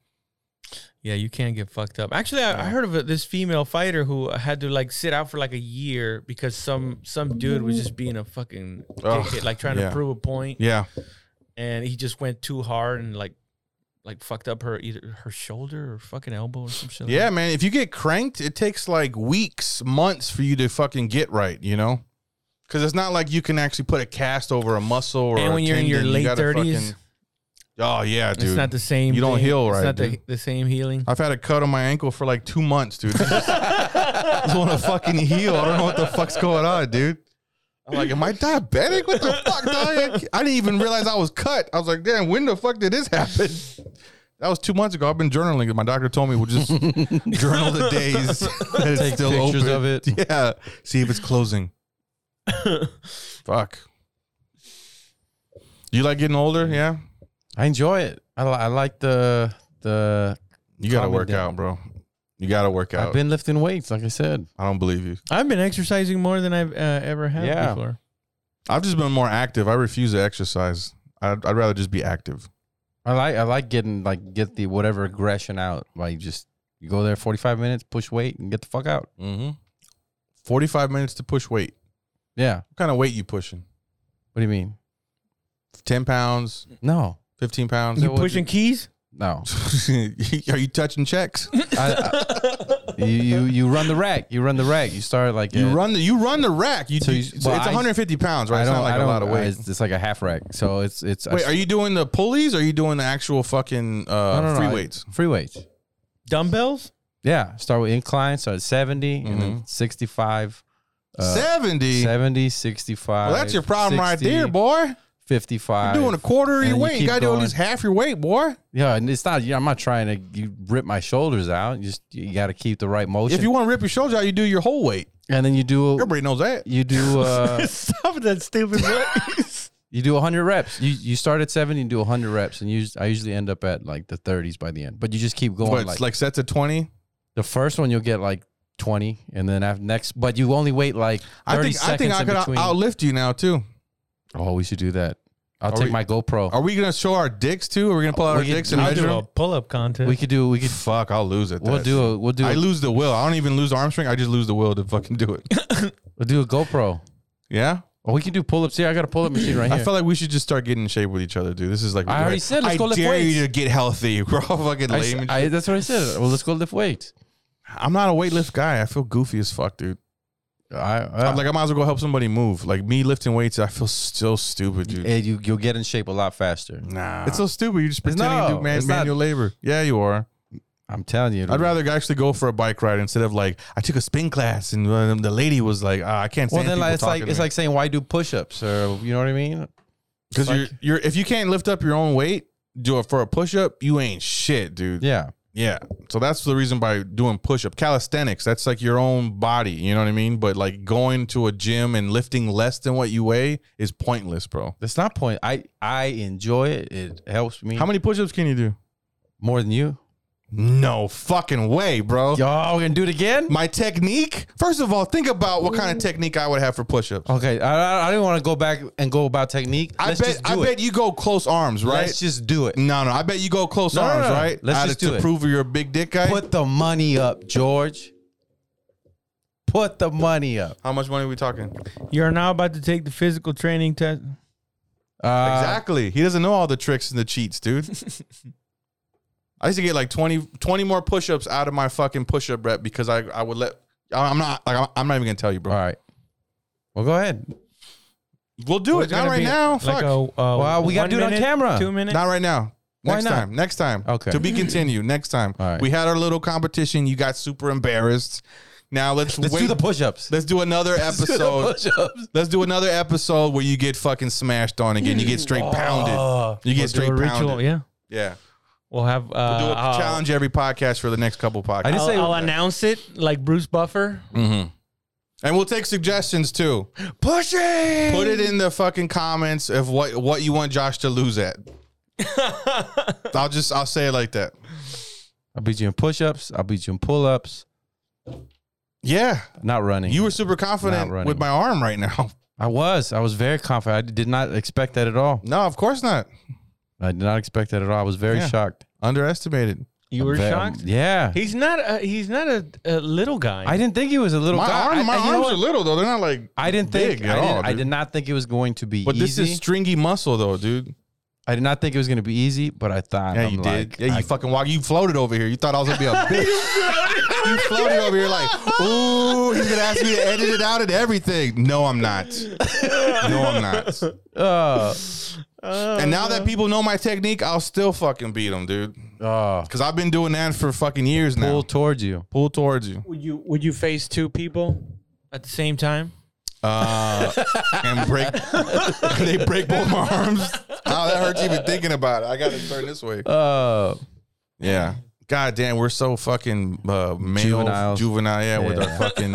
S5: Yeah, you can't get fucked up. Actually, I, I heard of it- this female fighter who had to like sit out for like a year because some some dude was just being a fucking
S1: Ugh,
S5: dickhead, like trying
S1: yeah.
S5: to prove a point,
S1: Yeah.
S5: and he just went too hard and like like fucked up her either her shoulder or fucking elbow or some shit. like
S1: Yeah, man. If you get cranked, it takes like weeks, months for you to fucking get right, you know? Because it's not like you can actually put a cast over a muscle or
S5: And
S1: a
S5: when you're in your
S1: tendon, you
S5: late
S1: gotta
S5: 30s,
S1: fucking- Oh, yeah,
S5: that.
S1: dude.
S5: it's not the same.
S1: You don't
S5: thing.
S1: heal
S5: It's
S1: right,
S5: not the,
S1: dude.
S5: the same healing.
S1: I've had a cut on my ankle for like two months, dude. [laughs] I just want to fucking heal. I don't know what the fuck's going on, dude. I'm like, am I diabetic? What the fuck, dog? I didn't even realize I was cut. I was like, damn, when the fuck did this happen? That was two months ago. I've been journaling. My doctor told me we'll
S2: [laughs]
S1: just journal the days that it's
S2: Take
S1: still
S2: pictures
S1: open.
S2: of it.
S1: [laughs] Yeah, see if it's
S2: [laughs]
S1: closing. fuck. You like getting older?
S2: Mm.
S1: Yeah,
S2: I enjoy it. I, li- I like the the.
S1: you gotta
S2: Calm it
S1: work
S2: down.
S1: out, bro. You gotta work out.
S2: I've been lifting weights, like I said.
S1: I don't believe you.
S5: I've been exercising more than I've uh, ever had
S2: Yeah.
S5: before.
S1: I've just been more active. I refuse to exercise. I'd, I'd rather just be active.
S2: I like I like getting like get the whatever aggression out by just you go there forty five minutes, push weight, and get the fuck out.
S1: Mm-hmm. Forty-five minutes to push weight.
S2: Yeah.
S1: What kind of weight you pushing?
S2: What do you mean?
S1: Ten pounds,
S2: No,
S1: fifteen pounds.
S5: You pushing keys?
S2: no.
S1: [laughs] Are you touching checks?
S2: I,
S1: [laughs]
S2: I- you, you you run the rack. You run the rack. You start like
S1: You
S2: at-
S1: run the you run the rack. You,
S2: So you-
S1: do- so
S2: well,
S1: it's
S2: I-
S1: 150 pounds, right?
S2: I
S1: It's
S2: don't.
S1: not like
S2: I don't,
S1: a lot of weight.
S2: It's, it's like a half rack. So it's it's.
S1: Wait, are you doing the pulleys? Or are you doing the actual fucking uh, free weights?
S2: free weights.
S1: [laughs]
S5: Dumbbells?
S2: Yeah, start with incline. Start at 70 and
S1: Mm-hmm.
S2: then sixty five. Uh,
S1: 70.
S2: 70, 65.
S1: Well, that's your problem right
S2: 60,
S1: there, boy. You're
S2: 55.
S1: doing a quarter of
S2: And
S1: your
S2: you
S1: weight. You
S2: keep
S1: got to do at
S2: going.
S1: least half your weight, boy.
S2: Yeah, and it's not. Yeah, I'm not trying to you rip my shoulders out. You just you got to keep the right motion.
S1: If you want to rip your shoulder out, you do your whole weight.
S2: and then you do
S1: Everybody knows that. [laughs]
S2: you do uh,
S5: Stop
S2: [laughs]
S5: that stupid voice.
S2: you do 100 reps. You you start at 70 and do 100 reps, and you I usually end up at like the 30s by the end. But you just keep going.
S1: What, it's
S2: like,
S1: like sets of 20?
S2: the first one, you'll get like 20, and then after next, but you only wait like 30
S1: I think I
S2: seconds
S1: think I
S2: in
S1: could out-
S2: between.
S1: outlift you now too.
S2: oh, we should do that. I'll
S1: Are
S2: take
S1: we-
S2: my GoPro.
S1: Are we gonna show our dicks too? Are we gonna pull out
S2: We
S1: our
S2: could
S1: dicks
S2: do-
S1: and
S5: I'll
S1: measure
S5: do a
S1: them?
S5: pull up contest.
S2: we could do. We could.
S1: Fuck, I'll lose it.
S2: We'll do. A, we'll do.
S1: I
S2: A,
S1: lose the will. I don't even lose arm strength. I just lose the will to fucking do
S2: [laughs]
S1: it.
S2: we'll do a GoPro.
S1: Yeah,
S2: Or we can do pull-ups. Yeah, I got a pull-up machine right
S1: I
S2: here.
S1: feel like we should just start getting in shape with each other, dude. This is like
S2: I already said, let's
S1: I
S2: go lift
S1: dare
S2: weights.
S1: you to get healthy. [laughs] We're all fucking
S2: I
S1: lame.
S2: s-
S1: and
S2: I-
S1: shit.
S2: that's what I said. Well, let's go lift weights.
S1: I'm not a weightlift guy. I feel goofy as fuck, dude.
S2: I, I
S1: I'm like I might as well go help somebody move. Like me lifting weights, I feel so stupid, dude.
S2: Hey, you you'll get in shape a lot faster.
S1: Nah, it's so stupid. You're just
S2: It's
S1: pretending you
S2: no,
S1: do man,
S2: it's not-
S1: manual labor. Yeah, you are.
S2: I'm telling you.
S1: I'd rather actually go for a bike ride instead of like I took a spin class and uh, the lady was like, ah, I can't.
S2: Well,
S1: Stand
S2: then like, it's like it's like
S1: like
S2: saying why do push-ups or you know what I mean?
S1: because you're you're if you can't lift up your own weight, do it for a push up. You ain't shit, dude.
S2: Yeah.
S1: Yeah. So that's the reason by doing push up calisthenics. That's like your own body. You know what I mean? But like going to a gym and lifting less than what you weigh is pointless, bro.
S2: That's not point. I I enjoy it. It helps me
S1: How many push ups can you do?
S2: more than you.
S1: No fucking way, bro.
S2: Y'all gonna do it again?
S1: My technique. First of all, think about what kind of technique I would have for push ups.
S2: okay. I I- I didn't want to go back and go about technique.
S1: I
S2: Let's
S1: bet
S2: just
S1: I
S2: do it.
S1: bet you go close arms, right?
S2: Let's just do it.
S1: no, no, I bet you go close
S2: No, no,
S1: arms,
S2: no.
S1: right?
S2: Let's
S1: Out
S2: just
S1: of-
S2: do
S1: to
S2: it.
S1: prove you're a big dick guy.
S2: Put the money up, George. Put the money up.
S1: How much money are we talking?
S5: You're now about to take the physical training test.
S2: Uh,
S1: exactly. He doesn't know all the tricks and the cheats,
S2: [laughs]
S1: dude. I used to get like 20, 20 more push ups out of my fucking push up rep because I, I would let. I- I'm not like I'm- I'm not even gonna tell you, bro.
S2: All right. Well, go ahead.
S1: We'll do
S5: Or
S1: it
S5: it's
S1: not
S5: gonna
S1: right
S5: be
S1: now.
S5: Like
S1: Fuck.
S5: a, uh,
S2: Well, we gotta
S5: one
S2: do it on
S5: minute,
S2: camera.
S5: Two minutes.
S1: Not right now.
S2: Why
S1: Next
S2: not?
S1: time. Next time.
S2: Okay.
S1: To be continued. Next time.
S2: All right.
S1: We had our little competition. You got super embarrassed. Now let's,
S2: Let's
S1: wait.
S2: do the push-ups.
S1: let's do
S2: [laughs]
S1: another
S2: do the
S1: episode.
S2: push-ups.
S1: Let's do another episode where you get fucking smashed on again. You get straight
S2: Mm. Oh.
S1: pounded. You get
S5: Uh, We'll do
S1: straight
S5: a
S1: pounded.
S5: ritual. Yeah.
S1: Yeah.
S5: We'll have. Uh,
S1: We'll do a
S5: I'll-
S1: challenge every podcast for the next couple podcasts. Mm-hmm.
S2: I just
S5: I'll,
S2: say
S5: I'll announce it like Bruce Buffer.
S1: And we'll take suggestions too. Push it. Put it in the fucking comments of what what you want Josh to lose
S2: [laughs]
S1: at. I'll just I'll say it like that.
S2: I beat you in push-ups. I beat you in pull-ups.
S1: Yeah,
S2: Not running.
S1: you were super confident
S2: Not running.
S1: with my arm right now. [laughs]
S2: I was. I was very confident. I did not expect that at all.
S1: No, of course not.
S2: I did not expect that at all. I was very
S1: Yeah.
S2: shocked.
S1: Underestimated.
S5: You were
S2: Ve-
S5: shocked.
S2: yeah.
S5: He's not. A, he's not a, a little guy.
S2: I didn't think he was a little
S1: My
S2: guy. I,
S1: arm, my
S2: I- you know
S1: arms
S2: what?
S1: are little though. They're not like.
S2: I didn't think.
S1: big
S2: I,
S1: at
S2: didn't,
S1: all,
S2: I
S1: dude.
S2: did not think it was going to be
S1: But this
S2: easy.
S1: is stringy muscle though, dude.
S2: I did not think it was going to be easy, but I thought.
S1: Yeah,
S2: I'm
S1: you
S2: like,
S1: did. Yeah, you
S2: I-
S1: fucking walk. You floated over here. You thought I was gonna [laughs] be a bitch. you floated over here like, ooh, he's gonna ask me to edit it out and everything. No, I'm not. No, I'm not.
S2: Uh,
S1: And now that people know my technique, I'll still fucking beat them, dude.
S2: uh,
S1: Because I've been doing that for fucking years now.
S2: pull
S1: Pull,
S2: towards you.
S1: towards you.
S5: Would you would you face two people at the same time?
S1: Uh, and break. [laughs] they break both my arms. Oh, that hurts even thinking about it. I gotta turn this way.
S2: Uh,
S1: Yeah. God damn, we're so fucking uh, male
S2: Juveniles.
S1: juvenile, yeah, with our
S2: Yeah.
S1: fucking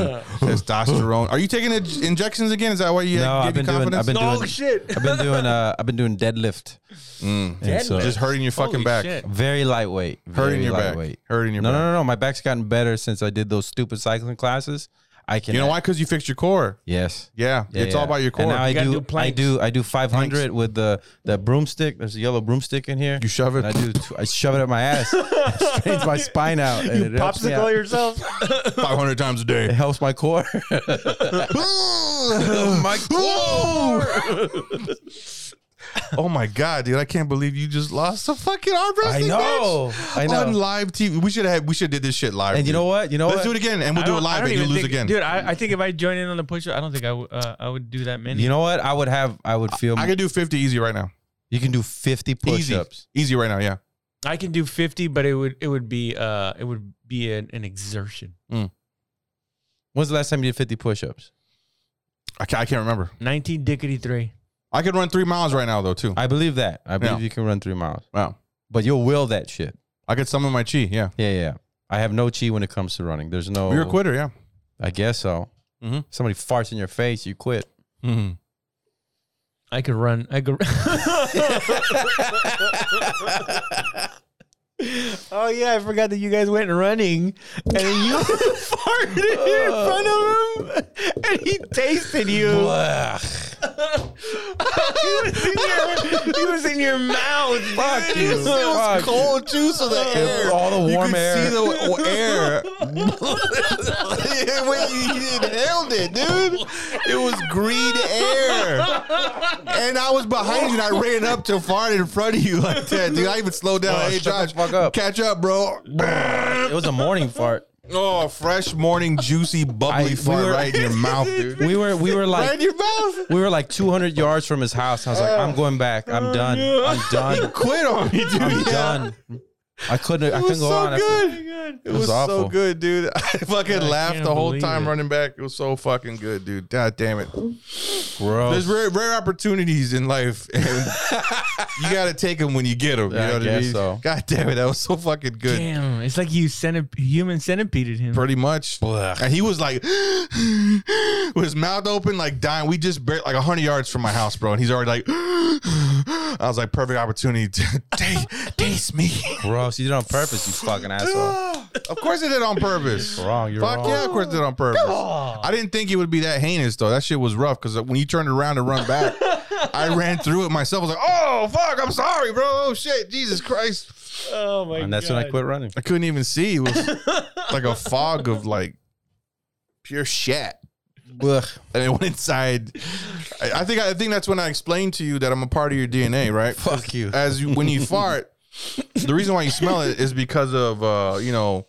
S1: testosterone. Are you taking the injections again? Is that why you
S2: no,
S1: give
S2: I've been
S1: you
S2: doing. I've
S1: confidence?
S2: been doing.
S5: shit!
S2: I've been doing. Uh, I've been doing deadlift. And so-
S1: Just hurting your fucking
S5: Holy
S1: back,
S5: shit.
S2: very lightweight.
S1: Mm.
S2: Very
S1: hurting your back,
S2: lightweight.
S1: hurting your
S2: No,
S1: back.
S2: no, no, no. My back's gotten better since I did those stupid cycling classes. I can.
S1: You know why? Because you fixed your core.
S2: Yes.
S1: Yeah,
S2: Yeah,
S1: it's all
S2: yeah.
S1: about your core.
S2: And now I
S5: gotta
S2: do,
S5: do
S2: I
S5: planks.
S2: do. I do 500 with the the broomstick. There's a yellow broomstick in here.
S1: you shove it.
S2: and I do. T- I shove it up my
S1: [laughs]
S2: ass. It strains my spine out. And it helps me out.
S5: yourself.
S1: [laughs] 500 times a
S2: It [laughs]
S1: day.
S2: helps
S1: [laughs]
S2: my core.
S1: my [laughs] oh my god, dude! I can't believe you just lost a fucking arm
S2: I
S1: wrestling
S2: know. I
S1: match on
S2: know.
S1: live TV. We should have. We should have did this shit live.
S2: And you
S1: dude.
S2: know what? You know
S1: Let's
S2: what?
S1: do it again, and we'll do it live, and you lose again.
S5: dude. I, I think if I join in on the push, I don't think I would uh, I would do that many.
S2: You know what? I would have. I would feel.
S1: I could do 50 easy right now.
S2: you can do 50
S1: Easy.
S2: push-ups.
S1: Easy right now, yeah.
S5: I can do fifty, but it would it would be uh it would be an, an exertion.
S2: When's the last time you did 50 push-ups?
S1: I can't, I can't remember.
S5: Nineteen dickety three.
S1: I could run three miles right now, though, too.
S2: I believe that. I believe
S1: Yeah.
S2: you can run three miles,
S1: wow.
S2: but you'll will that shit.
S1: I could summon my chi, yeah.
S2: Yeah, yeah. I have no chi when it comes to running. There's no.
S1: You're a quitter, yeah.
S2: I guess so.
S1: Mhm.
S2: Somebody farts in your face, you quit.
S1: Mm-hmm.
S5: I could run. I could. [laughs] oh yeah, I forgot that you guys went running, and then you [laughs] farted in front of him, and he tasted you. [laughs] he, was in your, he was in your mouth.
S2: Fuck you.
S1: It was
S2: Fuck.
S1: cold juice of the air.
S2: All the
S1: You
S2: warm
S1: could
S2: air.
S1: see the w- air. [laughs] When you you inhaled it, dude. It was green air. And I was behind you, and I ran up to fart in front of you like that, dude. I even slowed down. hey, Josh,
S2: fuck up.
S1: catch up, bro.
S2: it was a morning fart.
S1: Oh, fresh morning, juicy, bubbly
S2: I- we
S1: fart
S2: were-
S1: right in your mouth, dude.
S2: We were we
S1: [laughs]
S2: were
S1: right Oh.
S2: like
S1: in your mouth.
S2: we were like 200 yards from his house. I was like, I'm going back. I'm done. I'm
S1: [laughs]
S2: done.
S1: Quit on me, dude.
S2: I'm
S1: Yeah.
S2: done. I couldn't. I
S1: It was
S2: couldn't go
S1: so
S2: on. I-
S1: good. It
S2: was
S1: was, so
S2: awful.
S1: good, dude. [laughs] I fucking laughed
S5: can't
S1: the whole
S5: believe
S1: time
S5: it.
S1: running back. It was so fucking good, dude. God damn it. There's
S2: Gross.
S1: rare, rare opportunities in life, [laughs]
S2: [laughs]
S1: and you gotta take them when you get them. You
S2: Yeah, I
S1: know what I
S2: guess
S1: mean?
S2: so.
S1: God damn it, that was so fucking good.
S5: Damn, it's like you centip- human centipeded him.
S1: Pretty much, and he was like, [gasps] with his mouth open, like dying. We just buried like hundred yards from my house, bro, and he's already like, [gasps] I was like, perfect opportunity to [laughs] ta- taste me.
S2: Gross. You did it on purpose. You fucking asshole.
S1: [laughs] of course, I did it on purpose.
S2: Wrong. You're
S1: Fuck
S2: wrong.
S1: yeah, of course I did it on purpose. I didn't think it would be that heinous though. That shit was rough because when you turned around to run back,
S2: [laughs]
S1: I ran through it myself. I was like, oh fuck, I'm sorry, bro. Oh shit, Jesus Christ.
S5: Oh my
S2: And that's when I quit running.
S1: I couldn't even see. It was
S2: [laughs]
S1: like a fog of like pure shit.
S2: Ugh.
S1: And it went inside. I, I think I think that's when I explained to you that I'm a part of your DNA, right?
S2: Fuck you.
S1: As you, when you fart, the reason why you smell it is because of uh, you know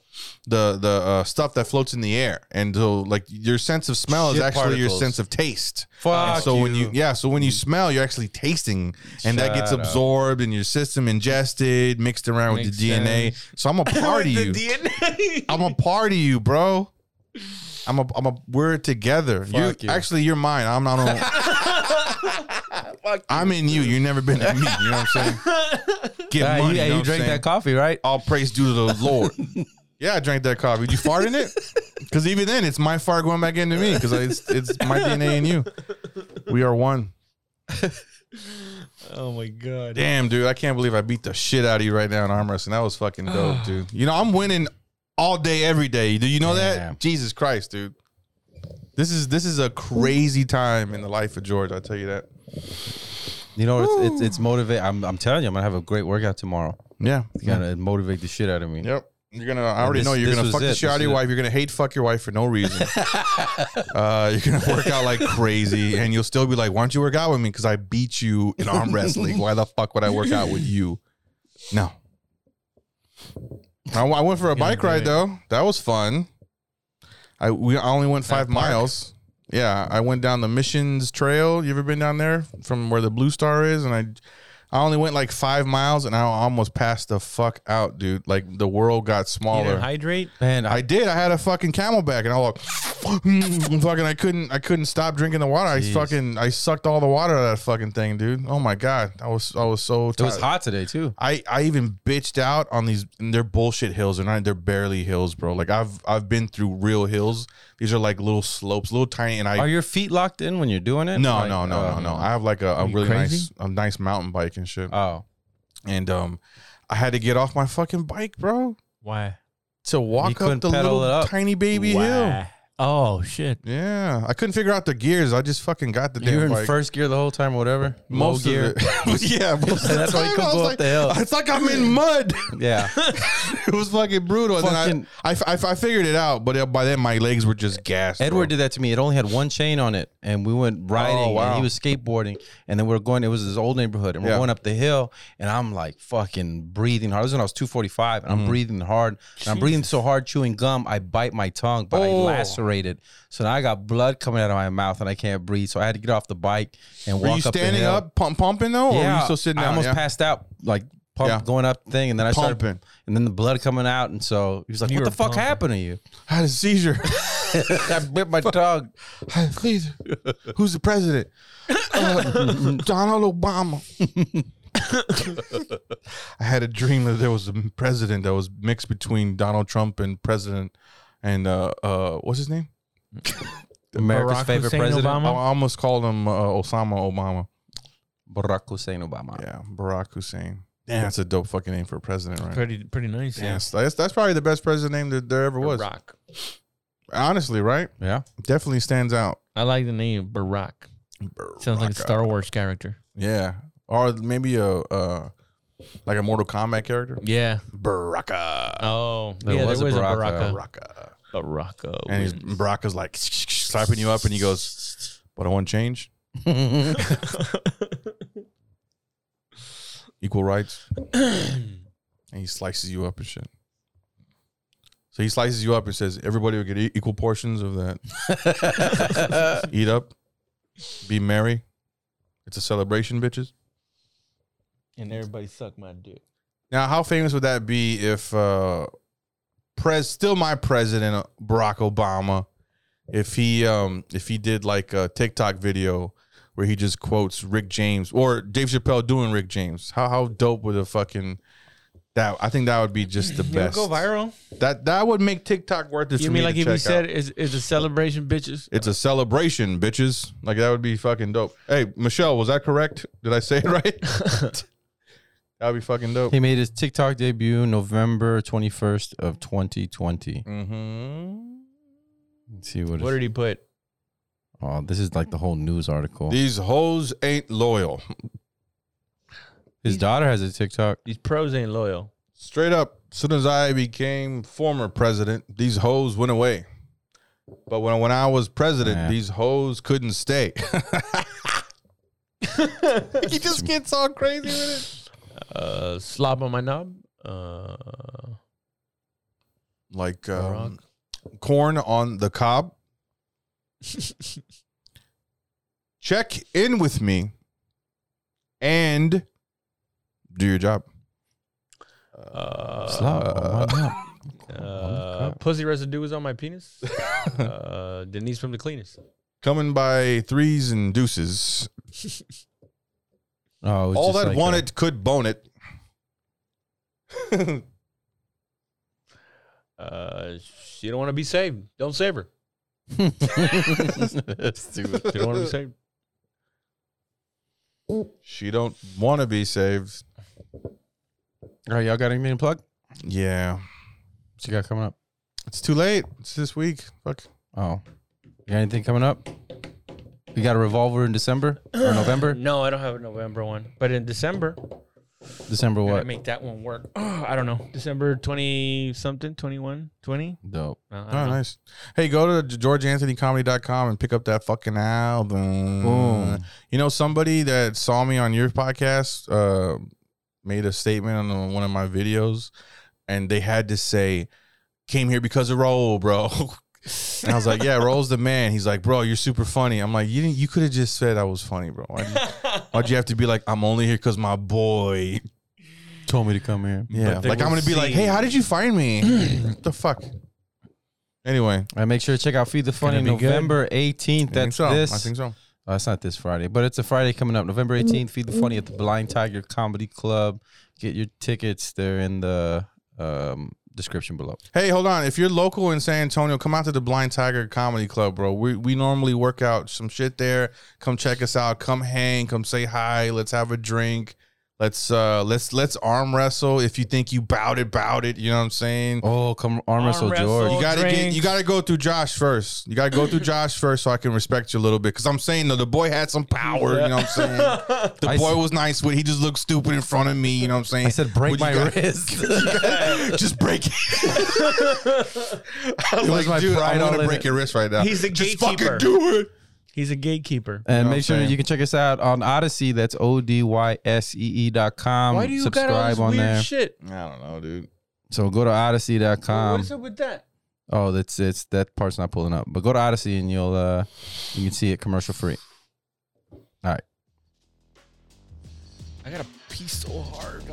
S1: the the uh, stuff that floats in the air, and so like your sense of smell is
S2: Shit
S1: actually your
S2: particles.
S1: sense of taste.
S2: Fuck
S1: And so when you yeah, so when you smell, you're actually tasting, and that gets
S2: Shut up.
S1: absorbed in your system, ingested, mixed around with
S5: Makes
S1: the DNA. So I'm a part of you.
S5: DNA.
S1: I'm a part of you, bro. I'm a I'm a we're together. You
S2: Fuck you.
S1: actually you're mine. I'm not on. I'm in you. You never been in me. You know what I'm saying? Get
S2: Ah, you-
S1: money.
S2: yeah,
S1: You,
S2: you
S1: know
S2: drank that coffee, right?
S1: All praise due to
S2: [laughs]
S1: the Lord. yeah, I drank that coffee. Did you fart in it? Because even then, it's my fart going back into me. Because it's it's my DNA and you. We are one.
S5: Oh my god.
S1: Damn, dude, I can't believe I beat the shit out of you right now in arm wrestling. That was fucking [sighs] dope, dude. You know, I'm winning all day, every day. Do you know
S2: Damn.
S1: that? Jesus Christ, dude. This is this is a crazy time in the life of George. I tell you that.
S2: You know, it's it's, it's motivate. I'm I'm telling you, I'm gonna have a great workout tomorrow.
S1: Yeah.
S2: It's gonna motivate the shit out of me.
S1: Yep. You're gonna. I already
S2: this-
S1: know you're
S2: this
S1: gonna
S2: was
S1: fuck the
S2: it.
S1: shit
S2: This
S1: out of your
S2: was it.
S1: wife. You're gonna hate fuck your wife for no
S2: [laughs]
S1: reason. uh, you're gonna work out like crazy, and you'll still be like, "Why don't you work out with me? Because I beat you in arm wrestling. Why the fuck would I work out with you? No. I, I went for a bike ride though. That was fun. I we I only went five miles. Yeah, I went down the Missions Trail. You ever been down there from where the Blue Star is? And I I only went like five miles and I almost passed the fuck out, dude. Like the world got
S5: You
S1: smaller.
S5: didn't hydrate.
S2: Man, I,
S1: I did. I had a fucking camelback, and I was like, and [laughs] fucking. I couldn't. I couldn't stop drinking the water. I
S2: Jeez.
S1: fucking. I sucked all the water out of that fucking thing, dude. Oh my god, I was. I was so.
S2: it was
S1: tired.
S2: hot today too.
S1: I, I even bitched out on these and they're bullshit hills. They're not they're barely hills, bro. Like I've I've been through real hills. These are like little slopes, little tiny and I
S2: Are your feet locked in when you're doing it?
S1: no,
S2: Like,
S1: no, no,
S2: uh,
S1: no, no. I have like a, a
S5: you
S1: really
S5: crazy?
S1: nice a nice mountain bike and shit.
S2: Oh,
S1: and um I had to get off my fucking bike, bro,
S5: Why?
S1: to walk up
S2: couldn't
S1: the
S2: pedal
S1: little
S2: it up.
S1: tiny baby hill.
S5: Why? Oh shit.
S1: Yeah. I couldn't figure out the gears. I just fucking got the
S2: you
S1: damn
S2: were in
S1: bike.
S2: first gear the whole time, or whatever.
S1: most
S2: Low gear.
S1: of
S2: [laughs]
S1: it. [laughs] yeah, most of the
S2: That's why you
S1: time,
S2: couldn't
S1: I was
S2: go up
S1: like, [laughs]
S2: the hill.
S1: It's like I'm in mud.
S2: yeah.
S1: [laughs] It was fucking brutal. And
S2: Fucking-
S1: then I, I, I, I figured it out, but by then my legs were just gassed.
S2: Edward
S1: bro.
S2: did that to me. It only had one chain on it, and we went riding.
S1: Oh, wow.
S2: and he was skateboarding, and then we are going. It was this old neighborhood, and we're
S1: Yeah.
S2: going up the hill, and I'm like fucking breathing hard. This was when I was 245, and I'm
S1: Mm-hmm.
S2: breathing hard. And I'm breathing so hard, chewing gum, I bite my tongue, but
S1: Oh.
S2: I lacerated. So now I got blood coming out of my mouth, and I can't breathe. So I had to get off the bike and
S1: Were
S2: walk
S1: you
S2: up the
S1: standing
S2: hill.
S1: up, pump, pumping though, or were you still sitting
S2: I
S1: down?
S2: almost
S1: Yeah.
S2: passed out, like pump,
S1: Yeah.
S2: going up thing, and then I
S1: Pumping.
S2: started, and then the blood coming out, and so he was like,
S5: You
S2: "What
S5: were
S2: the fuck
S5: pumping.
S2: happened to you?"
S1: I had a seizure. [laughs]
S2: I bit my tongue.
S1: I had a
S2: [laughs]
S1: seizure. Who's the president? Uh, Donald
S2: [laughs]
S1: Obama. I had a dream that there was a president that was mixed between Donald Trump and president, and uh, uh, what's his name?
S2: [laughs] America's
S5: Barack
S2: favorite
S5: Hussein
S2: president.
S1: I
S5: Obama?
S1: almost called him uh, Osama Obama.
S2: Barack Hussein Obama.
S1: Yeah, Barack Hussein. Damn, that's a dope fucking name for a president, right?
S5: Pretty pretty nice. yeah.
S1: Yes, that's, that's probably the best president name that there ever was.
S5: Barack.
S1: Honestly, right?
S2: Yeah.
S1: Definitely stands out.
S5: I like the name Barack. Sounds like a
S1: Baraka.
S5: Star Wars character.
S1: Yeah, or maybe a uh, like a Mortal Kombat character.
S5: Yeah.
S1: Baraka,
S5: Oh,
S2: There
S5: yeah.
S2: was a
S5: there was a
S2: Baraka.
S5: Baraka.
S1: Baraka,
S5: Baraka.
S1: and he's,
S5: wins.
S1: Baraka's like [laughs] slapping you up, and he goes, "But I want
S5: [laughs]
S1: change, equal rights," and he slices you up and shit. So he slices you up and says, "Everybody will get e- equal portions of that.
S5: [laughs]
S1: Eat up, be merry. It's a celebration, bitches."
S5: and everybody suck my dick.
S1: Now, how famous would that be if uh pres still my president uh, Barack Obama if he um if he did like a TikTok video where he just quotes Rick James or Dave Chappelle doing Rick James. How how dope would a fucking that I think that would be just
S5: [laughs]
S1: the best.
S5: Go viral.
S1: That that would make TikTok worth it
S5: You
S1: for
S5: mean
S1: me
S5: like
S1: to
S5: if you
S1: check out.
S5: said it's, it's a celebration, bitches?
S1: It's a celebration, bitches. Like that would be fucking dope. Hey, Michelle, was that correct? Did I say it [laughs]
S2: [laughs]
S1: right? that would be fucking dope.
S2: He made his TikTok debut November 21st of 2020.
S1: Mm-hmm.
S2: Let's see what,
S5: What
S2: it-
S5: did he put?
S2: Oh, this is like the whole news article.
S1: These hoes ain't loyal.
S2: His daughter has a TikTok.
S5: These pros ain't loyal.
S1: Straight up, as soon as I became former president, these hoes went away. But when, when I was president,
S2: Yeah.
S1: these hoes couldn't
S2: [laughs]
S1: stay. [laughs] he just gets all crazy with
S5: Uh, slob on my knob. [laughs] Uh,
S1: it. Like um, corn on the cob. Check in with me and do your job.
S5: uh,
S2: Slob on my knob.
S5: uh, pussy residue is on my [laughs] penis. uh, Denise from the cleaners.
S1: Coming by threes and deuces.
S2: Oh, it was
S1: All
S2: just
S1: that
S2: like [laughs]
S1: wanted could bone it.
S5: Uh, she don't want to be saved. Don't save [laughs] her.
S2: a- Stupid.
S5: She don't want to be saved.
S1: She don't want to be saved.
S2: All right, y'all got anything to plug?
S1: Yeah,
S2: What you got coming up?
S1: it's too late. It's this week. Fuck.
S2: Oh, you got anything coming up? You got a revolver in December or November?
S5: No, I don't have a November one. But in December,
S2: December
S5: Gotta
S2: what?
S5: make that one work. [clears throat] I don't know. December 20 something, 21, 20?
S2: Dope.
S5: No, I
S1: Oh,
S5: don't know.
S1: nice. Hey, go to georgeanthonycomedy.com and pick up that fucking album.
S2: Boom.
S1: You know, somebody that saw me on your podcast uh, made a statement on one of my videos, and they had to say, "Came here because of Raul, bro." [laughs] And I was like, "Yeah, Raul's the man." He's like, "Bro, you're super funny." I'm like, "You didn't. You could have just said I was funny, bro. Why'd you, why'd you have to be like, I'm only here because my boy?"
S2: Told me to come here.
S1: Yeah,
S5: But
S1: [laughs]
S5: they
S1: like I'm
S5: were
S1: gonna be like,
S5: seen.
S1: "Hey, how did you find me? what the fuck?" Anyway,
S2: And make sure to check out Feed the Funny
S1: Gonna be good.
S2: November 18th.
S1: I think
S2: That's
S1: so.
S2: this.
S1: I think so.
S2: Oh, it's not this Friday, but it's a Friday coming up, November 18th. Feed the Funny at the Blind Tiger Comedy Club. Get your tickets. They're in the um, description below.
S1: Hey, hold on. If you're local in San Antonio, come out to the Blind Tiger Comedy Club, bro. We we normally work out some shit there. Come check us out. Come hang. Come say hi. Let's have a drink. Let's uh let's let's arm wrestle. If you think you bout it, bout it. You know what I'm saying?
S2: Oh, come arm wrestle
S5: wrestle.
S2: George.
S1: You gotta get,
S5: drinks.
S1: you gotta go through Josh first. You gotta go through Josh first so I can respect you a little bit. Cause I'm saying though, the boy had some power, you know what I'm
S2: [laughs]
S1: saying? The
S2: I
S1: boy
S2: s-
S1: was nice with it. he just looked stupid in front of me, you know what I'm saying?
S2: I said,
S1: What
S2: break
S1: [laughs] you
S2: my
S1: got-
S2: wrist.
S1: just break [laughs] it. I was
S2: was
S1: like,
S2: my
S1: dude, I
S2: pride
S1: want
S2: all
S1: to
S2: in
S1: break
S2: it.
S1: your wrist right now.
S5: He's the
S1: just
S5: gatekeeper.
S1: fucking do it.
S5: He's a gatekeeper.
S2: [laughs] And
S1: know what I'm
S2: make sure
S1: saying?
S2: you can check us out on Odyssey. That's O D Y S E E dot com.
S5: Why do you
S2: Subscribe
S5: got all this
S2: on
S5: weird
S2: there.
S5: shit?
S1: I don't know, dude.
S2: So go to Odyssey.com.
S5: What's up with that?
S2: Oh, that's it's that part's not pulling up. But go to Odyssey and you'll uh you can see it commercial free. All right.
S5: I gotta pee so hard.